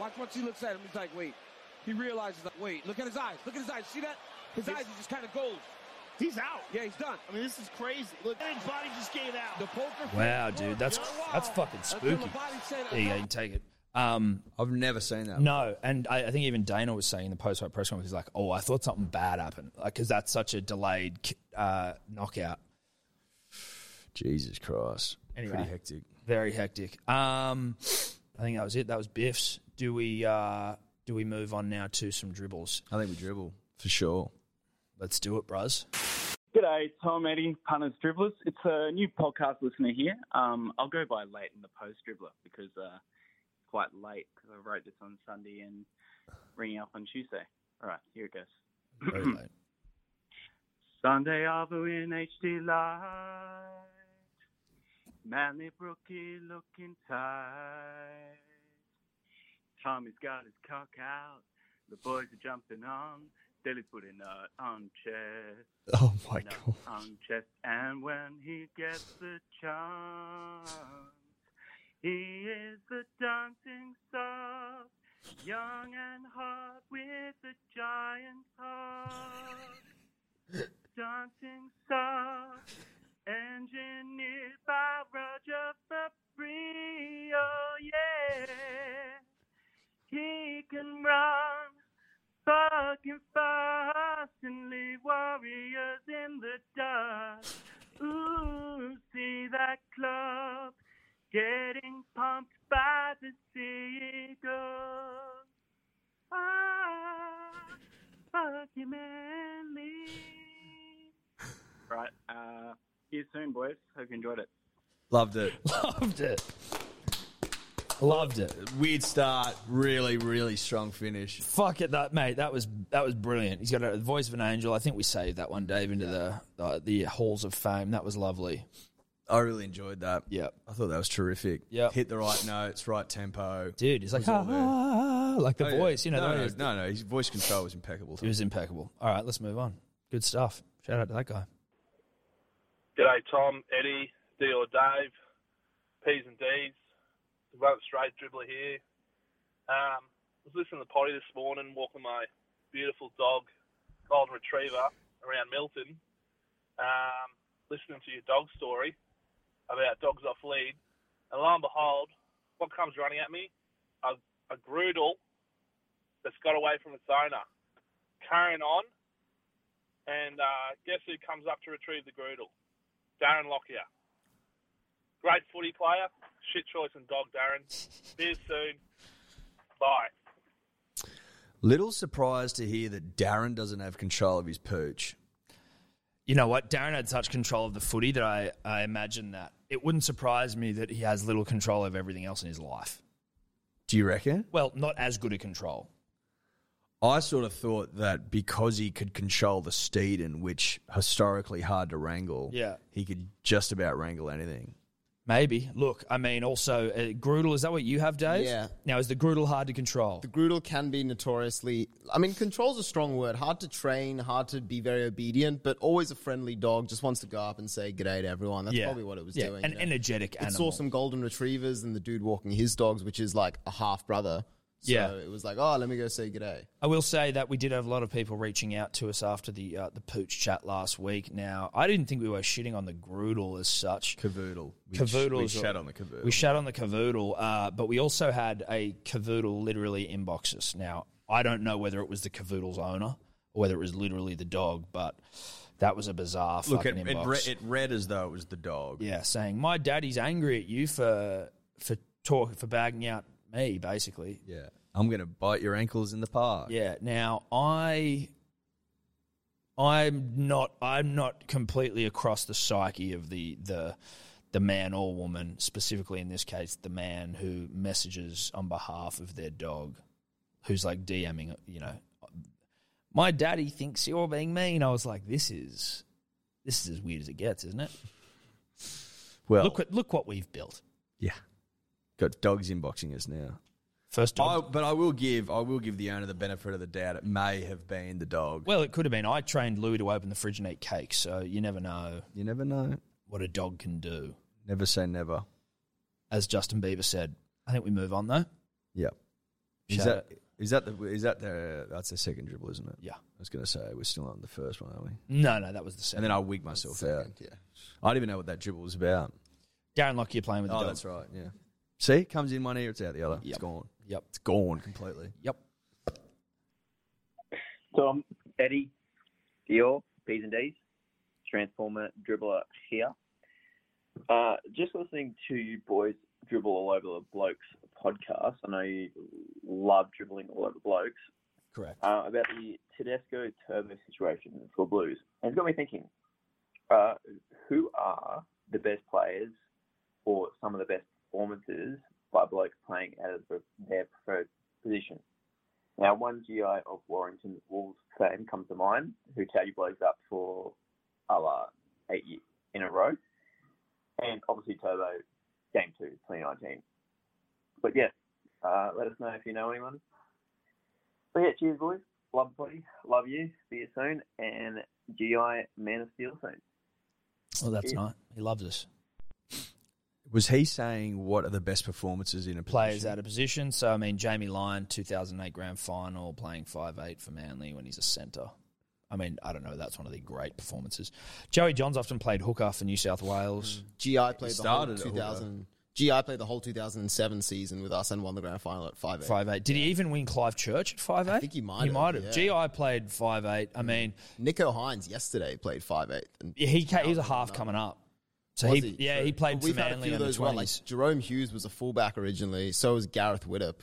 S6: Watch once he looks at him. He's like, wait. He realizes that. Wait. Look at his eyes. Look at his eyes. See that? His eyes are just kind of gold.
S7: He's out.
S6: Yeah, he's done.
S7: I mean, this is crazy. Look, his body just gave out.
S6: The poker. face-
S2: Wow, dude, that's that's fucking
S6: That's when
S2: spooky.
S6: Labate said,
S2: There you go, you can take it. Um,
S3: I've never seen that.
S2: no, and I, I think even Dana was saying in the post-fight press conference, he's like, "Oh, I thought something bad happened," like because that's such a delayed ki- uh, knockout.
S3: Jesus Christ.
S2: Anyway.
S3: Pretty hectic.
S2: Very hectic. Um, I think that was it. That was Biff's. Do we uh, do we move on now to some dribbles?
S3: I think we dribble for sure.
S2: Let's do it, bros.
S4: G'day, Tom, Eddie, punters, dribblers. It's a new podcast listener here. Um, I'll go by late in the post dribbler because uh, it's quite late because I wrote this on Sunday and ringing up on Tuesday. All right, here it goes.
S2: Very late.
S4: Sunday Abu in HD Light. Manly Brookie looking tight. Tommy's got his cock out. The boys are jumping on. Dilly's putting nut on uh, chest.
S3: Oh my
S4: No, on chest. And when he gets the chance, he is the dancing star. Young and hot with a giant heart. Dancing star. Engineered by Roger Fabri. Oh, yeah. He can run fucking fast and leave warriors in the dust. Ooh, see that club getting pumped by the seagulls. Ah, fucking manly. Right, uh, see you soon, boys. Hope you enjoyed it.
S3: Loved it.
S2: Loved it. Loved it.
S3: Weird start, really, really strong finish.
S2: Fuck it, that mate. That was that was brilliant. He's got a the voice of an angel. I think we saved that one, Dave, into the uh, the halls of fame. That was lovely.
S3: I really enjoyed that.
S2: Yeah.
S3: I thought that was terrific.
S2: Yeah.
S3: hit the right notes, right tempo.
S2: Dude, he's like,
S3: It was all there.
S2: "Ah," like the
S3: Oh, yeah.
S2: voice, you know.
S3: no,
S2: the-
S3: no, no, no, his voice control was impeccable.
S2: It was impeccable. All right, let's move on. Good stuff. Shout out to that guy.
S8: G'day, Tom, Eddie, D or Dave, P's and D's. The Run Straight Dribbler here. Um, I was listening to the potty this morning, walking my beautiful dog, Golden Retriever, around Milton. Um, listening to your dog story about dogs off lead. And lo and behold, what comes running at me? A, a Grudel that's got away from its owner. Carrying on. And uh, guess who comes up to retrieve the Grudel? Darren Lockyer. Great footy player. Shit choice and dog, Darren. Beers soon. Bye.
S3: Little surprised to hear that Darren doesn't have control of his pooch.
S2: You know what? Darren had such control of the footy that I, I imagine that it wouldn't surprise me that he has little control of everything else in his life.
S3: Do you reckon?
S2: Well, not as good a control.
S3: I sort of thought that because he could control the Steedon, which historically hard to wrangle,
S2: Yeah.
S3: he could just about wrangle anything.
S2: Maybe. Look, I mean, also, uh, Grudel, is that what you have, Dave?
S5: Yeah.
S2: Now, is the Grudel hard to control?
S5: The Grudel can be notoriously, I mean, control's a strong word. Hard to train, hard to be very obedient, but always a friendly dog. Just wants to go up and say g'day to everyone. That's
S2: yeah.
S5: probably what it was
S2: yeah.
S5: doing.
S2: An
S5: you know?
S2: energetic
S5: it
S2: animal.
S5: saw some golden retrievers and the dude walking his dogs, which is like a half brother. So
S2: Yeah.
S5: it was like, oh, let me go say g'day.
S2: I will say that we did have a lot of people reaching out to us after the uh, the pooch chat last week. Now, I didn't think we were shitting on the Grudel as such.
S3: Cavoodle. We, we
S2: Cavoodles are-
S3: shat on the cavoodle.
S2: We shat on the cavoodle, uh, but we also had a cavoodle literally inbox us. Now, I don't know whether it was the cavoodle's owner or whether it was literally the dog, but that was a bizarre
S3: Look, it,
S2: fucking
S3: it,
S2: inbox.
S3: re- it read as though it was the dog.
S2: yeah, saying my daddy's angry at you for for talk for bagging out me, basically.
S3: Yeah. I'm going to bite your ankles in the park.
S2: Yeah. Now I I'm not I'm not completely across the psyche of the the the man or woman, specifically in this case, the man who messages on behalf of their dog, who's like DMing, you know, my daddy thinks you're being mean. I was like, this is this is as weird as it gets, isn't it?
S3: Well,
S2: Look what look what we've built.
S3: yeah. Got dogs inboxing us now.
S2: First
S3: I,
S2: dog.
S3: but I will give I will give the owner the benefit of the doubt. It may have been the dog.
S2: well, it could have been. I trained Louis to open the fridge and eat cake, so you never know
S3: You never know.
S2: what a dog can do.
S3: Never say never.
S2: as Justin Bieber said. I think we move on though.
S3: Yeah. Is
S2: Shout
S3: that,
S2: out.
S3: is that the is that the that's the second dribble, isn't it?
S2: Yeah.
S3: I was going to say we're still on the first one, aren't we?
S2: No, no, that was the
S3: And
S2: second.
S3: then I wigged myself out.
S5: Yeah.
S3: I didn't even know what that dribble was about.
S2: Darren Lockyer playing with the
S3: Oh,
S2: dog.
S3: that's right. Yeah. See, comes in one ear, it's out the other.
S2: Yep.
S3: It's gone.
S2: Yep.
S3: It's gone completely.
S2: Yep.
S9: Tom, Eddie, Dior, P's and D's, Transformer, Dribbler here. Uh, just listening to you boys dribble all over the blokes podcast. I know you love dribbling all over blokes.
S2: Correct.
S9: Uh, about the Tedesco Turbo situation for Blues. And it's got me thinking uh, who are the best players or some of the best performances by blokes playing out of their preferred position? Now, one GI of Warrington Wolves fan comes to mind who Taddy blows up for a la eight years in a row. And obviously Turbo, game two, 2019. But yeah, uh, let us know if you know anyone. But yeah, cheers, boys. Love the potty. Love you. See you soon. And GI Man of Steel soon.
S2: Well, that's nice. He loves us.
S3: Was he saying what are the best performances in a
S2: Players
S3: position?
S2: out of position. So I mean, Jamie Lyon, 2008 Grand Final, playing 5'8 for Manly when he's a centre. I mean, I don't know. That's one of the great performances. Joey Johns often played hooker for New South Wales.
S5: GI played the whole
S3: started it all,
S5: 2000. GI played the whole 2007 season with us and won the grand final at 5
S2: Five eight. Did he even win Clive Church at five eight?
S5: I think he might
S2: He
S5: have,
S2: might have.
S5: yeah. Mm.
S2: GI played five eight. I mean,
S5: Nico Hines yesterday played five eight. And
S2: yeah, he ca- he was a half coming up. So he,
S5: was he?
S2: yeah,
S5: True.
S2: he played
S5: But We've
S2: for
S5: had a
S2: Manly
S5: few of
S2: under
S5: those well, like
S2: twenties.
S5: Jerome Hughes was a fullback originally. So was Gareth Widdop.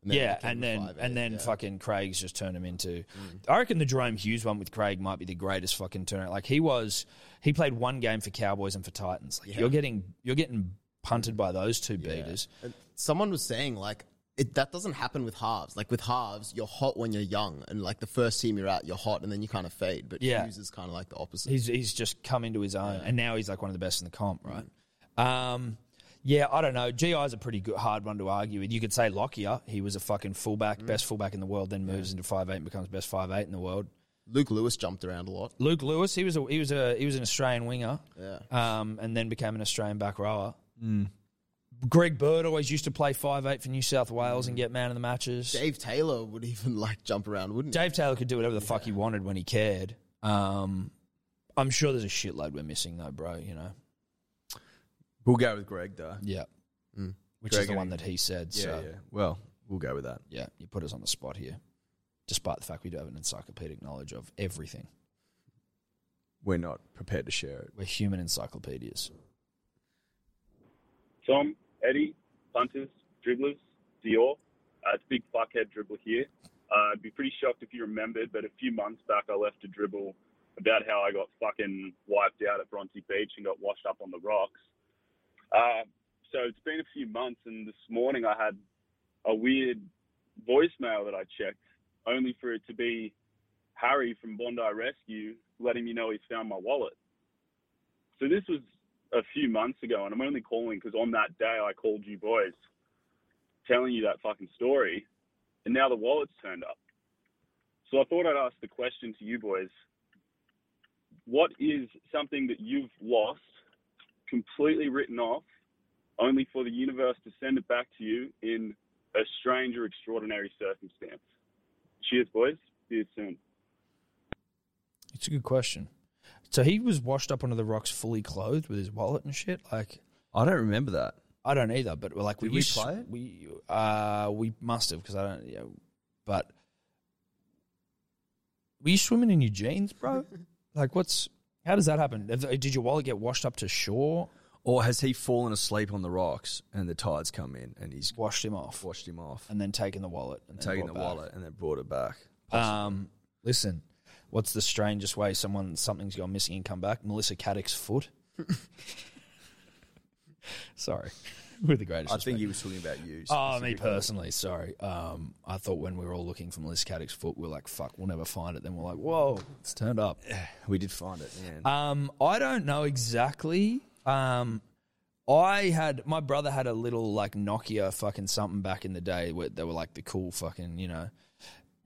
S5: And then
S2: yeah,
S5: he
S2: and
S5: became a
S2: then
S5: 5'8",
S2: and then
S5: yeah. Mm.
S2: fucking Craig's just turned him into. I reckon the Jerome Hughes one with Craig might be the greatest fucking turnout. Like he was, he played one game for Cowboys and for Titans. Like you're getting you're getting punted by those two beaters.
S5: And someone was saying like it, that doesn't happen with halves. Like with halves, you're hot when you're young, and like the first team you're at, you're hot, and then you kind of fade. But
S2: Yeah.
S5: Hughes is kind of like the opposite.
S2: He's he's just come into his own, and now he's like one of the best in the comp, right? Um, yeah, I don't know. GI's a pretty good, hard one to argue with. You could say Lockyer. He was a fucking
S5: Mm.
S2: fullback, best fullback in the world, then moves into five eight and becomes best five eight in the world.
S5: Luke Lewis jumped around a lot.
S2: Luke Lewis, he was a, he was a he was an Australian winger,
S5: Yeah.
S2: um, and then became an Australian back rower. Greg Bird always used to play five eight for New South Wales and get man of the matches. Dave,
S5: Dave Taylor would even like jump around, wouldn't he?
S2: Taylor could do whatever the fuck he wanted when he cared. Um, I'm sure there's a shitload we're missing though, bro. You know,
S3: We'll go with Greg though.
S2: yeah,
S5: Mm.
S2: which
S3: Greg
S2: is the
S3: and-
S2: one that he said.
S3: Yeah,
S2: so
S3: yeah. Well, we'll go with that.
S2: yeah, you put us on the spot here, despite the fact we do have an encyclopedic knowledge of everything.
S3: We're not prepared to share it.
S2: We're human encyclopedias.
S8: Tom, Eddie, punters, dribblers, Dior. Uh, it's a big fuckhead dribble here. Uh, I'd be pretty shocked if you remembered, but a few months back I left a dribble about how I got fucking wiped out at Bronte Beach and got washed up on the rocks. Uh, so it's been a few months, and this morning I had a weird voicemail that I checked, only for it to be Harry from Bondi Rescue letting me know he's found my wallet. So this was a few months ago, and I'm only calling because on that day I called you boys, telling you that fucking story, and now the wallet's turned up. So I thought I'd ask the question to you boys: What is something that you've lost, completely written off, only for the universe to send it back to you in a strange or extraordinary circumstance? Cheers, boys. See you soon.
S2: It's a good question. So he was washed up onto the rocks, fully clothed, with his wallet and shit. Like
S3: I don't remember that.
S2: I don't either, but we're like,
S3: Did
S2: were
S3: we
S2: you s-
S3: play it?
S2: We uh, we must have because I don't. Yeah, but were you swimming in your jeans, bro? like, what's how does that happen? Have- Did your wallet get washed up to shore?
S3: Or has he fallen asleep on the rocks and the tides come in and he's
S2: Washed him off,
S3: washed him off
S2: and then taken the wallet, and
S3: and
S2: then
S3: taken the
S2: brought back?
S3: wallet and then brought it back?
S2: Um, listen, what's the strangest way someone something's gone missing and come back? Melissa Caddick's foot. sorry, with the greatest.
S3: I think
S2: respect.
S3: he was talking about you.
S2: Oh, me personally, sorry. Um, I thought when we were all looking for Melissa Caddick's foot, we were like, "Fuck, we'll never find it." Then we're like, "Whoa, it's turned up."
S3: We did find it. Man.
S2: Um, I don't know exactly. Um, I had my brother had a little like Nokia fucking something back in the day where they were like the cool fucking you know,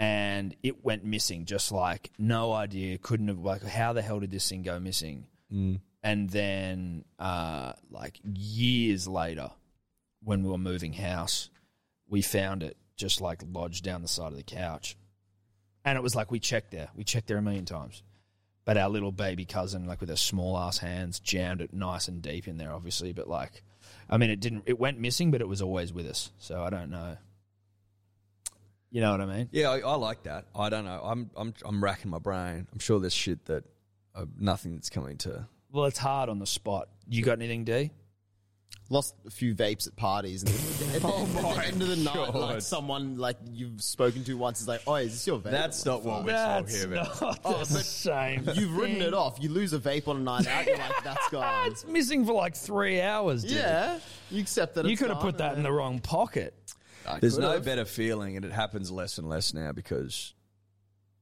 S2: and it went missing. Just like no idea, couldn't have like how the hell did this thing go missing? And then uh, like years later, when we were moving house, we found it just like lodged down the side of the couch, and it was like we checked there, we checked there a million times but our little baby cousin, like with her small ass hands, jammed it nice and deep in there, obviously. But like, I mean, it didn't. It went missing, but it was always with us. So I don't know. You know what I mean?
S3: Yeah, I, I like that. I don't know. I'm I'm I'm racking my brain. I'm sure there's shit that uh, nothing that's coming to.
S2: Well, it's hard on the spot. You got anything, D?
S5: Lost a few vapes at parties. And at the, at the end of the night, like someone like you've spoken to once is like, "Oh, is this your vape?" Oh,
S3: not what
S2: That's not the same.
S5: You've written it off. You lose a vape on a night out. You're like, "That's gone."
S2: It's missing for like three hours. Dude.
S5: yeah, you accept that.
S2: you
S5: it's
S2: could have
S5: gone
S2: put that in the wrong pocket.
S3: There's
S5: could
S3: no
S5: have.
S3: better feeling, and it happens less and less now because,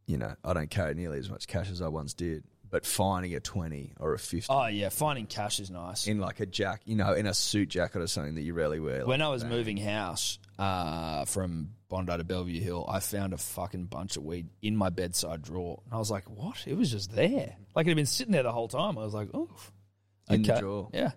S3: you know, I don't carry nearly as much cash as I once did. But finding a twenty or a fifty
S2: Oh yeah, finding cash is nice.
S3: in like a jack, you know, in a suit jacket or something that you rarely wear. like-
S2: When I was moving house uh, from Bondi to Bellevue Hill, I found a fucking bunch of weed in my bedside drawer. And I was like, what? It was just there. Like it had been sitting there the whole time. I was like, oh.
S3: In the drawer.
S2: Yeah.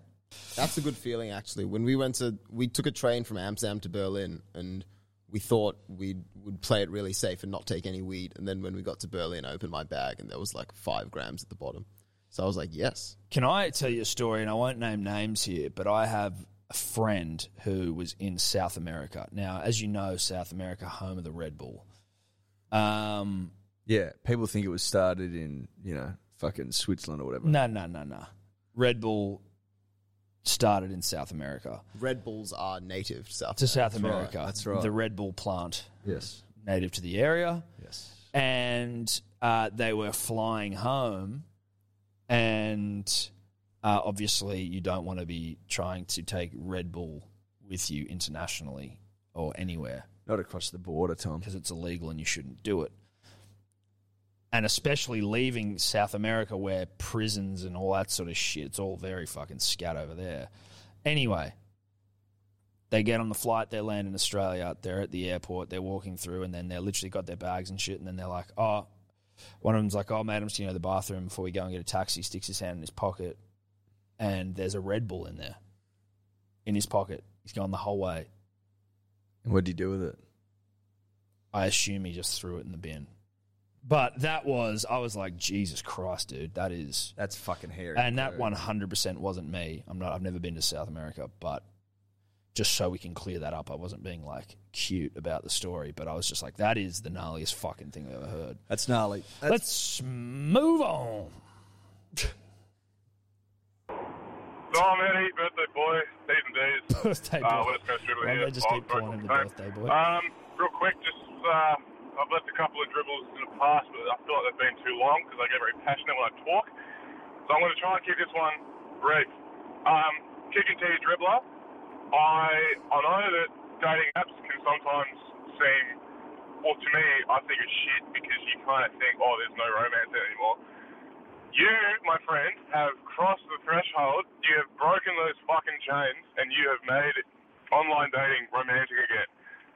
S5: That's a good feeling, actually. When we went to, we took a train from Amsterdam to Berlin, and we thought we would play it really safe and not take any weed. And then when we got to Berlin, I opened my bag, and there was like five grams at the bottom. So I was like, "Yes,
S2: Can I tell you a story? And I won't name names here, but I have a friend who was in South America. Now, as you know, South America, home of the Red Bull. Um,
S3: yeah, people think it was started in you know fucking Switzerland or whatever.
S2: no, no, no, no. Red Bull started in South America.
S5: Red Bulls are native to South."
S2: to South
S3: right,
S2: America.
S3: that's right.
S2: The Red Bull plant,
S3: Yes,
S2: native to the area,
S3: yes.
S2: and uh, they were flying home, and uh, obviously you don't want to be trying to take Red Bull with you internationally or anywhere
S3: Not across the border, Tom.
S2: because it's illegal and you shouldn't do it. And especially leaving South America where prisons and all that sort of shit, it's all very fucking scat over there. Anyway, they get on the flight, they land in Australia, they're at the airport, they're walking through, and then they're literally got their bags and shit, and then they're like, oh, one of them's like, oh, mate, I'm just going to the bathroom before we go and get a taxi, sticks his hand in his pocket, and there's a Red Bull in there, in his pocket. He's gone the whole way.
S3: And what did you do with it?
S2: I assume he just threw it in the bin. But that was, I was like, Jesus Christ, dude, that is.
S3: That's fucking hairy.
S2: And that
S3: bro.
S2: 100% wasn't me. I'm not, I've never been to South America, but just so we can clear that up, I wasn't being like cute about the story, but I was just like, that is the gnarliest fucking thing I've ever heard.
S3: That's gnarly. That's-
S2: Let's move on.
S10: Oh man, happy birthday boy, Stephen Days.
S2: Birthday boy.
S10: Uh, West Coast Dribbler
S2: Why do
S10: here.
S2: they just
S10: Oh,
S2: keep
S10: sorry,
S2: calling him the
S10: sorry.
S2: birthday boy?
S10: Um, real quick, just uh, I've left a couple of dribbles in the past, but I feel like they've been too long because I get very passionate when I talk. So I'm going to try and keep this one brief. Um, kicking to your dribbler. I I know that dating apps can sometimes seem, well, to me, I think it's shit because you kind of think, oh, there's no romance there anymore. You, my friend, have crossed the threshold. You have broken those fucking chains, and you have made online dating romantic again.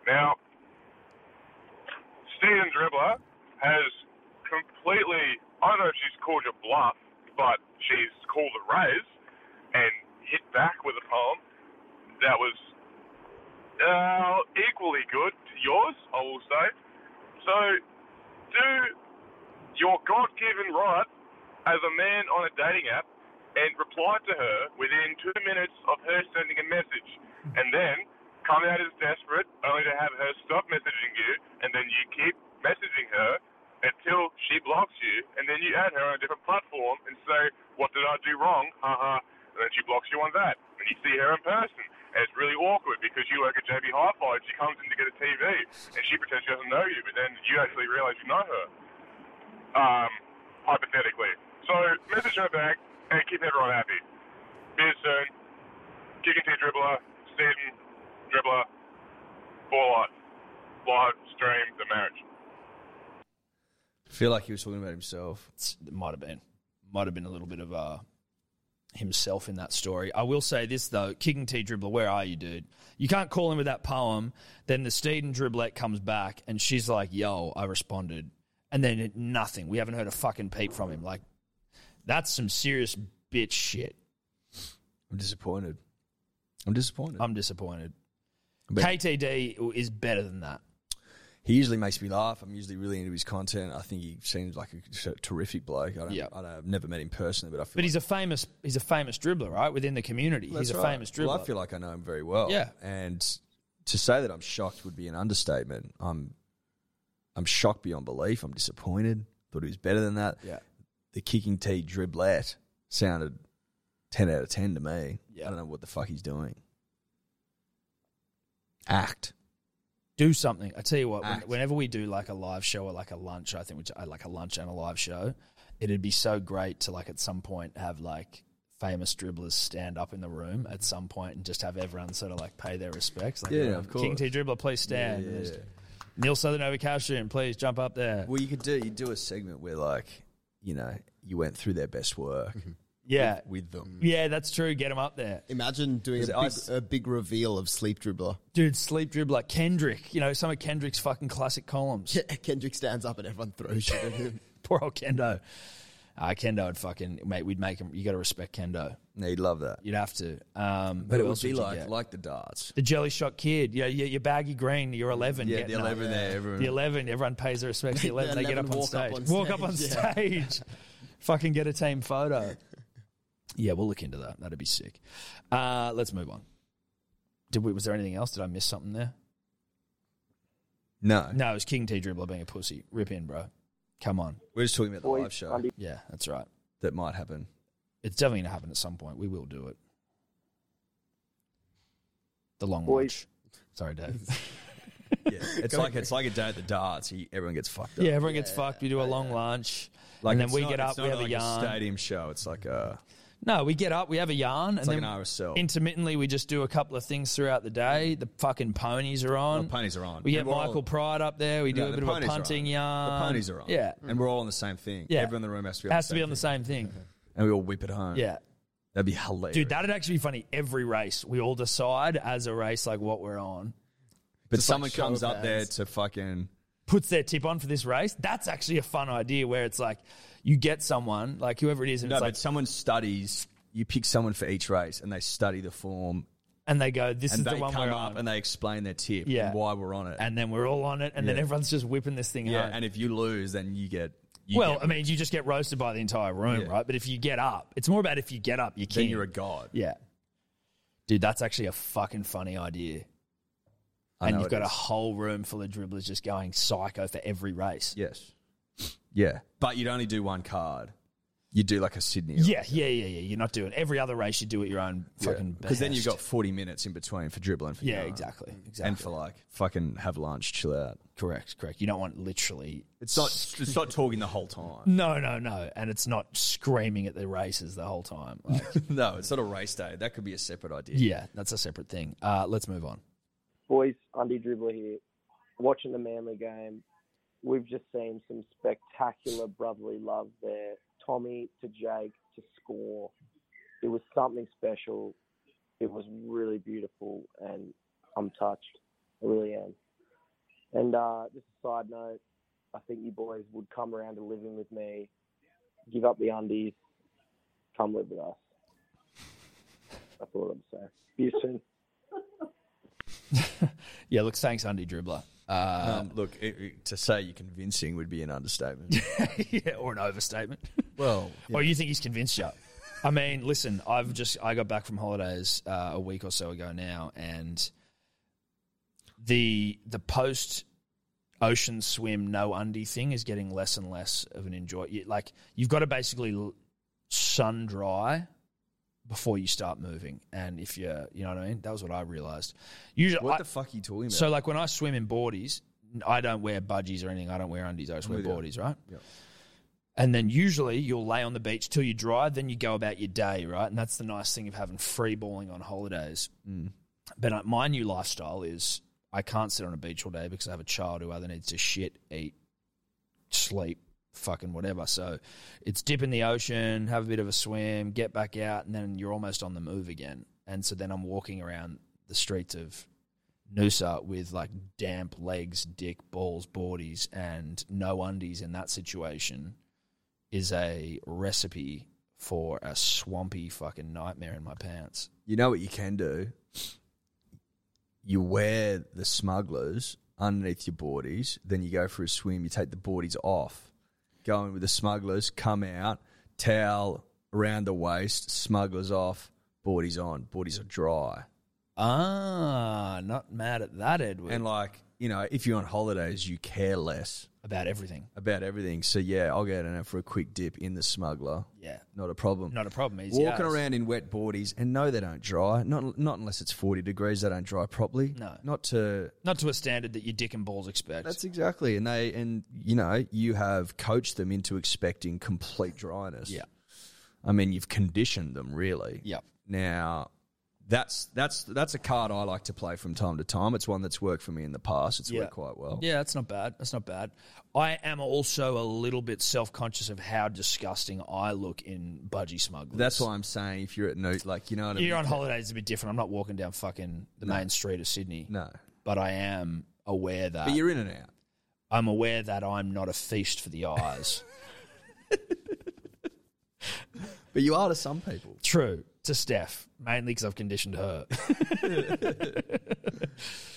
S10: Now, Steven Dribbler has completely. I don't know if she's called your bluff, but she's called a raise and hit back with a poem that was uh, equally good to yours, I will say. So, do your God given right as a man on a dating app and reply to her within two minutes of her sending a message, and then come out as desperate only to have her stop messaging you, and then you keep messaging her until she blocks you, and then you add her on a different platform and say, "What did I do wrong?" Haha. And then she blocks you on that, and you see her in person. And it's really awkward because you work at JB Hi-Fi and she comes in to get a TV, and she pretends she doesn't know you, but then you actually realise you know her um, hypothetically. So message her back and keep everyone happy. Be soon. Kick into your dribbler, Stephen, dribbler, ball life. Live stream the marriage.
S3: I feel like he was talking about himself.
S2: It's- it might have been, might have been a little bit of uh, himself in that story. I will say this though, kicking T dribbler, where are you, dude? You can't call him with that poem. Then the Steeden driblet comes back, and she's like, "Yo, I responded," and then it, nothing. We haven't heard a fucking peep from him. Like, that's some serious bitch shit.
S3: I'm disappointed. I'm disappointed.
S2: I'm disappointed.
S3: But-
S2: KTD is better than that.
S3: he usually makes me laugh. I'm usually really into his content. I think he seems like a just a terrific bloke. I don't,
S2: Yeah.
S3: I don't, I've never met him personally, but I feel
S2: But he's a famous he's a famous dribbler, right? Within the community,
S3: That's
S2: he's a
S3: right.
S2: famous dribbler.
S3: Well, I feel like I know him very well.
S2: Yeah.
S3: and to say that I'm shocked would be an understatement. I'm, I'm shocked beyond belief. I'm disappointed. Thought he was better than that.
S2: Yeah.
S3: the kicking tee driblet sounded ten out of ten to me.
S2: Yeah.
S3: I don't know what the fuck he's doing. Act.
S2: do something. I tell you what, when,
S3: Act.
S2: whenever we do like a live show or like a lunch, I think which I like a lunch and a live show, it'd be so great to like at some point have like famous dribblers stand up in the room at some point and just have everyone sort of like pay their respects. Like,
S3: Yeah,
S2: everyone,
S3: of
S2: King
S3: course.
S2: T dribbler, please stand. And just, Neil Southern over Cashin, please jump up there.
S3: Well, you could do you do a segment where like you know you went through their best work.
S2: Mm-hmm. yeah,
S5: with them.
S2: yeah, that's true. Get them up there.
S5: Imagine doing a
S3: Is it
S5: big,
S3: ice-
S5: a big reveal of Sleep Dribbler.
S2: Dude, sleep dribbler Kendrick. You know some of Kendrick's fucking classic columns.
S5: Kendrick stands up and everyone throws shit at him.
S2: Poor old Kendo. Uh, Kendo would fucking mate. We'd make him. You got to respect Kendo.
S3: No, you'd love that.
S2: You'd have to. Um,
S3: But it
S2: who
S3: would
S2: else
S3: be
S2: you
S3: like
S2: get?
S3: like the darts.
S2: the jelly shot kid. Yeah, yeah, your baggy green. You're 11.
S3: Yeah, the
S2: getting up.
S3: eleven there, everyone.
S2: The 11. Everyone pays their respects. to The
S5: The
S2: 11. they get
S5: 11
S2: up on,
S5: walk
S2: stage.
S5: up on
S2: Walk up on
S5: stage,
S2: stage. Fucking get a team photo. Yeah, we'll look into that. That'd be sick. Uh, let's move on. Did we, was there anything else? Did I miss something there?
S3: No,
S2: No, it was King T dribbler being a pussy. Rip in, bro. Come on.
S3: we're just talking about the
S9: Boys,
S3: live show
S9: Sunday-
S2: Yeah, that's right.
S3: that might happen.
S2: It's definitely going to happen at some point. We will do it. The long
S9: Boys.
S2: watch. Sorry, Dave.
S3: Yeah, it's like it's like a day at the darts. You- Everyone gets fucked up.
S2: Yeah, everyone gets fucked. We do a long lunch,
S3: like
S2: and then
S3: it's
S2: we
S3: not-
S2: get
S3: it's
S2: up. We
S3: not
S2: have
S3: like
S2: a yarn.
S3: stadium show. It's like a
S2: no, we get up. We have a yarn,
S3: it's
S2: and
S3: like
S2: then
S3: an RSL.
S2: intermittently we just do a couple of things throughout the day. The fucking ponies are on.
S3: the ponies are on.
S2: We get
S3: And we're all-
S2: Michael Pride up there. We do
S3: Yeah,
S2: a
S3: the
S2: bit of a
S3: ponies are
S2: punting
S3: on.
S2: yarn.
S3: The ponies are on.
S2: Yeah,
S3: and we're all on the same thing.
S2: Yeah.
S3: everyone in the room has to be on the
S2: has
S3: same
S2: to be on the
S3: thing.
S2: same thing.
S3: and we all whip it home.
S2: Yeah,
S3: That'd be hilarious.
S2: Dude, that'd actually be funny. Every race, we all decide as a race like what we're on.
S3: but
S2: Just, like,
S3: someone
S2: show
S3: comes
S2: of
S3: up there
S2: hands.
S3: to fucking.
S2: puts their tip on for this race. That's actually a fun idea where it's like you get someone, like whoever it is, and
S3: No,
S2: it's
S3: but
S2: like,
S3: someone studies. You pick someone for each race, and they study the form.
S2: and they go, "This
S3: and
S2: is
S3: they
S2: the one
S3: come
S2: we're
S3: up
S2: on."
S3: and they explain their tip
S2: Yeah.
S3: and why we're on it.
S2: And then we're all on it, and then
S3: Yeah.
S2: everyone's just whipping this thing
S3: yeah,
S2: home.
S3: and if you lose, then you get. You
S2: well,
S3: get-
S2: I mean, you just get roasted by the entire room,
S3: Yeah.
S2: right? But if you get up, it's more about if you get up, you
S3: Then
S2: king.
S3: you're a god.
S2: Yeah, dude, that's actually a fucking funny idea.
S3: I
S2: and
S3: know
S2: you've
S3: it
S2: got a
S3: is.
S2: whole room full of dribblers just going psycho for every race.
S3: Yes. yeah, but you'd only do one card. You do like a Sydney.
S2: Yeah, yeah, yeah, yeah. You're not doing every other race. You do it your own fucking.
S3: Because then you've
S2: best.
S3: got 40 minutes in between for dribbling. For
S2: Yeah,
S3: yarn.
S2: exactly,
S3: And for like fucking have lunch, chill out.
S2: Correct, correct. You don't want literally.
S3: It's not. It's not talking the whole time.
S2: No, no, no. And it's not screaming at the races the whole time. Like,
S3: no, it's not a race day. That could be a separate idea.
S2: yeah, that's a separate thing. Uh, let's move on.
S11: Boys, Andy Dribbler here. Watching the Manly game, we've just seen some spectacular brotherly love there. Tommy to Jake to score. It was something special. It was really beautiful, and I'm touched. I really am. And uh, just a side note, I think you boys would come around to living with me, give up the undies, come live with us. That's all I'm saying. See you soon.
S2: Yeah, look, thanks, Andy Dribbler. Uh,
S3: Um, look, it, it- to say you're convincing would be an understatement.
S2: yeah, or an overstatement.
S3: well,
S2: Or you think he's convinced you? I mean, listen, I've just I got back from holidays uh, a week or so ago now, and the the post ocean swim no undie thing is getting less and less of an enjoy. you- Like you've got to basically l- sun dry before you start moving, and if you you know what I mean, that was what I realized. Usually,
S3: what
S2: I-
S3: the fuck are you talking about?
S2: so like when I swim in boardies, I don't wear budgies or anything. I don't wear undies. I just wear
S3: with you.
S2: boardies, right? And then usually you'll lay on the beach till you dry, then you go about your day, right? And that's the nice thing of having free balling on holidays.
S3: Mm.
S2: But uh, my new lifestyle is I can't sit on a beach all day because I have a child who either needs to shit, eat, sleep, fucking whatever. So it's dip in the ocean, have a bit of a swim, get back out, and then you're almost on the move again. And so then I'm walking around the streets of Noosa with like damp legs, dick, balls, boardies, and no undies in that situation is a recipe for a swampy fucking nightmare in my pants.
S3: You know what you can do? You wear the smugglers underneath your boardies, then you go for a swim, you take the boardies off, go in with the smugglers, come out, towel around the waist, smugglers off, boardies on, boardies are dry.
S2: Ah, not mad at that, Edward.
S3: And like, you know, if you're on holidays, you care less
S2: about everything.
S3: About everything. So yeah, I'll go down for a quick dip in the smuggler.
S2: Yeah.
S3: Not a problem.
S2: Not a problem. Easy
S3: Walking
S2: as.
S3: around in wet boardies, and no, they don't dry. Not not unless it's forty degrees, they don't dry properly.
S2: No.
S3: not to
S2: Not to a standard that your dick and balls expect.
S3: That's exactly, and they and you know you have coached them into expecting complete dryness.
S2: Yeah.
S3: I mean you've conditioned them really.
S2: Yep.
S3: Now, that's that's that's a card I like to play from time to time. It's one that's worked for me in the past. It's worked quite well.
S2: Yeah, that's not bad. That's not bad. I am also a little bit self conscious of how disgusting I look in budgie smugglers.
S3: That's why I'm saying if you're at no, like you know what I mean.
S2: You're on holidays, it's a bit different. I'm not walking down fucking the
S3: No.
S2: main street of Sydney.
S3: No.
S2: But I am aware that.
S3: But you're in and out.
S2: I'm aware that I'm not a feast for the eyes.
S3: but you are to some people.
S2: True. To Steph, mainly because I've conditioned her.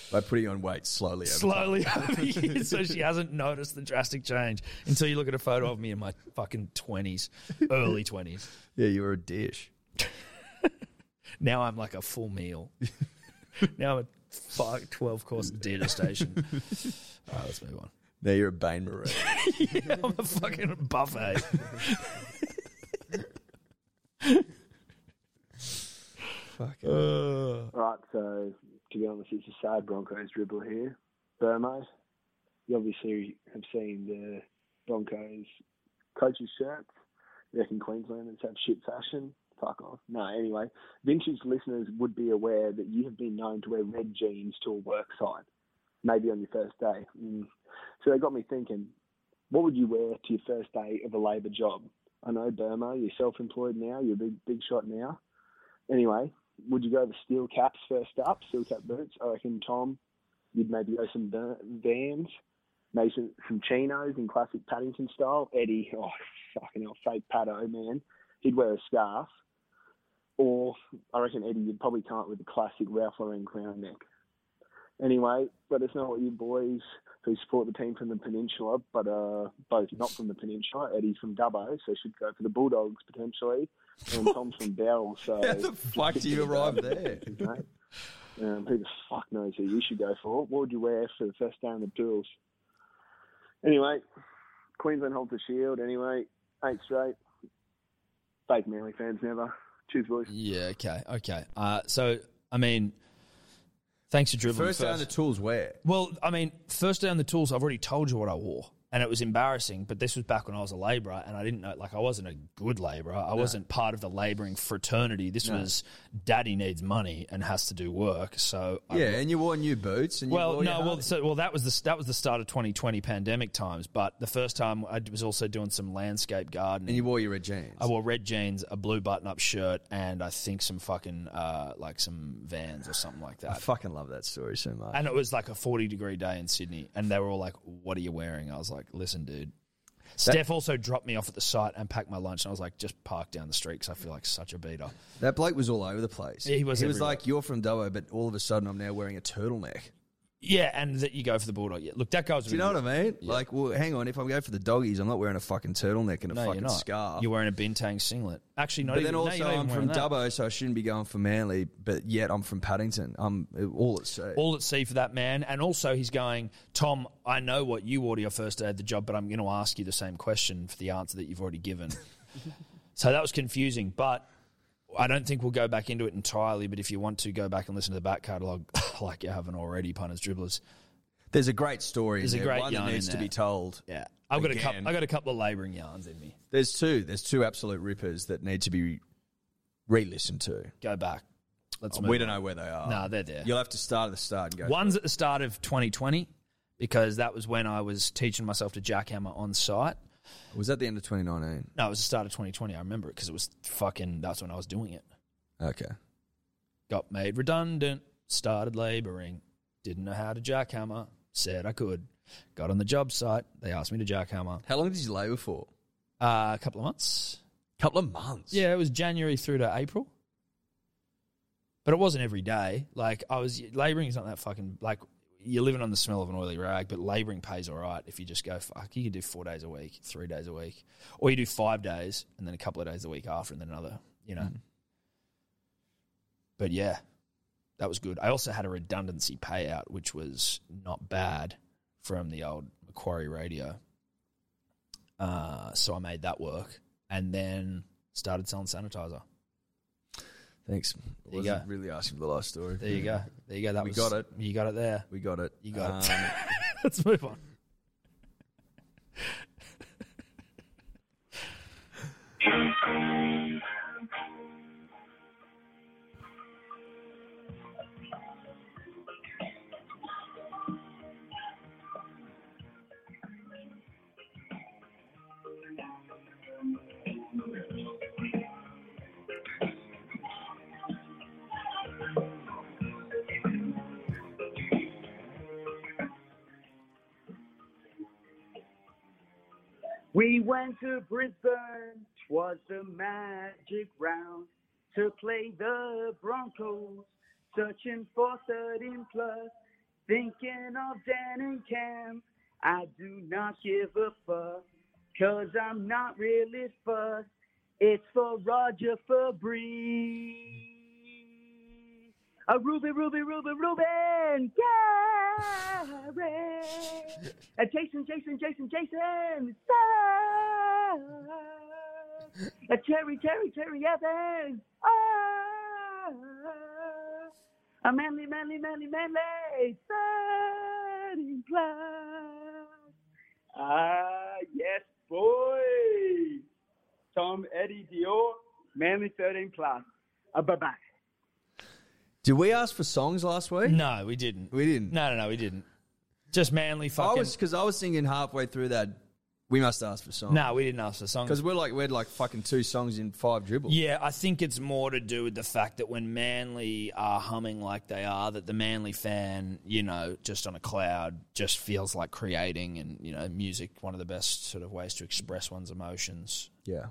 S3: By putting on weight slowly. Over
S2: slowly
S3: time.
S2: over years, so she hasn't noticed the drastic change until you look at a photo of me in my fucking twenties, early twenties.
S3: Yeah, you were a dish.
S2: now I'm like a full meal. now I'm a five, twelve course dinner station. All right, let's move on.
S3: Now you're a Bain Marie.
S2: yeah, I'm a fucking buffet.
S11: Right, so to be honest, it's a sad Broncos dribble here. Burmo, you obviously have seen the Broncos coaches' shirts. You reckon Queenslanders have shit fashion? Fuck off. No, anyway, vintage listeners would be aware that you have been known to wear red jeans to a work site, maybe on your first day. Mm. So they got me thinking, what would you wear to your first day of a labour job? I know, Burma, you're self employed now, you're a big, big shot now.
S12: anyway, would you go the steel caps first up, steel cap boots? I reckon Tom, you'd maybe go some Ver- Vans, maybe some, some chinos in classic Paddington style. Eddie, oh fucking hell, fake Paddo man, he'd wear a scarf. Or I reckon Eddie, you'd probably come up with a classic Ralph Lauren crown neck. Anyway, let us know what you boys who support the team from the peninsula, but uh, both not from the peninsula. Eddie's from Dubbo, so should go for the Bulldogs potentially, and Tom's from Bowral. So
S2: How the fuck do you arrive there?
S12: Um, who the fuck knows who you should go for? What would you wear for the first day in the pools? Anyway, Queensland holds the shield. Anyway, eight straight. Fake Manly fans never. Cheers, boys.
S2: Yeah, okay, okay. Uh, so, I mean, thanks for dribbling.
S3: First down the tools where?
S2: Well, I mean, first down the tools, I've already told you what I wore. And it was embarrassing, but this was back when I was a labourer and I didn't know, like, I wasn't a good labourer. I
S13: No.
S2: wasn't part of the labouring fraternity. This
S3: No.
S2: was daddy needs money and has to do work. So, I
S3: Yeah, and you wore new boots. And you
S2: well,
S3: wore your
S2: no, well,
S3: Harleys.
S2: so, well, that was the that was the start of 2020 pandemic times. But the first time I was also doing some landscape gardening. And you
S3: wore your red jeans.
S2: I wore red jeans, a blue button-up shirt, and I think some fucking uh, like some Vans or something like
S3: I
S2: that.
S3: fucking love that story so much.
S2: And it was like a 40 degree day in Sydney, and they were all like, "What are you wearing?" I was like, "Listen, dude." Steph also dropped me off at the site and packed my lunch, and I was like, "Just park down the street because I feel like such a beater."
S3: That bloke was all over the place.
S2: Yeah, he was
S3: He was
S2: everywhere.
S3: like, "You're from Dubbo, but all of a sudden, I'm now wearing a turtleneck."
S2: Yeah, and that you go for the bulldog. Yeah, look, that goes.
S3: Do you know what I mean? Like, well, hang on. If I'm going for the doggies, I'm not wearing a fucking turtleneck and a
S2: No,
S3: fucking
S2: you're not.
S3: scarf.
S2: You're wearing a bintang singlet. Actually, not
S3: but
S2: even.
S3: then
S2: no,
S3: also,
S2: you're not even
S3: I'm
S2: wearing
S3: from
S2: that.
S3: Dubbo, so I shouldn't be going for Manly. But yet, I'm from Paddington. I'm all at sea.
S2: all at sea for that man. And also, he's going, Tom, I know what you wore to your first day at the job, but I'm going to ask you the same question for the answer that you've already given. so that was confusing, but I don't think we'll go back into it entirely. But if you want to go back and listen to the back catalogue, like you haven't already, punters, dribblers,
S3: There's a great story.
S2: There's a
S3: in there,
S2: great
S3: one
S2: yarn
S3: that
S2: in
S3: needs to
S2: there.
S3: be told.
S2: Yeah, I've got a
S3: Again.
S2: couple. I got a couple of labouring yarns in me.
S3: There's two. There's two absolute rippers that need to be re-listened to.
S2: Go back. Let's.
S3: Oh,
S2: move
S3: we don't
S2: on.
S3: know where they are.
S2: No, they're there.
S3: You'll have to start at the start and go.
S2: One's at the start of 2020 because that was when I was teaching myself to jackhammer on site.
S3: Was that the end of 2019?
S2: No, it was the start of 2020. I remember it because it was fucking. That's when I was doing it.
S3: Okay.
S2: Got made redundant. Started labouring. Didn't know how to jackhammer. Said I could. Got on the job site. They asked me to jackhammer.
S3: How long did you labour for?
S2: Uh, a couple of months.
S3: Couple of months.
S2: Yeah, it was January through to April. But it wasn't every day. Like I was labouring is not that fucking like you're living on the smell of an oily rag, but labouring pays all right if you just go fuck. You could do four days a week, three days a week, or you do five days and then a couple of days a week after, and then another. You
S3: Mm.
S2: know. But yeah, that was good. I also had a redundancy payout, which was not bad from the old Macquarie Radio. Uh, so I made that work, and then started selling sanitizer.
S3: Thanks.
S2: There you
S3: wasn't
S2: go.
S3: really asking for the last story.
S2: There you go. There you go. That
S3: we
S2: was-
S3: got it.
S2: You got it there.
S3: We got it.
S2: You got
S3: Um,
S2: it. Let's move on.
S11: um,
S14: We went to Brisbane, twas the magic round, to play the Broncos, searching for 13 plus, thinking of Dan and Cam. I do not give a fuck, cause I'm not really fussed. It's for Roger Fabrice. A Uh, Ruby, Ruby, Ruby, Ruben! Gary! A Uh, Jason, Jason, Jason, Jason! Sarah! A Terry, Terry, Terry Evans! Ah! A manly, manly, manly, manly! Thirty plus! Ah, yes, boy! Tom, Eddie, Dior, manly 13 plus. Uh, bye bye.
S3: Did we ask for songs last week?
S2: No, we didn't.
S3: We didn't.
S2: No, no, no, we didn't. Just manly fucking.
S3: I was because I was thinking halfway through that. We must ask for songs.
S2: No, we didn't ask for songs.
S3: Because we're like we're like fucking two songs in five dribbles.
S2: Yeah, I think it's more to do with the fact that when Manly are humming like they are, that the Manly fan, you know, just on a cloud, just feels like creating and, you know, music, one of the best sort of ways to express one's emotions.
S3: Yeah.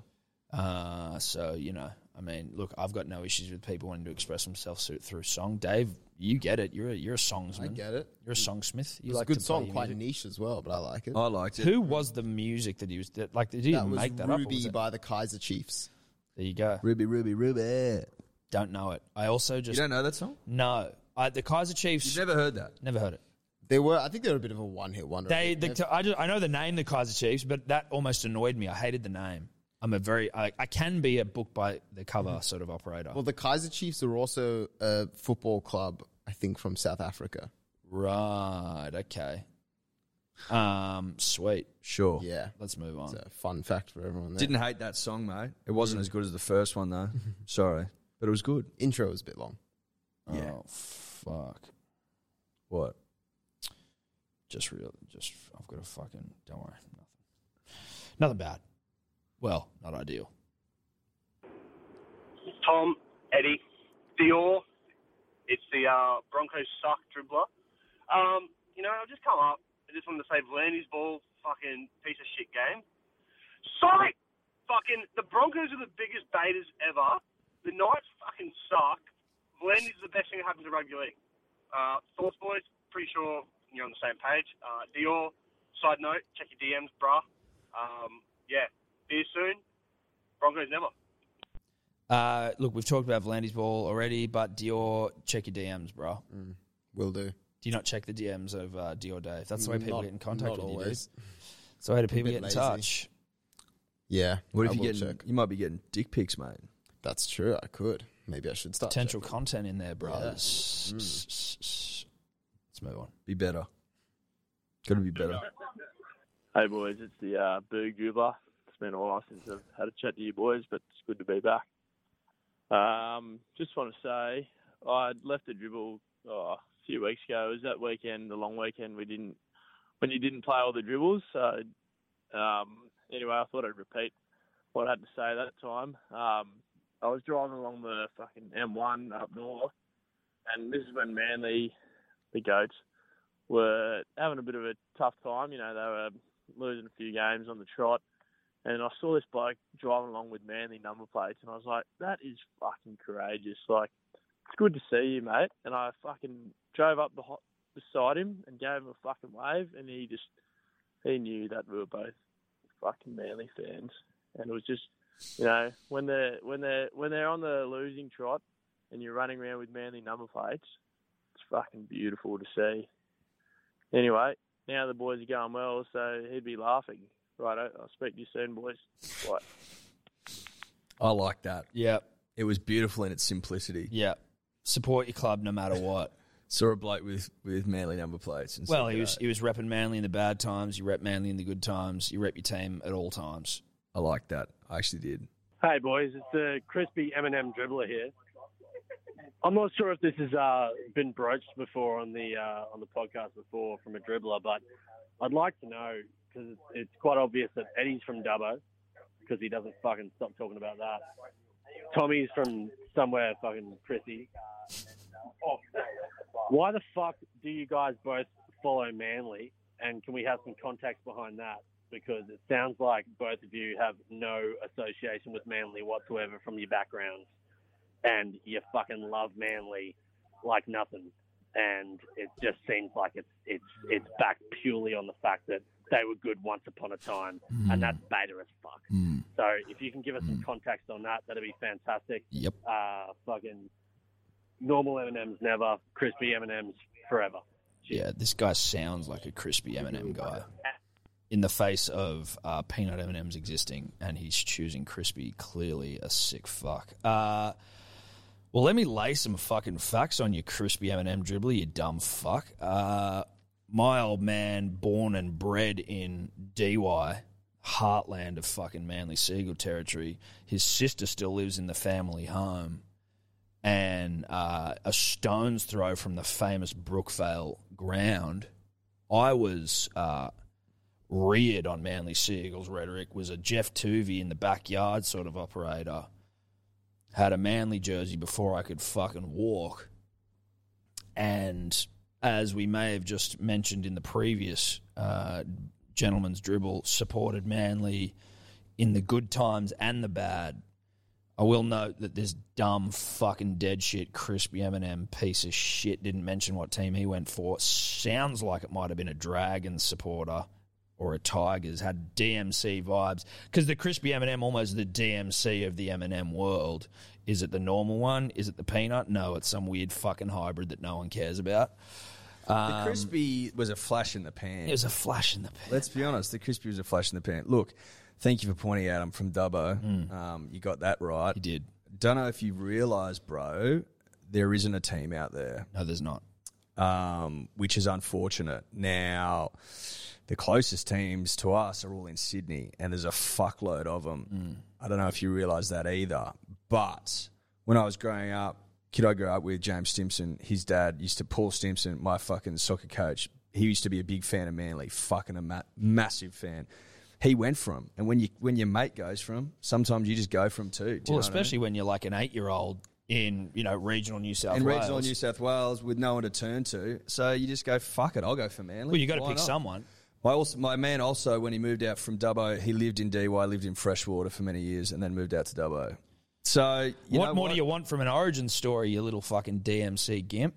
S2: Uh, so, you know, I mean, look, I've got no issues with people wanting to express themselves through, through song. Dave, you get it. You're a, you're a songsman.
S5: I get it.
S2: You're a songsmith. You
S5: It's
S2: like
S5: a
S2: to
S5: good
S2: play
S5: song,
S2: your
S5: quite
S2: music.
S5: niche as well, but I like it.
S2: Who was the music that he was that, like? Did he
S5: That
S2: even
S5: was
S2: make that up? or
S5: Ruby
S2: was it-
S5: by the Kaiser Chiefs.
S2: There you go.
S3: Ruby, Ruby, Ruby.
S2: Don't know it. I also just
S5: don't
S3: know that song.
S2: No, I, the Kaiser Chiefs. You've
S3: never heard that.
S2: Never heard it.
S5: They were. I think they were a bit of a one-hit wonder.
S2: They, the, I, just, I know the name, the Kaiser Chiefs, but that almost annoyed me. I hated the name. I'm a very, I, I can be a book by the cover
S5: Mm-hmm.
S2: sort of operator.
S5: Well, the Kaiser Chiefs are also a football club, I think, from South Africa.
S2: Right. Okay. Um. Sweet.
S3: Sure.
S5: Yeah.
S2: Let's move on.
S5: fun fact for everyone. There. Mm.
S3: Didn't hate that song, mate. It wasn't as good as the first one though. Sorry, but it was good.
S5: Intro was a bit long.
S3: Yeah.
S2: Oh fuck.
S3: What?
S2: Just real. Just I've got a fucking. Don't worry. Nothing. Nothing bad. Well, not ideal.
S13: Tom, Eddie, Dior. It's the uh, Broncos suck dribbler. Um, you know, I've just come up. I just wanted to say Vlandy's ball, fucking piece of shit game. Sorry, fucking the Broncos are the biggest baiters ever. The Knights fucking suck. Vlandy's the best thing that happened to rugby league. Uh, thoughts, boys. Pretty sure you're on the same page. Uh, Dior. Side note, check your DMs, bruh. Um, yeah, see you soon. Broncos never.
S2: Uh, look, we've talked about Vlandy's ball already, but Dior, check your DMs, bro.
S3: Mm,
S5: Will do.
S2: Do you not check the DMs of uh, Dior Dave? That's the way people
S5: Not-
S2: get in contact
S5: not
S2: with
S5: always.
S2: you, dude. It's the way that
S5: A
S2: people
S5: bit
S2: get in
S5: lazy.
S2: touch.
S5: Yeah.
S3: What
S5: I
S3: if you
S5: will
S3: get?
S5: check.
S3: You might be getting dick pics, mate.
S5: That's true. I could. Maybe I should start.
S2: Potential content in there, bro.
S5: Yeah.
S2: Let's move on.
S3: Be better. Got to be better.
S15: Hey boys, it's the uh, Boo Goobler. It's been a while since I've had a chat to you boys, but it's good to be back. Um, just want to say I left the dribble oh, a few weeks ago. It was that weekend, the long weekend we didn't when you didn't play all the dribbles. So um, anyway, I thought I'd repeat what I had to say that time. Um, I was driving along the fucking M1 up north, and this is when Manly, the goats, were having a bit of a tough time. You know, they were losing a few games on the trot. And I saw this bloke driving along with manly number plates, and I was like, that is fucking courageous. Like, it's good to see you, mate. And I fucking drove up behi- beside him and gave him a fucking wave, and he just, he knew that we were both fucking manly fans. And it was just, you know, when they're, when they're, when they're on the losing trot and you're running around with manly number plates, it's fucking beautiful to see. Anyway, now the boys are going well, so he'd be laughing. Right, I'll speak to you soon, boys. Bye.
S3: I like that.
S2: Yeah.
S3: It was beautiful in its simplicity.
S2: Yeah. Support your club no matter what.
S3: Saw a bloke with, with manly number plates. And
S2: Well,
S3: said,
S2: he was
S3: "G'day."
S2: he was repping Manly in the bad times. You rep Manly in the good times. You rep your team at all times.
S3: I like that. I actually did.
S16: Hey boys, it's the crispy M&M dribbler here. I'm not sure if this has uh, been broached before on the uh, on the podcast before from a dribbler, but I'd like to know because it's, it's quite obvious that Eddie's from Dubbo because he doesn't fucking stop talking about that. Tommy's from somewhere fucking prissy.
S7: Oh,
S16: Why the fuck do you guys both follow Manly? And can we have some context behind that? Because it sounds like both of you have no association with Manly whatsoever from your backgrounds. And you fucking love Manly like nothing. And it just seems like it's it's it's backed purely on the fact that they were good once upon a time, and that's beta as fuck. So if you can give us some context on that, that'd be fantastic.
S2: Yep.
S16: Uh, fucking normal M and M's never, crispy M and M's forever.
S2: Yeah, this guy sounds like a crispy M&M guy. In the face of uh, peanut M&Ms existing, and he's choosing crispy. Clearly, a sick fuck. Uh, well, let me lay some fucking facts on you, crispy M&M dribbler. You dumb fuck. Uh, my old man, born and bred in DY, heartland of fucking Manly Seagull territory. His sister still lives in the family home and uh, a stone's throw from the famous Brookvale ground, I was uh, reared on Manly Seagulls rhetoric was a Jeff Tuvey in the backyard sort of operator. Had a Manly jersey before I could fucking walk. And as we may have just mentioned in the previous uh, gentleman's dribble, supported Manly in the good times and the bad. I will note that this dumb fucking dead shit crispy Eminem piece of shit didn't mention what team he went for. Sounds like it might have been a Dragons supporter or a Tigers. Had DMC vibes because the crispy Eminem, almost the DMC of the Eminem world. Is it the normal one? Is it the peanut? No, it's some weird fucking hybrid that no one cares about.
S3: the
S2: Um,
S3: crispy was a flash in the pan.
S2: It was a flash in the pan.
S3: Let's be honest. The crispy was a flash in the pan. Look, thank you for pointing out. I'm from Dubbo. Um, you got that right. You
S2: Mm. did.
S3: Don't know if you realise, bro. There isn't a team out there.
S2: No, there's not.
S3: Um, which is unfortunate. Now, the closest teams to us are all in Sydney, and there's a fuckload of
S2: Mm.
S3: them. I don't know if you realise that either. But when I was growing up, kid I grew up with, James Stimson, his dad used to, Paul Stimson, my fucking soccer coach, he used to be a big fan of Manly, fucking a ma- massive fan. He went from, and when you when your mate goes from, sometimes you just go from too. Do you know
S2: Well,
S3: what I mean?
S2: especially when you're like an eight year old in you know regional New South
S3: in
S2: Wales.
S3: regional New South Wales with no one to turn to. So you just go, fuck it, I'll go for Manly.
S2: Well, you got to
S3: Why
S2: pick
S3: not?
S2: someone.
S3: My, also, my man also, when he moved out from Dubbo, he lived in DY, lived in Freshwater for many years, and then moved out to Dubbo. So you
S2: what
S3: know
S2: more do you want from an origin story, you little fucking DMC gimp?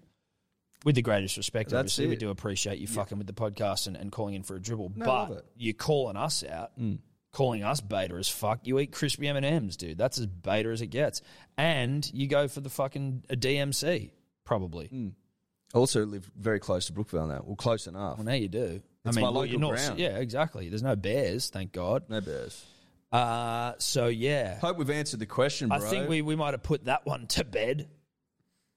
S2: With the greatest respect,
S3: That's
S2: obviously, we
S3: it.
S2: do appreciate you fucking with the podcast and, and calling in for a dribble,
S3: No, love
S2: but
S3: it. Hmm.
S2: you're calling us out, calling us beta as fuck. You eat crispy M and M's, dude. That's as beta as it gets, and you go for the fucking a DMC probably.
S3: Hmm. Also live very close to Brookvale now. Well, close enough.
S2: Well, now you do.
S3: It's my
S2: well,
S3: local
S2: you're not-
S3: ground.
S2: Yeah, exactly. There's no bears, thank God.
S3: No bears.
S2: Uh, so yeah,
S3: hope we've answered the question, bro.
S2: I think we, we might have put that one to bed.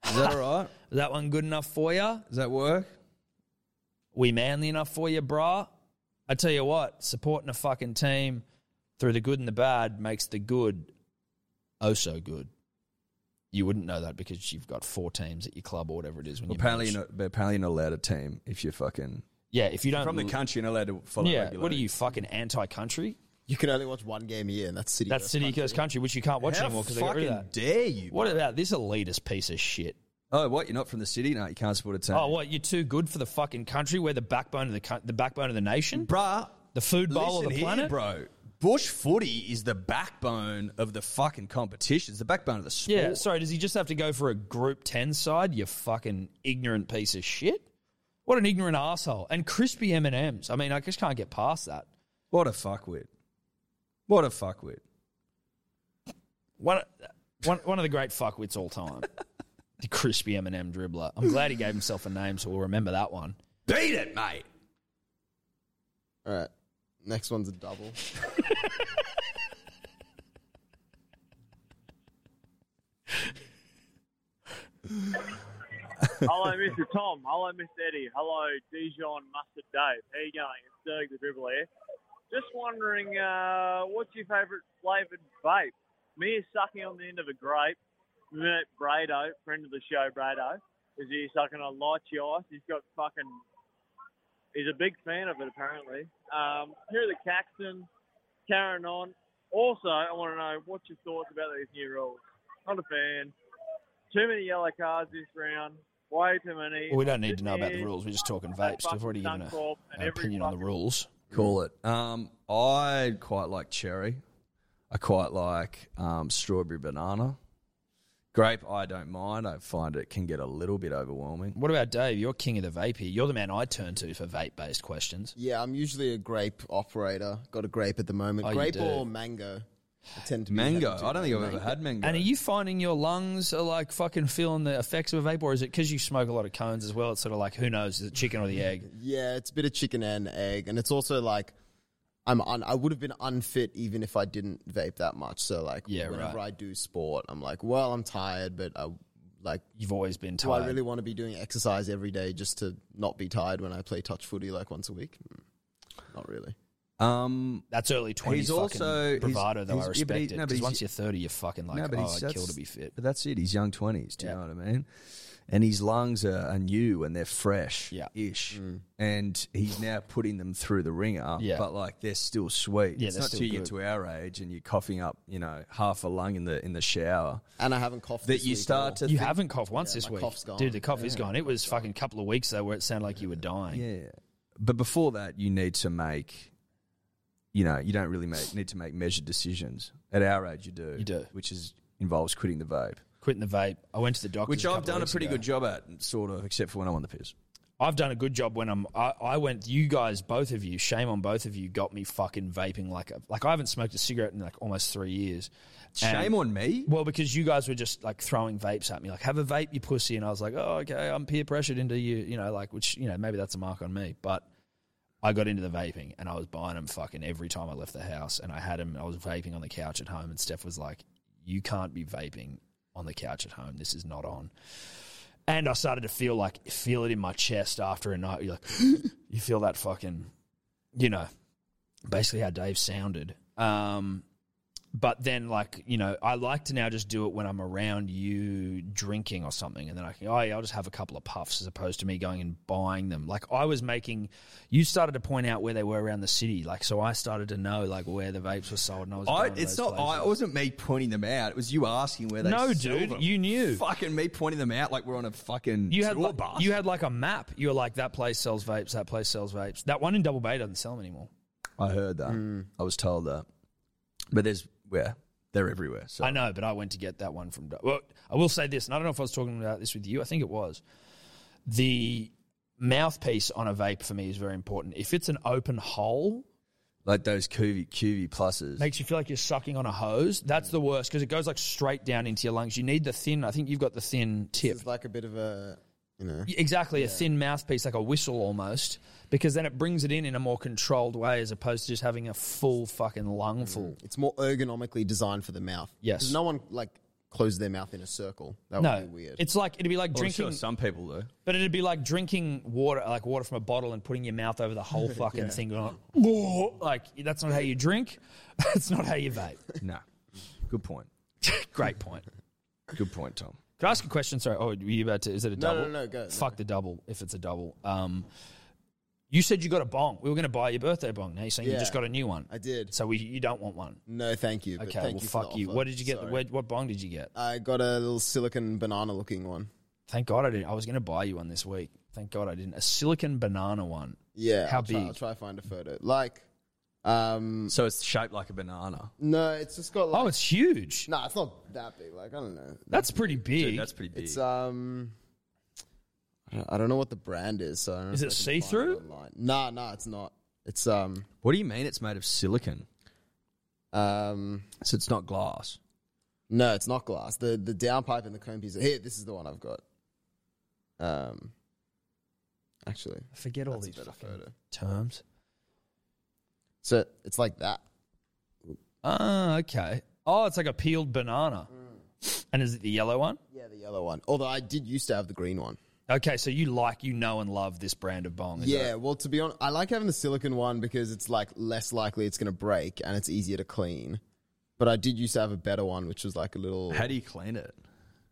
S3: Is that all right?
S2: Is that one good enough for you?
S3: Does that work?
S2: We manly enough for you, brah? I tell you what, supporting a fucking team through the good and the bad makes the good oh so good. You wouldn't know that because you've got four teams at your club or whatever it is. When
S3: Well,
S2: you
S3: apparently,
S2: merge.
S3: you're not, but apparently you're not allowed a team if you're fucking.
S2: yeah, if you don't
S3: from the
S2: l-
S3: country, you're not allowed to follow.
S2: yeah,
S3: regular
S2: what are you fucking anti-country?
S5: You can only watch one game a year, and that's City.
S2: That's
S5: versus
S2: City
S5: Country.
S2: Coast Country, which you can't watch
S5: How
S2: anymore because they got rid of
S5: fucking
S2: that.
S3: dare you?
S2: What about this elitist piece of shit?
S3: Oh, what? You're not from the city? No, you can't support a team.
S2: Oh, what? You're too good for the fucking country? We're the backbone of the coun- the backbone of the nation,
S3: bruh.
S2: The food bowl
S3: Listen
S2: of the
S3: here,
S2: planet,
S3: bro. Bush footy is the backbone of the fucking competition. It's the backbone of the sport.
S2: Yeah, sorry, does he just have to go for a group 10 side? You fucking ignorant piece of shit. What an ignorant asshole. And crispy M&Ms. I mean, I just can't get past that.
S3: What a fuckwit. What a fuckwit.
S2: One, one, one of the great fuckwits all time. the crispy M&M dribbler. I'm glad he gave himself a name, so we'll remember that one.
S3: Beat it, mate.
S5: All right, next one's a double.
S16: Hello, Mr. Tom. Hello, Mr. Eddie. Hello, Dijon Mustard Dave. How you going? It's Dirk the Dribble here. Just wondering, uh, what's your favourite flavoured vape? Me is sucking on the end of a grape. We met Brado, friend of the show, Brado. Is he sucking on lychee ice? He's got fucking. He's a big fan of it, apparently. Um, here are the Caxton, carrying on. Also, I want to know what's your thoughts about these new rules. Not a fan. Too many yellow cards this round. Way too many.
S2: Well, we don't need to know about the rules. We're just talking vapes. We've already given a,
S16: Suncorp and
S2: an opinion on the rules.
S3: Call it. Um, I quite like cherry. I quite like um, strawberry banana. Grape, I don't mind. I find it can get a little bit overwhelming.
S2: What about Dave? You're king of the vape here. You're the man I turn to for vape-based questions.
S5: Yeah, I'm usually a grape operator. Got a grape at the moment.
S2: Oh, you
S5: grape
S2: do.
S5: or mango? I tend to be
S3: Mango.
S5: having to
S3: I don't think I've
S5: mango.
S3: ever had mango.
S2: And are you finding your lungs are like fucking feeling the effects of a vape, or is it because you smoke a lot of cones as well? It's sort of like who knows, is it chicken or the egg?
S5: Yeah, it's a bit of chicken and egg, and it's also like I'm un- I would have been unfit even if I didn't vape that much. So like,
S2: Yeah,
S5: whenever
S2: right.
S5: I do sport, I'm like, well, I'm tired, but I like
S2: you've always been
S5: Do
S2: tired.
S5: I really want to be doing exercise every day just to Mm, not be tired when I play touch footy like once a week? Hmm, Not really.
S3: Um,
S2: That's early 20s
S3: He's
S2: fucking
S3: also
S2: bravado, though. I
S3: he's- yeah, but
S2: respect
S3: he-
S2: it.
S3: no, but
S2: Because
S3: he's-
S2: once you're 30, you're fucking like,
S3: No, but
S2: oh,
S3: he's-
S2: I'd kill
S3: that's-
S2: to be fit.
S3: But that's it. He's young twenties. Do you know what I mean? And his lungs are, are new and they're fresh, yeah. ish. And he's now putting them through the ringer.
S2: Mm. Yeah.
S3: But like they're still sweet.
S2: Yeah,
S3: it's
S2: they're
S3: not
S2: still
S3: till you get
S2: good.
S3: to our age and you're coughing up, you know, half a lung in the in the shower.
S5: And I haven't coughed
S3: that
S5: this
S3: you
S5: week at
S3: start to.
S2: You
S3: think-
S2: haven't coughed once this
S5: my
S2: week.
S5: cough's gone.
S2: Dude, the Ah, cough is
S5: Yeah.
S2: gone. It was fucking a couple of weeks, though, where it sounded like you were dying.
S3: Yeah. But before that, you need to make, you know, you don't really make, need to make measured decisions. At our age, you do. You do. Which is involves quitting the vape.
S2: Quitting the vape. I went to the doctor.
S3: Which I've done a pretty good job at, sort of, except for when I'm on the piss.
S2: I've done a good job when I'm. I, I went. You guys, both of you, shame on both of you, got me fucking vaping like a, like I haven't smoked a cigarette in like almost three years.
S3: Shame on me.
S2: Well, because you guys were just like throwing vapes at me, like have a vape, you pussy, and I was like, oh okay, I'm peer pressured into you, you know, like which you know maybe that's a mark on me, but I got into the vaping and I was buying them fucking every time I left the house, and I had them. I was vaping on the couch at home, and Steph was like, you can't be vaping on the couch at home. This is not on. And I started to feel like feel it in my chest after a night. You're like, you feel that fucking, you know, basically how Dave sounded. Um, but then, like you know, I like to now just do it when I'm around you drinking or something, and then I can, oh yeah, I'll just have a couple of puffs as opposed to me going and buying them. Like I was making, you started to point out where they were around the city, like so I started to know like where the vapes were sold, and I was.
S3: I,
S2: going to
S3: it's
S2: those
S3: not. I, it wasn't me pointing them out. It was you asking where they.
S2: No,
S3: sell
S2: dude,
S3: them.
S2: you knew.
S3: Fucking me pointing them out like we're on a fucking.
S2: You had
S3: tour
S2: like,
S3: bus.
S2: you had like a map. You were like that place sells vapes, that place sells vapes. That one in Double Bay doesn't sell them anymore.
S3: I heard that.
S5: Hmm.
S3: I was told that. But there's yeah, they're everywhere. So
S2: I know, but I went to get that one from. Well, I will say this, and I don't know if I was talking about this with you. I think it was the mouthpiece on a vape for me is very important. If it's an open hole,
S3: like those QV QV pluses.
S2: makes you feel like you're sucking on a hose. That's the worst because it goes like straight down into your lungs. You need the thin. I think you've got the thin tip.
S5: It's like a bit of a, you know.
S2: Exactly, a thin mouthpiece, like a whistle almost, because then it brings it in in a more controlled way as opposed to just having a full fucking lungful.
S5: Mm. It's more ergonomically designed for the mouth.
S2: Yes.
S5: 'Cause No one like closes their mouth in a circle. That would
S2: no,
S5: be weird.
S2: It's like it'd be like
S5: Well, I'm sure
S2: drinking.
S5: some
S3: Oh, people do,
S2: but it'd be like drinking water, like water from a bottle, and putting your mouth over the whole fucking
S5: Yeah.
S2: thing. Going, "Whoa," like that's not how you drink. That's not how you vape.
S3: No, good point.
S2: Great point.
S3: Good point, Tom.
S2: Can I ask a question? Sorry. Oh, were you about to? Is it a
S5: No,
S2: double?
S5: no, no, go, no.
S2: Fuck the double if it's a double. Um, you said you got a bong. We were going to buy your birthday bong. Now you're saying you
S5: Yeah.
S2: just got a new one.
S5: I did.
S2: So we, you don't want one.
S5: No, thank you. but
S2: Okay,
S5: thank
S2: well,
S5: you for
S2: fuck
S5: the
S2: you.
S5: offer.
S2: What did you get?
S5: Sorry.
S2: Where, what bong did you get?
S5: I got a little silicon banana looking one.
S2: Thank God I didn't. I was going to buy you one this week. Thank God I didn't. A silicon banana one.
S5: Yeah,
S2: How
S5: I'll
S2: big?
S5: Try, I'll try to find a photo. Like, um,
S3: so it's shaped like a banana.
S5: No, it's just got. like...
S2: Oh, it's huge.
S5: No, it's not that big. Like I don't know.
S2: That's pretty big.
S3: Dude, that's pretty big.
S5: It's um, I don't- I don't know what the brand is. So I don't
S2: Is
S5: know
S2: it
S5: if I can find
S2: see-through?
S5: online. Nah, nah, it's not. It's um.
S3: What do you mean? It's made of silicon.
S5: Um,
S3: so it's not glass.
S5: No, it's not glass. The the downpipe and the cone piece. Here, this is the one I've got. Um, actually,
S2: I forget all
S5: that's a
S2: these
S5: better
S2: fucking
S5: photo.
S2: terms.
S5: So it's like that.
S2: Ah, okay. Oh, it's like a peeled banana. And is it the yellow one?
S5: Mm. Yeah, the yellow one. Although I did used to have the green one.
S2: Okay, so you like, you know, and love this brand of bong. is
S5: Yeah,
S2: that-
S5: well, to be honest, I like having the silicon one because it's like less likely it's going to break and it's easier to clean. But I did used to have a better one, which was like a little.
S3: How do you clean it?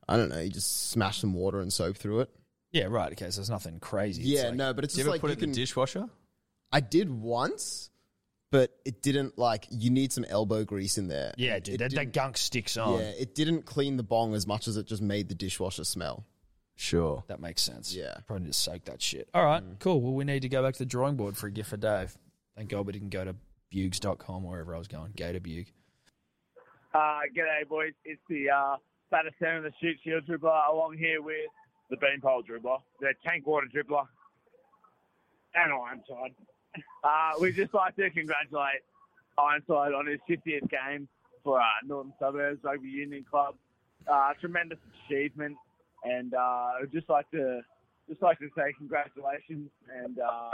S5: I don't know. You just smash some water and soap through it.
S2: Yeah, right. Okay, so it's nothing crazy.
S5: yeah, no, but it's just like you can,
S3: dishwasher.
S5: I did once, but it didn't like. You need some elbow grease in there.
S2: Yeah,
S5: And
S2: dude,
S5: it
S2: that, that
S5: didn't-
S2: gunk sticks on.
S5: Yeah, it didn't clean the bong as much as it just made the dishwasher smell.
S3: Sure.
S2: That makes sense.
S5: Yeah.
S2: Probably need to soak that shit. All right,
S5: Mm.
S2: cool. Well, we need to go back to the drawing board for a gift for Dave. Thank God we didn't go to bugs.com or wherever I was going. Gator Bug.
S17: Uh, g'day, boys. It's the uh, fattest man in the shoot shield dribbler along here with the beanpole dribbler, the tank water dribbler, and Ironside. Uh, we'd just like to congratulate Ironside on his 50th game for uh, Northern Suburbs Rugby Union Club. Uh, tremendous achievement, and uh, I'd just like to just like to say congratulations, and uh,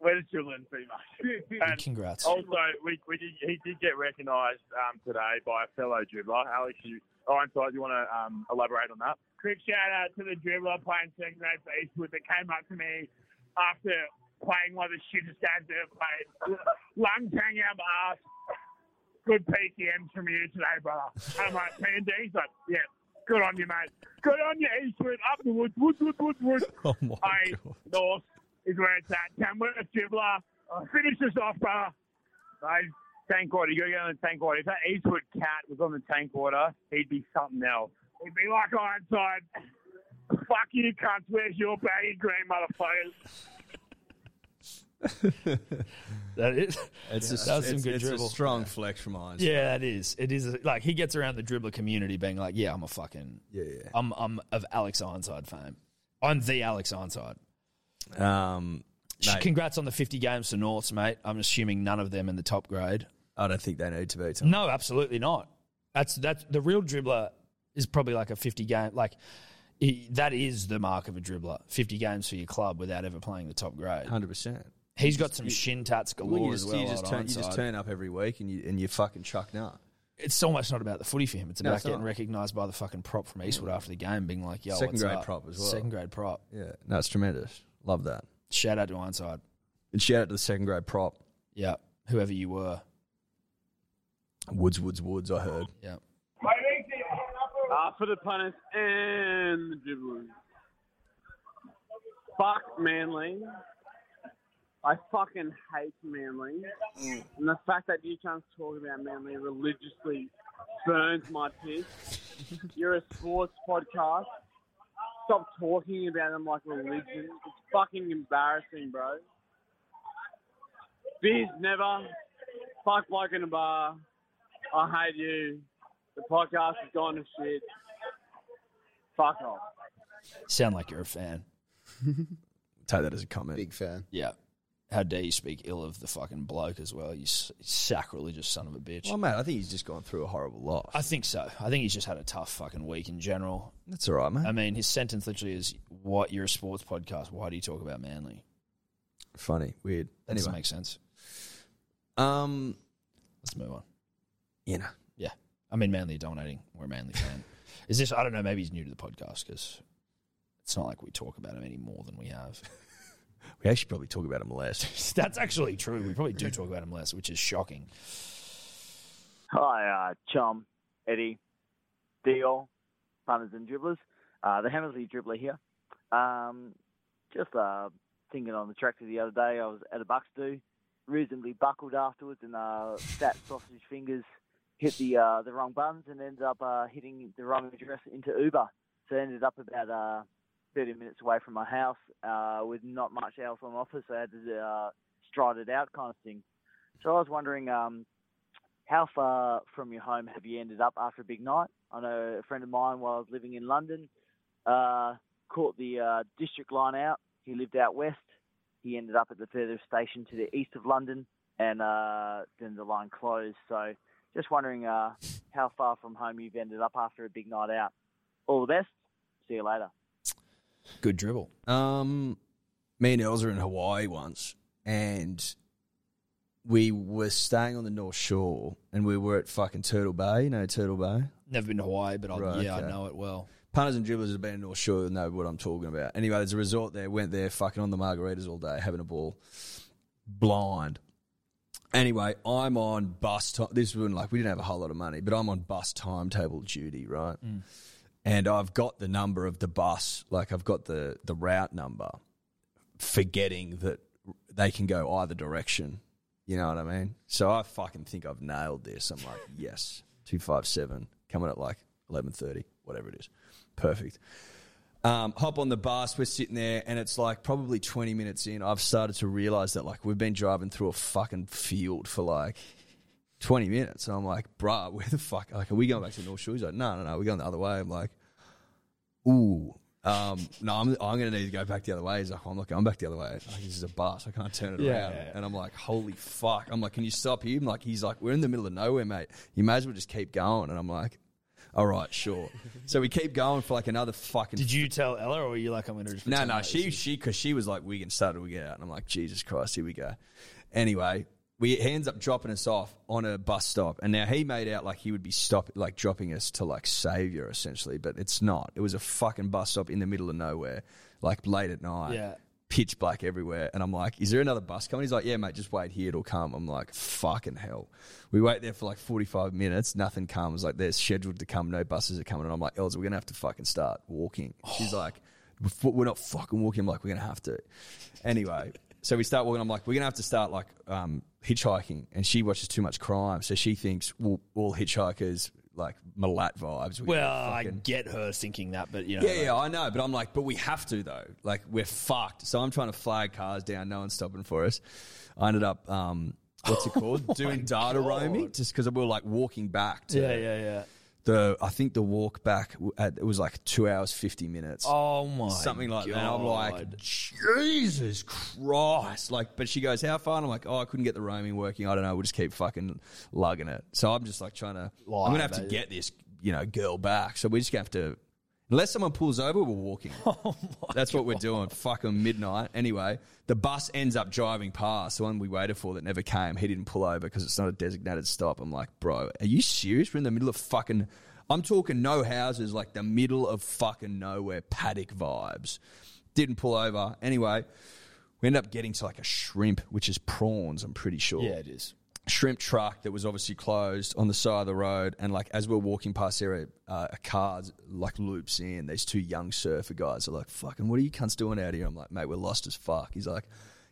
S17: we're just dribbling pretty much.
S2: And Congrats.
S17: Also, we, we did, he did get recognised um, today by a fellow dribbler. Alex, you, Ironside, you want to um, elaborate on that?
S18: Quick shout out to the dribbler playing second grade for Eastwood that came up to me after
S17: playing like the shittest dad's ever played. Lungs hang out my ass. Good PCMs from you today, brother. And I'm like, P and D's like, yeah, good on you, mate. Good on you, Eastwood. Up the woods, woods, woods, woods, woods.
S18: Oh my
S17: I, North is where it's at. Tamworth, Dribbler.
S19: uh,
S17: Finish this off, brother.
S19: Mate, tank water. You got to get on the tank water. If that Eastwood cat was on the tank water, he'd be something else.
S17: It'd be like Ironside. Fuck you, cunts. Where's your baggy green, motherfuckers?
S2: That is.
S3: It's
S2: that
S3: a,
S2: was some
S3: it's-
S2: good
S3: it's a
S2: dribble.
S3: strong flex from Irons.
S2: Yeah, that is. It is like he gets around the dribbler community, being like, "Yeah, I'm a fucking
S3: yeah, yeah.
S2: I'm I'm of Alex Ironside fame. I'm the Alex Ironside."
S3: Um, mate.
S2: congrats on the 50 games to Norths, mate. I'm assuming none of them in the top grade.
S3: I don't think they need to be.
S2: No, absolutely not. That's that's the real dribbler is probably like a 50 game like. i that is the mark of a dribbler. Fifty games for your club without ever playing the top grade.
S3: Hundred percent.
S2: He's got some shin tats galore
S3: you
S2: as
S3: just,
S2: well.
S3: You just,
S2: on
S3: turn, you just
S2: Ironside.
S3: turn up every week and you and you fucking chuck nut.
S2: it's so much not about the footy for him. It's
S3: No,
S2: about
S3: it's
S2: getting
S3: not. Mm.
S2: recognised by the fucking prop from Eastwood after the game, being like, "Yo,
S3: Second
S2: what's
S3: grade
S2: up?
S3: prop as well.
S2: Second grade prop.
S3: Yeah, no, it's tremendous. Love that.
S2: Shout out to Ironside.
S3: And shout out to the second grade prop.
S2: Yeah, whoever you were.
S3: Woods, Woods, Woods. I heard.
S2: Yeah.
S18: Uh, for the punters and the dribblers. Fuck Manly. I fucking hate Manly. And the fact that you can't talk about Manly religiously burns my piss. You're a sports podcast. Stop talking about them like religion. It's fucking embarrassing, bro. Beers never. Fuck like in a bar. I hate you. The podcast has gone to shit. Fuck off.
S2: Sound like you're a fan.
S3: Take that as a comment.
S2: Big
S5: fan.
S2: Yeah. How dare you speak ill of the fucking bloke as well? You s- sacrilegious son of a bitch.
S3: Well, mate, I think he's just gone through a horrible loss.
S2: I think so. I think he's just had a tough fucking week in general.
S3: That's all right, mate.
S2: I mean, his sentence literally is, "What? You're a sports podcast. Why do you talk about Manly?"
S3: Funny, weird.
S2: That
S3: anyway,
S2: doesn't make sense.
S3: Um,
S2: let's move on.
S3: You know,
S2: Yeah. I mean, Manly are dominating. We're a Manly fan. Is this? I don't know. Maybe he's new to the podcast because it's not like we talk about him any more than we have.
S3: we actually probably talk about him less.
S2: That's actually true. We probably do talk about him less, which is shocking.
S20: Hi, uh, Chum, Eddie, Deal, punters and dribblers. Uh, the Hammersley dribbler here. Um, just uh, thinking on the tractor the other day, I was at a Bucks do, reasonably buckled afterwards, and uh, fat sausage fingers hit the uh, the wrong buns and ended up uh, hitting the wrong address into Uber. So I ended up about uh, 30 minutes away from my house uh, with not much else on offer, so I had to uh, stride it out kind of thing. So I was wondering, um, how far from your home have you ended up after a big night? I know a friend of mine, while I was living in London, uh, caught the uh, district line out. He lived out west. He ended up at the furthest station to the east of London, and uh, then the line closed. So, just wondering uh, how far from home you've ended up after a big night out. All the best. See you later.
S2: Good dribble.
S3: Um, me and Els were in Hawaii once, and we were staying on the North Shore, and we were at fucking Turtle Bay. You know Turtle Bay?
S2: Never been to Hawaii, but I'll,
S3: Right,
S2: yeah, I
S3: okay.
S2: know it well.
S3: Punters and dribblers have been in North Shore know what I'm talking about. Anyway, there's a resort there. Went there, fucking on the margaritas all day, having a ball, blind. Anyway, I'm on bus time. This was like we didn't have a whole lot of money, but I'm on bus timetable duty, right?
S18: Mm.
S3: And I've got the number of the bus, like I've got the the route number, forgetting that they can go either direction. You know what I mean? So I fucking think I've nailed this. I'm like, yes, two five seven coming at like eleven thirty, whatever it is. Perfect. Um, hop on the bus. We're sitting there, and it's like probably 20 minutes in. I've started to realize that like we've been driving through a fucking field for like 20 minutes. And I'm like, bruh, where the fuck? Like, are we going back to the North Shore? He's like, no, no, no, we're going the other way. I'm like, ooh. Um, no, I'm, I'm going to need to go back the other way. He's like, "Oh, I'm not going back the other way. Like, this is a bus. I can't turn it
S18: Yeah,
S3: around.
S18: yeah, yeah.
S3: And I'm like, holy fuck. I'm like, can you stop here? I'm like, he's like, we're in the middle of nowhere, mate. You may as well just keep going. And I'm like, all right, sure. so we keep going for like another fucking
S2: Did you tell Ella, or were you like, "I'm going to"? Just
S3: no,
S2: pretend
S3: no,
S2: like
S3: she
S2: this
S3: she because she was like, we can start till we get out, and I'm like, Jesus Christ, here we go. Anyway, we he ends up dropping us off on a bus stop, and now he made out like he would be stop like dropping us to like Savior essentially, but it's not. It was a fucking bus stop in the middle of nowhere, like late at night.
S2: Yeah.
S3: pitch black everywhere. And I'm like, is there another bus coming? He's like, yeah, mate, just wait here, it'll come. I'm like, fucking hell. We wait there for like 45 minutes, nothing comes. Like, they're scheduled to come, no buses are coming. And I'm like, Els, we're going to have to fucking start walking. She's
S2: Oh.
S3: like, we're not fucking walking. I'm like, we're going to have to. Anyway, so we start walking. I'm like, we're going to have to start like um, hitchhiking. And she watches too much crime. So she thinks all, all hitchhikers, like, Malat vibes. We're gonna
S2: Well, I
S3: fucking-
S2: get her thinking that, but you know,
S3: yeah, yeah, I know, but I'm like, but we have to though. Like we're fucked. So I'm trying to flag cars down. No one's stopping for us. I ended up, um, what's it
S2: Oh
S3: called, doing data roaming, just because we were like walking back. To
S2: Yeah, yeah, yeah.
S3: The I think the walk back w- at, it was like two hours fifty minutes.
S2: Oh my
S3: something like that. I'm
S2: God.
S3: like, Jesus Christ! Like, but she goes, how far? And I'm like, oh, I couldn't get the roaming working. I don't know. We'll just keep fucking lugging it. So I'm just like trying to. I'm gonna have to
S2: mate.
S3: get this, you know, girl back. So we're just gonna have to. Unless someone pulls over, we're walking. That's what we're doing. Fucking midnight. Anyway, the bus ends up driving past the one we waited for that never came. He didn't pull over because it's not a designated stop. I'm like, bro, are you serious? We're in the middle of fucking. I'm talking no houses, like the middle of fucking nowhere, paddock vibes. Didn't pull over. Anyway, we end up getting to like a shrimp, which is prawns, I'm pretty sure.
S2: Yeah, it is.
S3: Shrimp truck that was obviously closed on the side of the road. And like as we're walking past there, uh, a car like loops in. These two young surfer guys are like, fucking, what are you cunts doing out here? I'm like, mate, we're lost as fuck. He's like,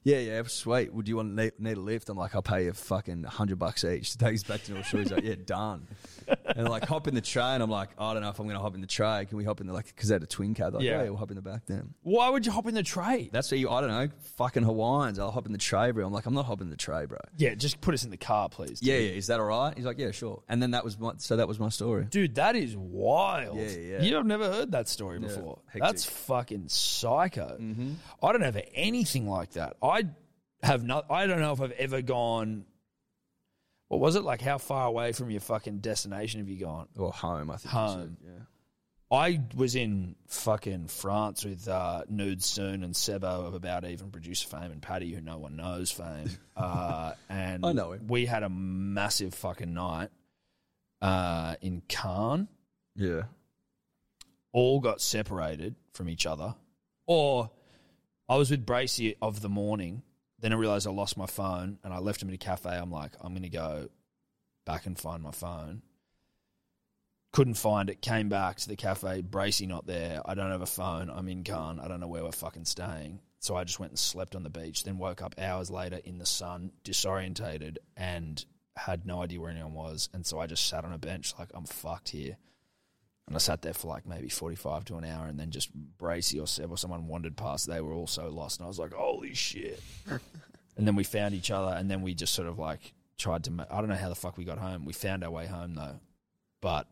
S3: yeah, yeah, sweet. Would you want need, need a lift? I'm like, I'll pay you fucking hundred bucks each to take us back to North Shore. He's like, yeah, done. And like, hop in the train. I'm like, I don't know if I'm going to hop in the train. Can we hop in the like? Because they had a twin car. They're Like,
S2: Yeah.
S3: yeah, we'll hop in the back then.
S2: Why would you hop in the tray?
S3: That's what you, I don't know, fucking Hawaiians. I'll hop in the tray, bro. I'm like, I'm not hopping in the tray, bro.
S2: Yeah, just put us in the car, please.
S3: Yeah, yeah, is that all right? He's like, yeah, sure. And then that was my, so that was my story.
S2: Dude, that is wild.
S3: Yeah, yeah.
S2: You have never heard that story
S3: Yeah,
S2: before.
S3: hectic. Mm-hmm.
S2: That's fucking psycho. I don't have anything like that. I have not. I don't know if I've ever gone. What was it like? How far away from your fucking destination have you gone?
S3: Or home, I think. you said,
S2: Home. I was in fucking France with uh, Nude Soon and Sebo of About Even producer fame and Paddy, who no one knows fame. Uh, and
S3: I know him.
S2: we had a massive fucking night uh, in Cannes.
S3: Yeah.
S2: All got separated from each other. Or I was with Bracey of the morning. Then I realized I lost my phone and I left him at a cafe. I'm like, I'm going to go back and find my phone. Couldn't find it. Came back to the cafe. Bracey not there. I don't have a phone. I'm in Cannes. I don't know where we're fucking staying. So I just went and slept on the beach. Then woke up hours later in the sun, disorientated, and had no idea where anyone was. And so I just sat on a bench like I'm fucked here. And I sat there for like maybe 45 to an hour, and then just Bracey or Seb or someone wandered past. They were also lost. And I was like, holy shit. and then we found each other, and then we just sort of like tried to. Ma- I don't know how the fuck we got home. We found our way home, though. But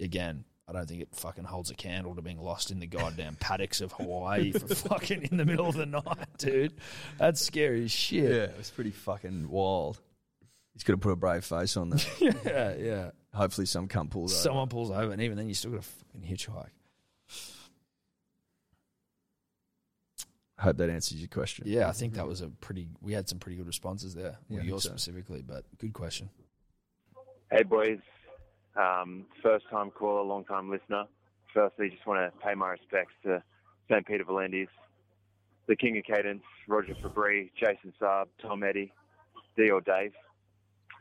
S2: again, I don't think it fucking holds a candle to being lost in the goddamn paddocks of Hawaii for fucking in the middle of the night, dude. That's scary as
S3: Yeah.
S2: shit.
S3: it was pretty fucking wild. He's going to put a brave face on that.
S2: yeah, yeah.
S3: Hopefully, some cunt pulls over.
S2: Someone pulls over, and even then, you still got to fucking hitchhike.
S3: I hope that answers your question.
S2: Yeah, I think that was a pretty. We had some pretty good responses there.
S3: Yeah, I
S2: Well,
S3: think
S2: yours
S3: so.
S2: specifically, but good question.
S21: Hey, boys. Um, first time caller, long time listener. Firstly, just want to pay my respects to St. Peter Valendis, the King of Cadence, Roger Fabri, Jason Saab, Tom Eddy, D or Dave.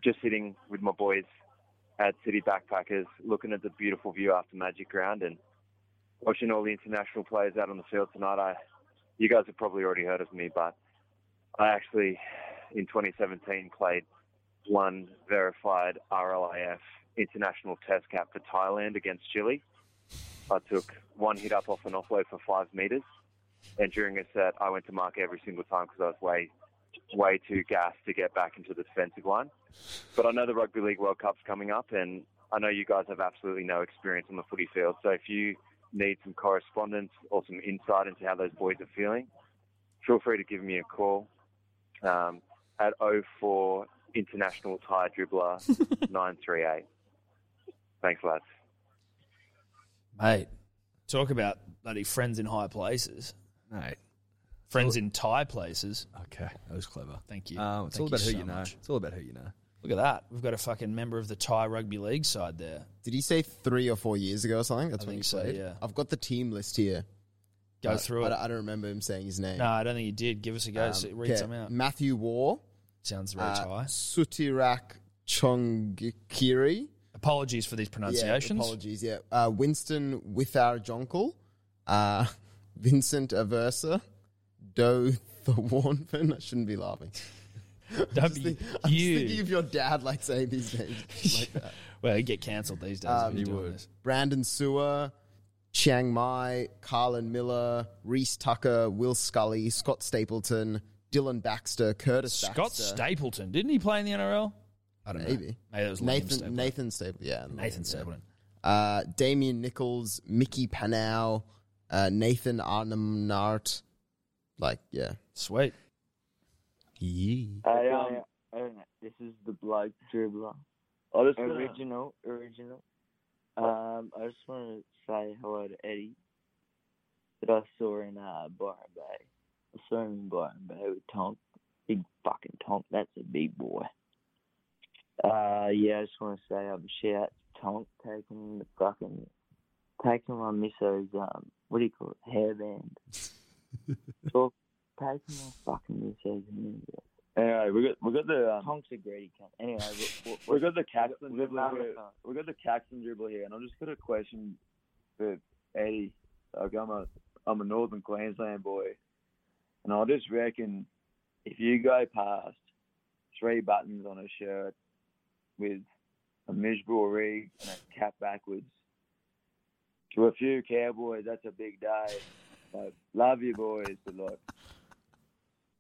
S21: Just sitting with my boys at City Backpackers, looking at the beautiful view after Magic Round and watching all the international players out on the field tonight. I, you guys have probably already heard of me, but I actually, in 2017, played one verified RLIF international test cap for Thailand against Chile. I took one hit up off an offload for five meters, and during a set, I went to mark every single time because I was way, way too gassed to get back into the defensive line. But I know the Rugby League World Cup's coming up, and I know you guys have absolutely no experience on the footy field. So if you need some correspondence or some insight into how those boys are feeling, feel free to give me a call um, at 04 International Thai Dribbler 938. Thanks, lads.
S2: Mate, talk about bloody friends in high places.
S3: Mate.
S2: Friends in Thai places.
S3: Okay, that was clever.
S2: Thank you.
S3: Um, it's
S2: Thank
S3: all about who
S2: so
S3: you know.
S2: much.
S3: It's all about who you know.
S2: Look at that. We've got a fucking member of the Thai rugby league side there.
S5: Did he say three or four years ago or something? That's
S2: I
S5: when
S2: think
S5: he
S2: so,
S5: played.
S2: yeah.
S5: I've got the team list here.
S2: Go
S5: I-
S2: through
S5: I,
S2: it.
S5: don't- I don't remember him saying his name.
S2: No, I don't think he did. Give us a go.
S5: Um,
S2: so read
S5: okay,
S2: some out.
S5: Matthew War.
S2: Sounds very Thai.
S5: Sutirak Chongkiri.
S2: Apologies for these pronunciations.
S5: Yeah, apologies, yeah. Uh, Winston Witharjonkel. Uh, Vincent Aversa. Do Thornpen. I shouldn't be laughing.
S2: Don't be
S5: I'm just
S2: you.
S5: thinking of your dad like saying these names like that.
S2: Well, he'd get cancelled these days. if
S5: Um,
S2: he would. This.
S5: Brandon Sewer, Chiang Mai, Carlin Miller, Reese Tucker, Will Scully, Scott Stapleton, Dylan Baxter, Curtis
S2: Scott
S5: Baxter.
S2: Stapleton. Didn't he play in the NRL? I don't know.
S5: Maybe.
S2: Maybe it was Liam
S5: Nathan
S2: Stapleton.
S5: Nathan Stapleton. Yeah,
S2: Nathan Stapleton.
S5: Uh, Damian Nichols, Mickey Panau, uh, Nathan Arnamnart. Like, yeah.
S2: Sweet.
S1: I um, I don't know. This is the blood dribbler. Oh, that's good. original, original. Um, I just want to say hello to Eddie that I saw in uh, Byron Bay. I saw him in Byron Bay with Tonk. Big fucking Tonk. That's a big boy. Uh, yeah, I just want to say um, shout out to Tonk taking the fucking taking my misso's um, what do you call it, hairband. Talk, taking my fucking misso's hairband. Anyway, we got we got the um, Tonk's a greedy cunt. Anyway, we, we got the Caxton We've dribbler. got here. We got the Caxton dribbler here, and I've just got a question for Eddie. Like I'm a I'm a Northern Queensland boy, and I just reckon if you go past three buttons on a shirt with a miserable rig and a cap backwards, to a few cowboys that's a big day. Like, love you boys, but like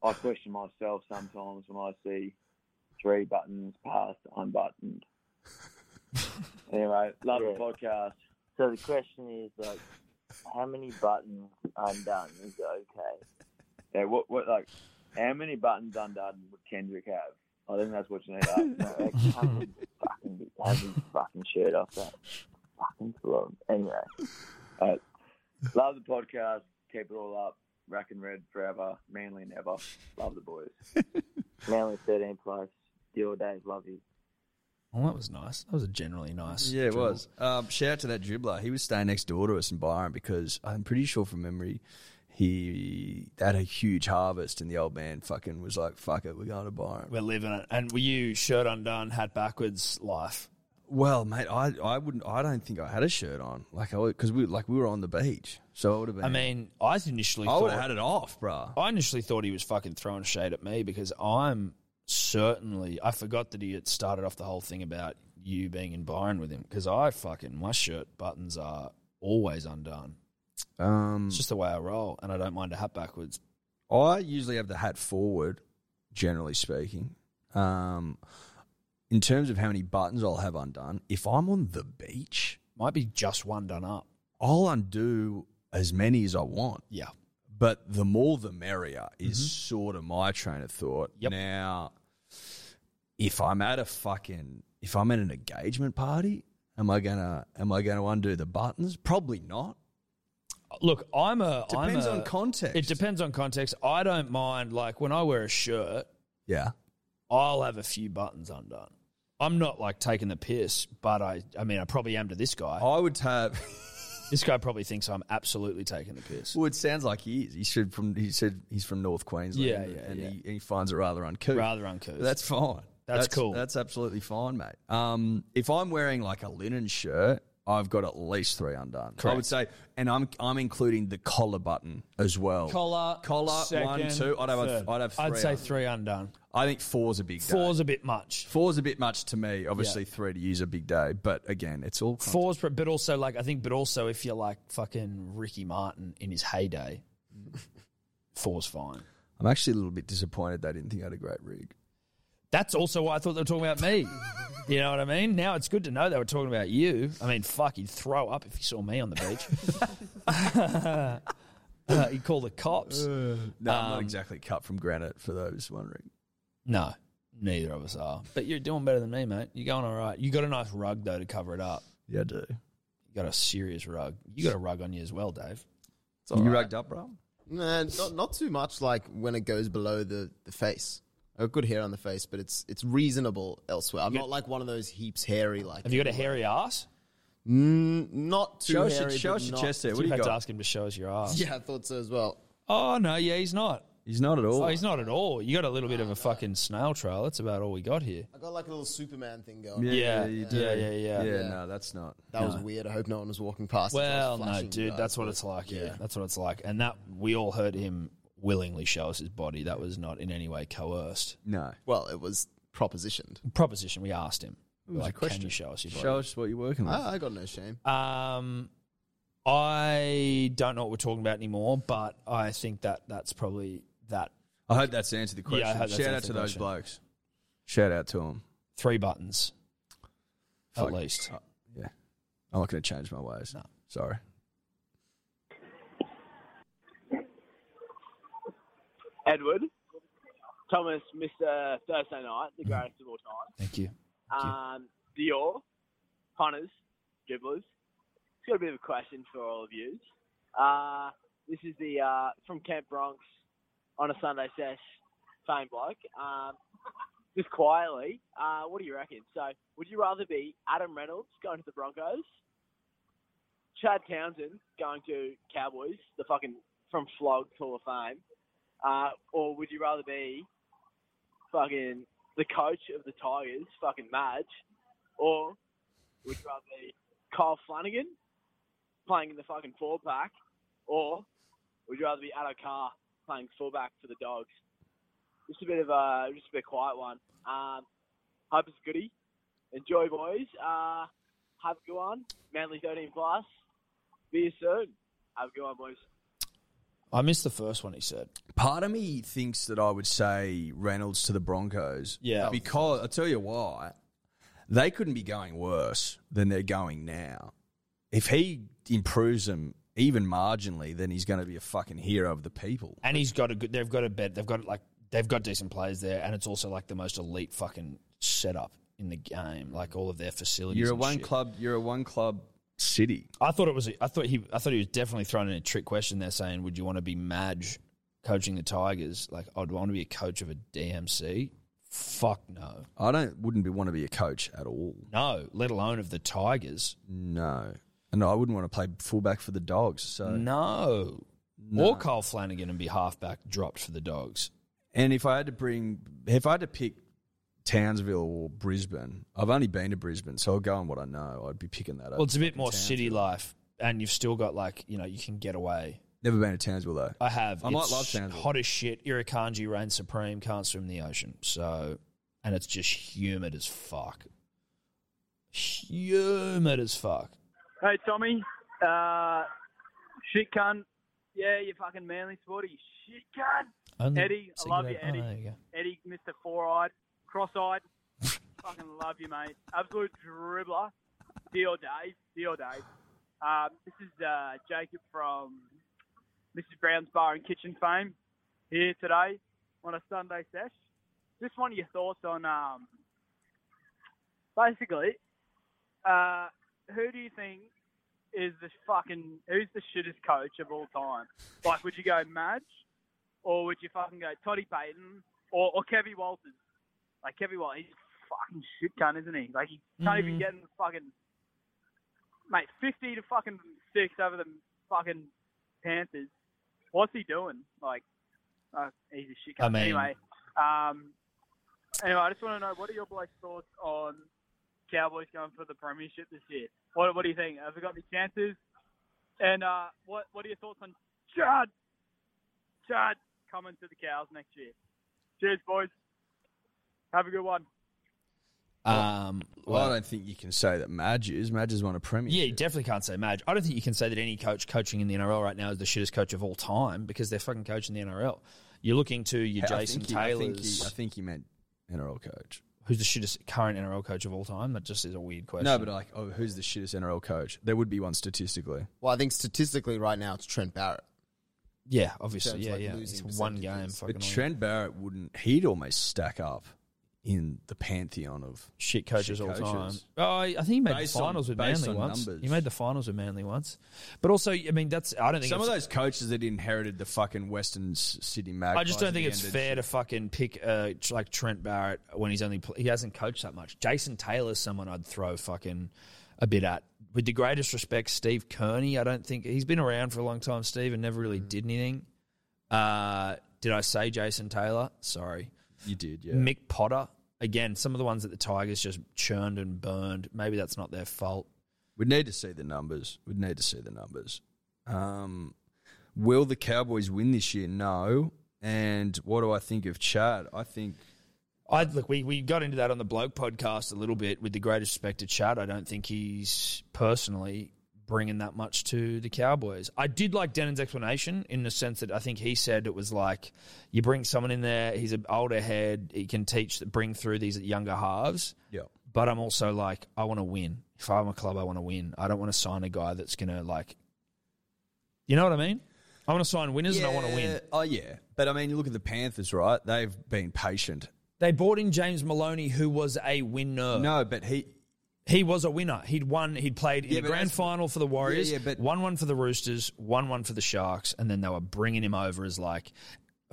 S1: I question myself sometimes when I see three buttons past unbuttoned. anyway, love Yeah. the podcast. So the question is like, how many buttons undone is okay? Yeah, what what like how many buttons undone would Kendrick have? I think that's what you need to ask. Like, how many fucking Have his fucking shirt off that fucking club. Anyway, uh, love the podcast. Keep it all up. Rack and red forever. Manly never. Love the boys. Manly thirteen plus. Deal days. Love you.
S2: Well, Oh, that was nice. That was a generally nice.
S3: Yeah, it
S2: dribble.
S3: was. Um, shout out to that dribbler. He was staying next door to us in Byron because I'm pretty sure from memory he they had a huge harvest and the old man fucking was like, fuck it, we're going to Byron.
S2: We're living it. And were you shirt undone, hat backwards life?
S3: Well, mate, I, I wouldn't. I don't think I had a shirt on, like I because we like we were on the beach, so it would have been.
S2: I mean, I initially
S3: I
S2: thought
S3: would have had it off, bruh.
S2: I initially thought he was fucking throwing shade at me because I'm certainly I forgot that he had started off the whole thing about you being in Byron with him because I fucking my shirt buttons are always undone.
S3: Um,
S2: It's just the way I roll, and I don't mind a hat backwards.
S3: I usually have the hat forward, generally speaking. Um, in terms of how many buttons I'll have undone, if I'm on the beach,
S2: might be just one done up.
S3: I'll undo as many as I want.
S2: Yeah, Mm-hmm.
S3: but the more the merrier is sort of my train of thought. Now, if I'm at a fucking if I'm at an engagement party, am I gonna am I gonna undo the buttons? Probably not.
S2: Look, I'm a I'm
S3: Depends
S2: a-
S3: on context.
S2: It depends on context. I don't mind like when I wear a shirt,
S3: Yeah.
S2: I'll have a few buttons undone. I'm not like taking the piss, but I I mean I probably am to this guy.
S3: I would have
S2: this guy probably thinks I'm absolutely taking the piss.
S3: Well, it sounds like he is. He should from he said he's from North Queensland.
S2: Yeah,
S3: and-
S2: yeah,
S3: and
S2: yeah.
S3: He, he finds it rather uncouth.
S2: Rather uncouth.
S3: That's fine.
S2: That's cool.
S3: That's absolutely fine, mate. Um, if I'm wearing like a linen shirt, I've got at least three undone. I would
S2: Correct.
S3: say, and I'm I'm including the collar button as well.
S2: Collar,
S3: collar,
S2: second,
S3: one, two. I'd have
S2: third.
S3: i I'd have. Three
S2: I'd say
S3: undone.
S2: three undone.
S3: I think four's a big.
S2: Four's
S3: day.
S2: a bit much.
S3: Four's a bit much to me. Obviously, three to use a big day, but again, it's all context.
S2: Four's, but but also like I think, but also if you're like fucking Ricky Martin in his heyday, four's fine.
S3: I'm actually a little bit disappointed they didn't think I had a great rig.
S2: That's also why I thought they were talking about me. You know what I mean? Now it's good to know they were talking about you. I mean, fuck, he'd throw up if he saw me on the beach. uh, he'd call the cops.
S3: Uh, no, I'm not
S2: Um,
S3: exactly cut from granite for those wondering.
S2: No, neither of us are. But you're doing better than me, mate. You're going all right. You got a nice rug though to cover it up.
S3: Yeah, I do.
S2: You got a serious rug. You got a rug on you as well, Dave.
S3: all You right. rugged up, bro?
S5: Nah, not, not too much like when it goes below the, the face. I've got hair on the face, but it's it's reasonable elsewhere. I'm
S2: You got-
S5: not like one of those heaps hairy like.
S2: Have you got a hairy ass?
S5: Mm, not too
S2: Show us your-
S5: hairy.
S2: show
S5: but
S2: us your
S5: not
S2: chest there. What
S5: too
S2: do you
S5: hairy.
S2: got? Ask him to show us your ass.
S5: Yeah, I thought so as well.
S2: Oh no, yeah, he's not.
S3: He's not at
S5: all.
S2: Oh, he's not at all. You got a little bit of a fucking snail trail. That's about all we got here.
S5: I got like a little Superman thing going.
S2: Yeah, yeah, yeah, yeah.
S3: that's not.
S5: That was
S2: No.
S5: weird. I hope no one was walking past. as I was
S2: Well, no,
S5: flashing you
S2: dude,
S5: guys,
S2: that's what
S5: but-
S2: it's like. Yeah. that's what it's like. And that we all heard him willingly show us his body. That was not in any way coerced.
S3: No.
S5: Well, it was propositioned.
S2: Proposition. We asked him.
S5: It was
S2: like,
S5: a question.
S2: Can you show us your body?
S3: Show us what you're working with.
S5: I, I got no shame.
S2: Um, I don't know what we're talking about anymore, but I think that that's probably that.
S3: I hope that's answered the question.
S2: Yeah, I hope that's
S3: Shout out
S2: answered
S3: to
S2: the
S3: those
S2: question.
S3: blokes. Shout out to them.
S2: Three buttons. At
S3: Fuck.
S2: least.
S3: Uh, yeah. I'm not going to change my ways. No. Sorry.
S7: Edward, Thomas, Mr. Thursday Night, the greatest of all time.
S2: Mm-hmm. Thank you.
S7: Um, Dior, punters, dribblers. It's got a bit of a question for all of you. Uh, this is the uh, from Camp Bronx on a Sunday sesh, fame bloke. Um, just quietly, uh, what do you reckon? So, would you rather be Adam Reynolds going to the Broncos, Chad Townsend going to Cowboys, the fucking from flogged Hall of Fame, uh, or would you rather be fucking the coach of the Tigers, fucking Madge, or would you rather be Kyle Flanagan playing in the fucking four pack, or would you rather be Addo Carr playing fullback for the Dogs? Just a bit of a just a bit quiet one. Um, hope it's goody. Enjoy, boys. Uh, have a good one. Manly 13 plus. Be you soon. Have a good one, boys.
S2: I missed the first one he said.
S3: Part of me thinks that I would say Reynolds to the Broncos.
S2: Yeah.
S3: Because I'll tell you why. They couldn't be going worse than they're going now. If he improves them even marginally, then he's going to be a fucking hero of the people.
S2: And he's got a good. They've got a bet. They've got like they've got decent players there, and it's also like the most elite fucking setup in the game. Like all of their facilities.
S3: You're a
S2: and
S3: one
S2: shit.
S3: club. You're a one club city.
S2: I thought it was. I thought he. I thought he was definitely throwing in a trick question there, saying, "Would you want to be Madge coaching the Tigers? Like, I'd want to be a coach of a DMC. Fuck no,
S3: I don't. Wouldn't be want to be a coach uh, at all.
S2: no. Let alone of the Tigers.
S3: No, and I wouldn't want to play fullback for the Dogs. So
S2: no.
S3: No.
S2: Or Kyle Flanagan and be halfback dropped for the Dogs.
S3: And if I had to bring, if I had to pick Townsville or Brisbane, I've only been to Brisbane, so I'll go on what I know. I'd be picking that up.
S2: Well, it's a bit more city life, and you've still got like you know you can get away.
S3: Never been to Townsville though.
S2: I have.
S3: I might
S2: It's
S3: love Townsville.
S2: Hot as shit. Irukandji reigns supreme. Can't swim the ocean. So, and it's just humid as fuck. Humid as fuck.
S22: Hey, Tommy. Uh, shit cunt. Yeah, you fucking manly sporty. Shit cunt.
S2: Only
S22: Eddie, I
S2: single
S22: love you,
S2: out- oh,
S22: Eddie.
S2: there you go.
S22: Eddie, Mr. Four-Eyed, Cross-Eyed. fucking love you, mate. Absolute dribbler. Deal Dave. Deal Dave. Um, this is uh, Jacob from Mrs. Brown's Bar and Kitchen fame here today on a Sunday sesh. Just one of your thoughts on um, basically uh, who do you think is the fucking who's the shittest coach of all time? Like, would you go Madge, or would you fucking go Toddy Payton, or, or Kevin Walters? Like Kevin Walters, he's a fucking shit cunt, isn't he? Like he can't even
S23: Mhm.
S22: get in the fucking mate fifty to fucking six over the fucking Panthers. What's he doing? Like, uh, he's a shit cunt.
S2: I mean-
S22: anyway, um, anyway, I just want to know what are your blokes' thoughts on Cowboys going for the premiership this year? What, what do you think? Have we got any chances? And uh, what what are your thoughts on Chad? Chad coming to the cows next year. Cheers, boys. Have a good one.
S2: Um,
S3: Well, I don't think you can say that Madge is. Madge has won a premier.
S2: Yeah, you definitely can't say Madge. I don't think you can say that any coach coaching in the NRL right now is the shittest coach of all time because they're fucking coaching the NRL. You're looking to your
S3: I
S2: Jason
S3: think he- I
S2: Taylors.
S3: think, he, I think he meant NRL coach.
S2: who's the shittest current NRL coach of all time? That just is a weird question.
S3: No, but like, oh, who's the shittest NRL coach? There would be one statistically.
S5: Well, I think statistically right now it's Trent Barrett.
S2: yeah,
S5: So
S2: obviously,
S5: it's
S2: yeah,
S5: like
S2: yeah.
S5: losing
S2: It's one game. Fucking
S3: But Trent Barrett wouldn't. He'd almost stack up in the pantheon of
S2: shit coaches all time. Oh, I I think he made
S3: Based
S2: the
S3: on-
S2: finals with
S3: based
S2: Manly
S3: on
S2: once.
S3: numbers.
S2: He made the finals with Manly once, but also, I mean, that's I don't think
S3: some of
S2: it's-
S3: those coaches that inherited the fucking Western S- City Magpies.
S2: I just don't think
S3: at the
S2: it's
S3: end
S2: fair to fucking pick uh, tr- like Trent Barrett when he's only pl- he hasn't coached that much. Jason Taylor's someone I'd throw fucking a bit at with the greatest respect, Steve Kearney. I don't think he's been around for a long time, Steve, and never really
S3: Mm.
S2: did anything. Uh, did I say Jason Taylor? Sorry.
S3: You did, yeah.
S2: Mick Potter. Again, some of the ones that the Tigers just churned and burned. Maybe that's not their fault.
S3: We'd need to see the numbers. We'd need to see the numbers. Um, will the Cowboys win this year? No. And what do I think of Chad? I think
S2: I look, we, we got into that on the bloke podcast a little bit with the greatest respect to Chad. I don't think he's personally bringing that much to the Cowboys. I did like Denon's explanation in the sense that I think he said it was like you bring someone in there, he's an older head, he can teach, bring through these younger halves.
S3: Yeah.
S2: But I'm also like, I want to win. If I'm a club, I want to win. I don't want to sign a guy that's going to like, you know what I mean? I want to sign winners and I want to win.
S3: Yeah, Oh yeah, but I mean, you look at the Panthers, right? They've been patient.
S2: They brought in James Maloney, who was a winner.
S3: No, but he
S2: he was a winner. He'd won. He'd played in
S3: Yeah,
S2: the
S3: but
S2: grand
S3: that's-
S2: final for the Warriors.
S3: Yeah, yeah, but-
S2: one one for the Roosters, one one for the Sharks, and then they were bringing him over as like,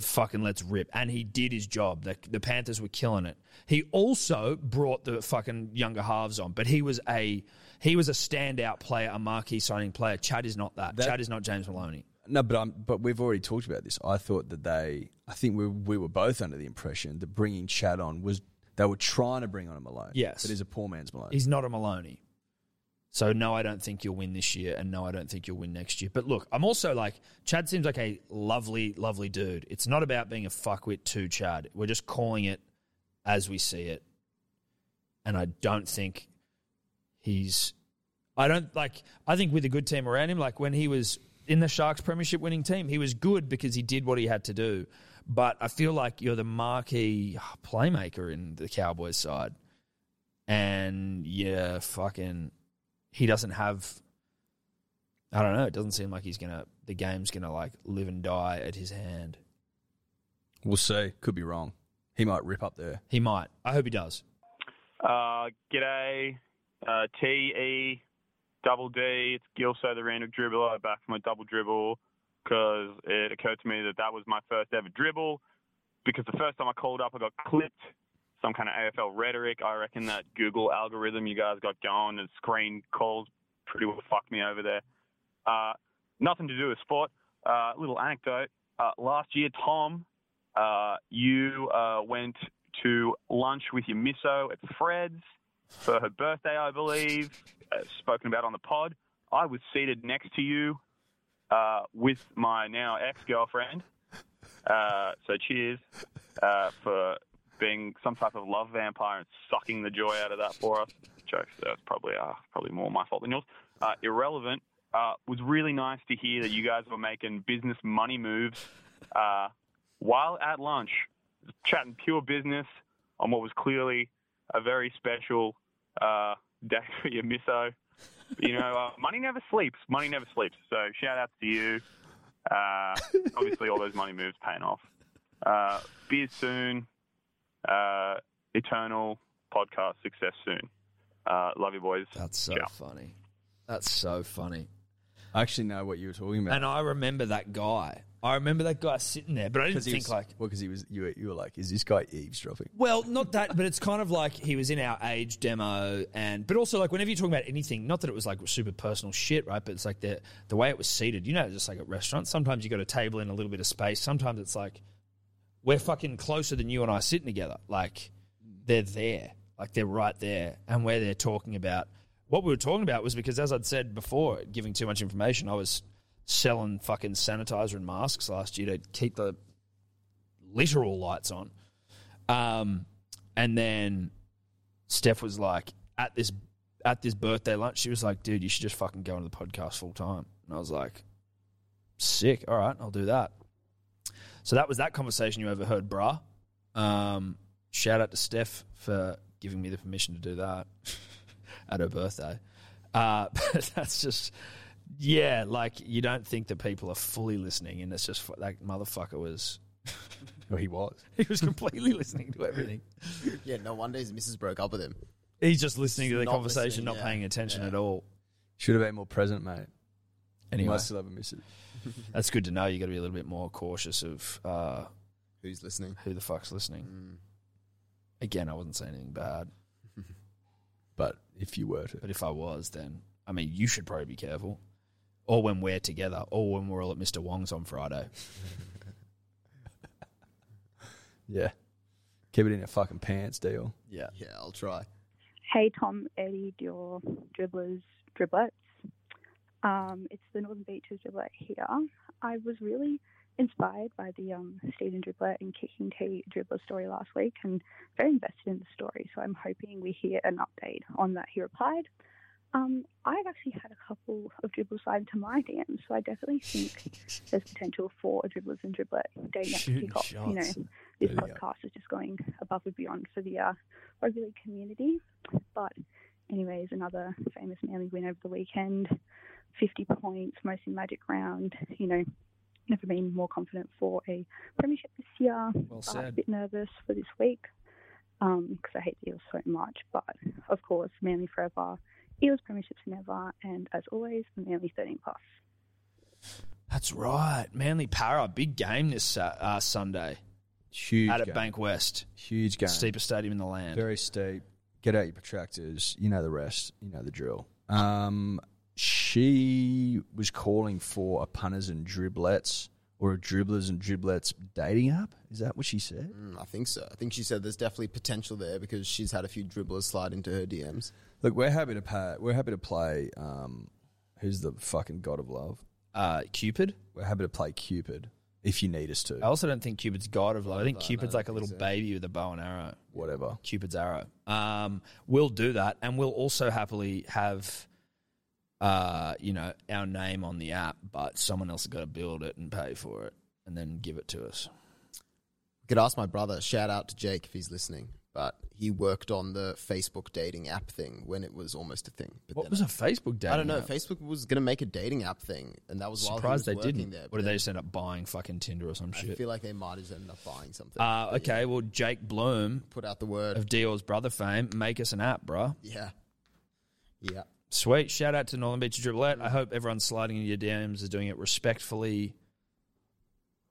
S2: fucking let's rip. And he did his job. The, the Panthers were killing it. He also brought the fucking younger halves on, but he was a he was a standout player, a marquee signing player. Chad is not that. Chad is not James Maloney.
S3: No, but I'm, but we've already talked about this. I thought that they, I think we we were both under the impression that bringing Chad on was they were trying to bring on a Malone.
S2: Yes.
S3: but he's a poor man's Malone.
S2: He's not a Maloney. So no, I don't think you'll win this year, and no, I don't think you'll win next year. But look, I'm also like Chad seems like a lovely, lovely dude. It's not about being a fuckwit to Chad. We're just calling it as we see it, and I don't think he's. I don't like. I think with a good team around him, like when he was in the Sharks premiership winning team, he was good because he did what he had to do. But I feel like you're the marquee playmaker in the Cowboys side and yeah, fucking, he doesn't have. I don't know. It doesn't seem like he's gonna. The game's gonna like live and die at his hand.
S3: We'll see. Could be wrong. He might rip up there.
S2: He might. I hope he does.
S6: Uh, g'day, uh, T E double D. It's Gilso the random dribbler. Back for my double dribble because it occurred to me that that was my first ever dribble. Because the first time I called up, I got clipped. Some kind of AFL rhetoric. I reckon that Google algorithm you guys got going and screen calls pretty well fucked me over there. Uh, nothing to do with sport. Uh, little anecdote. Uh, last year, Tom, uh, you uh, went to lunch with your misso at Fred's for her birthday, I believe, uh, spoken about on the pod. I was seated next to you uh, with my now ex girlfriend. Uh, so cheers uh, for being some type of love vampire and sucking the joy out of that for us. Jokes. That's probably uh, probably more my fault than yours. Uh, irrelevant. Uh, was really nice to hear that you guys were making business money moves uh, while at lunch, chatting pure business on what was clearly a very special uh, day for your misso. You know, uh, money never sleeps. Money never sleeps. So shout outs to you. Uh, obviously, all those money moves paying off. Uh, beer soon. Uh, eternal podcast success soon. Uh, love you, boys.
S2: That's so funny. That's so funny.
S3: I actually know what you were talking about.
S2: And I remember that guy. I remember that guy sitting there, but I didn't
S3: 'Cause he
S2: think
S3: was-
S2: like.
S3: well, because he was you were, you were like, is this guy eavesdropping?
S2: Well, not that, but it's kind of like he was in our age demo, and but also like whenever you're talking about anything, not that it was like super personal shit, right? But it's like the the way it was seated. You know, just like at restaurants, sometimes you got a table in a little bit of space. Sometimes it's like we're fucking closer than you and I sitting together. Like they're there, like they're right there, and we're there talking about what we were talking about was because as I'd said before, giving too much information, I was selling fucking sanitizer and masks last year to keep the literal lights on. Um, and then Steph was like, at this at this birthday lunch, she was like, "Dude, you should just fucking go into the podcast full time." And I was like, "Sick, all right, I'll do that." So that was that conversation you overheard, brah. Um, shout out to Steph for giving me the permission to do that at her birthday. Uh, but that's just, yeah, like you don't think that people are fully listening, and it's just fu- that motherfucker was.
S3: Well, he was.
S2: He was completely listening to everything.
S5: Yeah, no wonder his missus broke up with him.
S2: He's just listening to the
S5: Not
S2: conversation,
S5: listening,
S2: not
S5: yeah.
S2: paying attention at all.
S3: Should have been more present, mate.
S2: Anyway.
S3: Must still have a missus.
S2: That's good to know. You got to be a little bit more cautious of uh,
S5: who's listening,
S2: who the fuck's listening. Again, I wasn't saying anything bad,
S3: but if you were to,
S2: but if I was, then I mean, you should probably be careful. Or when we're together, or when we're all at Mr. Wong's on Friday. yeah. Keep it in your fucking pants, deal.
S5: Yeah. Yeah, I'll try.
S24: Hey, Tom, Eddie, Dior, dribblers, driblets. Um, it's the Northern Beaches driblet here. I was really inspired by the um, Stephen Dribbler and Kicking Tea dribbler story last week and very invested in the story. So I'm hoping we hear an update on that. He replied. Um, I've actually had a couple of dribblers slide into my DMs, so I definitely think there's potential for a dribblers and driblet day next
S4: Shooting
S24: hip hop. You know,
S4: shots.
S24: this
S4: There you go.
S24: podcast is just going above and beyond for the uh, rugby league community. But, anyways, another famous manly win over the weekend, 50 points, mostly magic round. You know, never been more confident for a premiership this year.
S4: Well
S24: but A
S4: said.
S24: bit nervous for this week because I hate the Eels so much. But of course, Manly forever, Eels premierships never, and as always, Manly 13 plus.
S2: That's right. Manly Para, big game this uh, uh, Sunday.
S3: Huge
S2: Out at
S3: game.
S2: Bank West.
S3: Huge game.
S2: Steepest stadium in the land.
S3: Very steep. Get out your protractors. You know the rest. You know the drill. Um, she was calling for a punters and driblets or a dribblers and driblets dating app. Is that what she said?
S5: Mm, I think so. I think she said there's definitely potential there because she's had a few dribblers slide into her DMs.
S3: Look, we're happy to pay, we're happy to play. Um, who's the fucking god of love?
S2: Uh, Cupid.
S3: We're happy to play Cupid if you need us to.
S2: I also don't think Cupid's god of love. I think
S3: Love, I
S2: Cupid's
S3: don't
S2: like a little baby with a bow and arrow.
S3: uh, Whatever.
S2: Cupid's arrow. Um, we'll do that, and we'll also happily have, uh, you know, our name on the app, but someone else has got to build it and pay for it, and then give it to us.
S5: could ask my brother. Shout out to Jake if he's listening. But he worked on the Facebook dating app thing when it was almost a thing. But
S2: What
S5: then
S2: was
S5: I-
S2: a Facebook dating?
S5: I don't know.
S2: app?
S5: Facebook was going to make a dating app thing, and that was while he
S2: Surprised
S5: was
S2: they
S5: working
S2: didn't.
S5: There,
S2: what did they just end up buying? Fucking Tinder or some
S5: I
S2: shit.
S5: feel like they might have ended up buying something.
S2: Uh, okay, well, Jake Bloom
S5: put out the word
S2: of Dior's brother fame. Make us an app, bruh.
S5: Yeah. Yeah.
S2: Sweet. Shout out to Northern Beach Dribblet.
S3: Mm-hmm.
S2: I hope everyone's sliding into your DMs is doing it respectfully.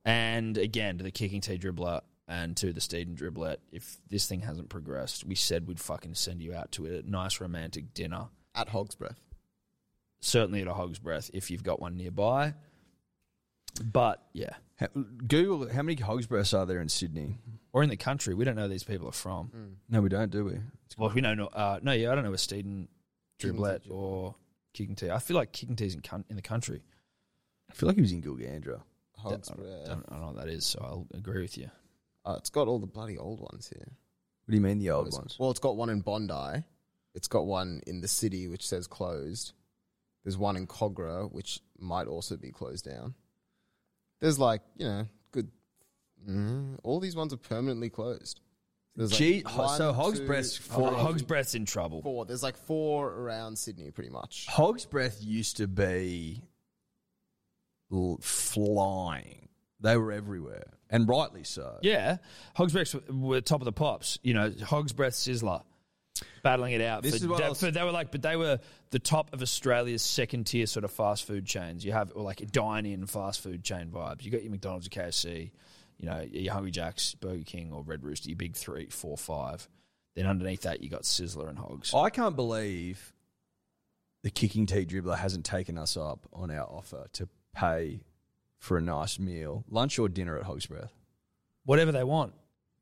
S2: And again, to the kicking tee dribbler and to the Steeden dribblet, if this thing hasn't progressed, we said we'd fucking send you out to a nice romantic dinner.
S5: At Hog's Breath.
S2: Certainly at a Hog's Breath if you've got one nearby. But yeah.
S3: Ha- Google how many hogs breaths are there in Sydney?
S2: Or in the country. We don't know where these people are from.
S3: No, we don't, do we?
S2: Well, we know no, uh, no, yeah, I don't know where Steeden dribblet or kicking tee. I feel like kicking tee's in, coun- in the country.
S3: I feel like he was in Gilgandra.
S5: Hog's
S2: I don't-
S5: Breath.
S2: don't- I don't know what that is, so I'll agree with you.
S5: Uh, it's got all the bloody old ones here.
S3: What do you mean the old
S5: It's-
S3: ones?
S5: Well, it's got one in Bondi. It's got one in the city, which says closed. There's one in Cogra, which might also be closed down. There's like, you know, good. Mm, all these ones are permanently closed. There's like
S3: Gee, ho- so
S5: one,
S3: Hog's
S5: two,
S3: Breath's four-
S5: three,
S3: Hog's
S2: Breath's in trouble.
S5: Four. There's like four around Sydney, pretty much.
S3: Hog's breath used to be l- flying. They were everywhere, and rightly so.
S2: Yeah, Hogs Breaths were top of the pops. You know, Hogs Breath Sizzler battling it out.
S3: This
S2: for,
S3: is what I
S2: that-
S3: was-
S2: for- they were like, but they were the top of Australia's second tier sort of fast food chains. You have or like a dine in fast food chain vibes. You got your McDonald's, your KFC, you know, your Hungry Jacks, Burger King, or Red Rooster. Your big three, four, five. Then underneath that, you got Sizzler and Hogs.
S3: I can't believe the kicking tea dribbler hasn't taken us up on our offer to pay for a nice meal, lunch or dinner at Hog's Breath.
S2: Whatever they want.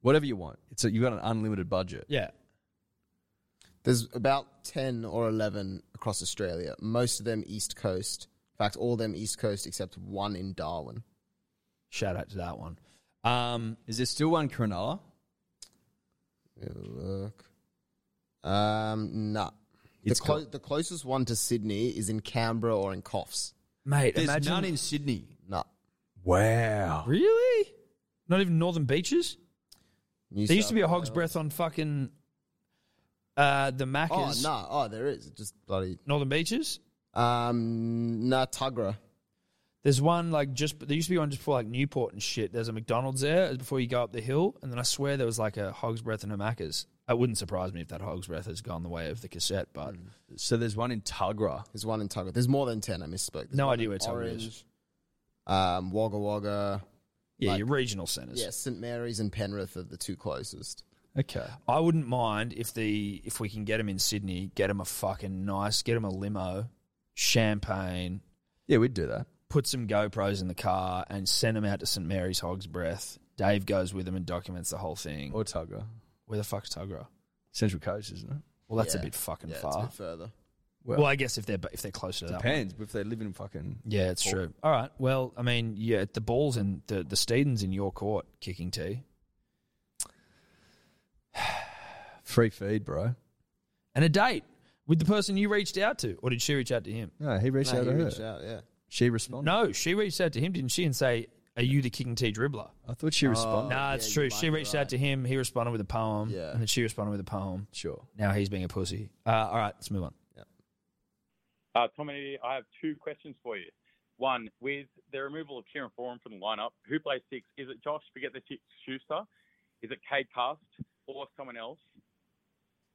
S3: Whatever you want. It's a, you've got an unlimited budget.
S2: Yeah.
S5: There's about 10 or 11 across Australia, most of them East Coast. In fact, all of them East Coast except one in Darwin.
S2: Shout out to that one. Um,
S3: Is there still one Cronulla?
S5: Look. Um, nah.
S3: It's
S5: the, clo- the closest one to Sydney is in Canberra or in Coffs.
S2: Mate, There's imagine- none
S3: in Sydney.
S5: No.
S3: Wow.
S2: Really? Not even Northern Beaches?
S5: New
S2: there used
S5: South
S2: to be a Hog's
S5: Wales.
S2: Breath on fucking uh, the Maccas.
S5: Oh, no. Oh, there is. It's just bloody.
S2: Northern Beaches?
S5: Um, nah, Tugra.
S2: There's one like just there used to be one just before like Newport and shit. There's a McDonald's there before you go up the hill, and then I swear there was like a Hog's Breath and a Macca's. It wouldn't surprise me if that Hog's Breath has gone the way of the cassette, but
S5: Hmm.
S3: so there's one in Tugra.
S5: There's one in Tugra. There's more than 10. I misspoke. There's
S2: No
S5: one
S2: idea
S5: in
S2: where Tugra is.
S5: Orange, Um, Wagga Wagga.
S2: Yeah, your regional centres.
S5: Yeah, St. Mary's and Penrith are the two closest.
S3: Okay.
S2: I wouldn't mind if the if we can get him in Sydney, get him a fucking nice, get him a limo, champagne.
S3: Yeah, we'd do that.
S2: Put some GoPros in the car and send them out to St Mary's Hog's Breath. Dave goes with them and documents the whole thing.
S3: Or Tugger.
S2: Where the fuck's Tugger?
S3: Central Coast, isn't it?
S2: Well, that's a
S3: Yeah.
S2: bit fucking
S3: Yeah, it's a
S2: far.
S3: bit further.
S2: Well,
S3: Well-
S2: I guess if they're if they're closer to that, one.
S3: Depends. But if they live in fucking
S2: Yeah, it's true. All right. Well, I mean, yeah, the ball's in the the Steedens in your court, kicking tee.
S3: free feed, bro.
S2: and a date with the person you reached out to, or did she reach out to him?
S3: No, he reached No, out he to her. reached out,
S2: yeah,
S3: she responded.
S2: No, she reached out to him, didn't she? And say, "Are you the kicking tee dribbler?"
S3: I thought she responded.
S2: Nah, it's true. She reached out to him. He responded with a poem. Yeah, and then she responded with a poem.
S3: Sure.
S2: Now he's being a pussy. Uh, all right, let's move on.
S8: Uh, Tom and Eddie, I have two questions for you. One, with the removal of Kieran Foran from the lineup, who plays six? Is it Josh? Forget the six, Schuster. Is it Cade Cast or someone else?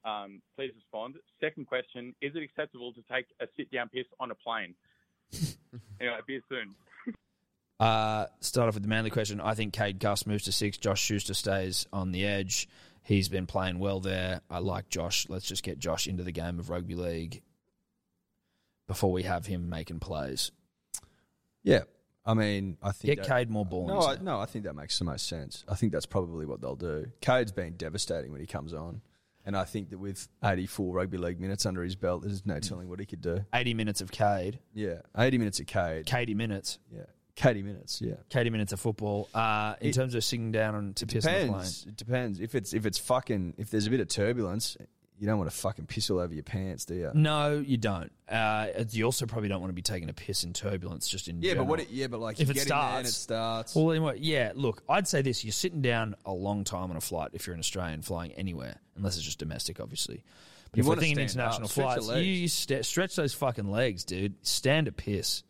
S8: Um, please respond. Second question: Is it acceptable to take a sit-down piss on a plane? anyway, be soon.
S2: Uh, start off with the manly question. I think Cade Gus moves to six. Josh Schuster stays on the edge. He's been playing well there. I like Josh. Let's just get Josh into the game of rugby league before we have him making plays.
S3: Yeah, I mean, I think
S2: Get Cade more ball in
S3: No,
S2: his
S3: I, no, I think that makes the most sense. I think that's probably what they'll do. Cade's been devastating when he comes on, and I think that with eighty-four rugby league minutes under his belt, there's no telling what he could do.
S2: 80 minutes of Cade.
S3: Yeah, eighty minutes of Cade.
S2: Cady minutes.
S3: Yeah, Cady minutes. Yeah,
S2: Cady minutes of football. Uh, in
S3: It-
S2: terms of sitting down and to piss on the plane.
S3: depends. It depends. If it's if it's fucking if there's a bit of turbulence, you don't want to fucking piss all over your pants, do you?
S2: No, you don't. Uh, you also probably don't want to be taking a piss in turbulence, just in
S3: Yeah, but
S2: general.
S3: what it- yeah, but, like, you get in there and it starts.
S2: Well, then what? Yeah, look, I'd say this: you're sitting down a long time on a flight if you're an Australian flying anywhere, unless it's just domestic, obviously. But
S3: You
S2: if we're
S3: wanna
S2: thinking
S3: stand
S2: international
S3: up, stretch your
S2: flights, you,
S3: legs.
S2: you st- stretch those fucking legs, dude. Stand a piss,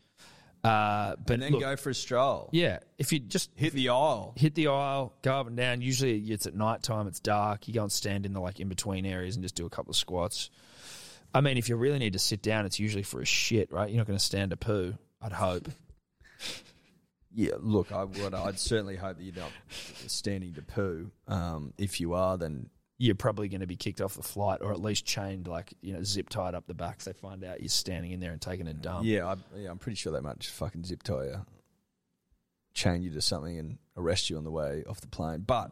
S2: uh, but
S3: and then
S2: look,
S3: go for a stroll.
S2: yeah, if you just
S3: hit the aisle,
S2: hit the aisle, go up and down. Usually it's at night time, it's dark. You go and stand in the like in between areas and just do a couple of squats. I mean, if you really need to sit down, it's usually for a shit, right? You're not going to stand a poo. I'd hope.
S3: Yeah, look, I would. I'd certainly hope that you're not standing to poo. Um, if you are, then
S2: you're probably going to be kicked off the flight, or at least chained, like you know, zip tied up the back. If they find out you're standing in there and taking a dump,
S3: yeah, I, yeah, I'm pretty sure they might just fucking zip tie you, chain you to something, and arrest you on the way off the plane. But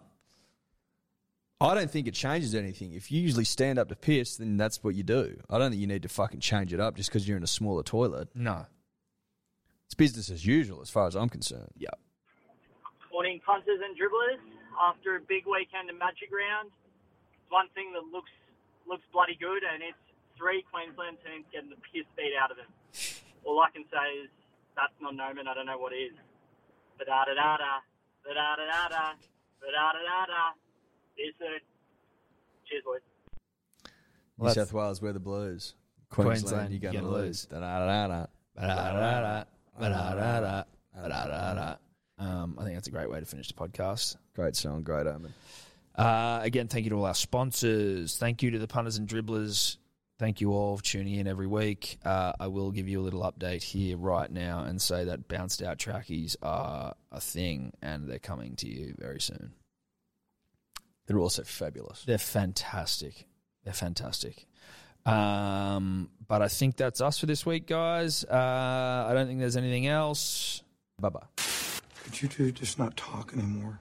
S3: I don't think it changes anything. If you usually stand up to piss, then that's what you do. I don't think you need to fucking change it up just because you're in a smaller toilet.
S2: No,
S3: it's business as usual as far as I'm concerned.
S2: Yeah.
S10: Morning, punters and dribblers. After a big weekend of Magic Round, one thing that looks looks bloody good, and it's three Queensland teams getting the piss beat out of them. All I can say is that's not an omen. I don't know what is. Ba da da da da, ba da da da da, ba da da da da. See you soon. Cheers, boys.
S3: New
S2: Well, that's-
S3: South Wales, we're the Blues.
S2: Queensland,
S3: Queensland, you're going to
S2: gonna
S3: lose.
S2: lose.
S3: Da-da-da-da.
S2: Ba-da-da-da.
S3: Ba-da-da-da.
S2: Ba-da-da-da. Ba-da-da-da. Um, I think that's a great way to finish the podcast.
S3: Great song, great omen.
S2: Uh, again, thank you to all our sponsors. Thank you to the punters and dribblers. Thank you all for tuning in every week. Uh, I will give you a little update here right now and say that bounced out trackies are a thing and they're coming to you very soon.
S3: They're also fabulous.
S2: They're fantastic. They're fantastic. Um, but I think that's us for this week, guys. Uh, I don't think there's anything else.
S3: Bye bye.
S23: Could you two just not talk anymore?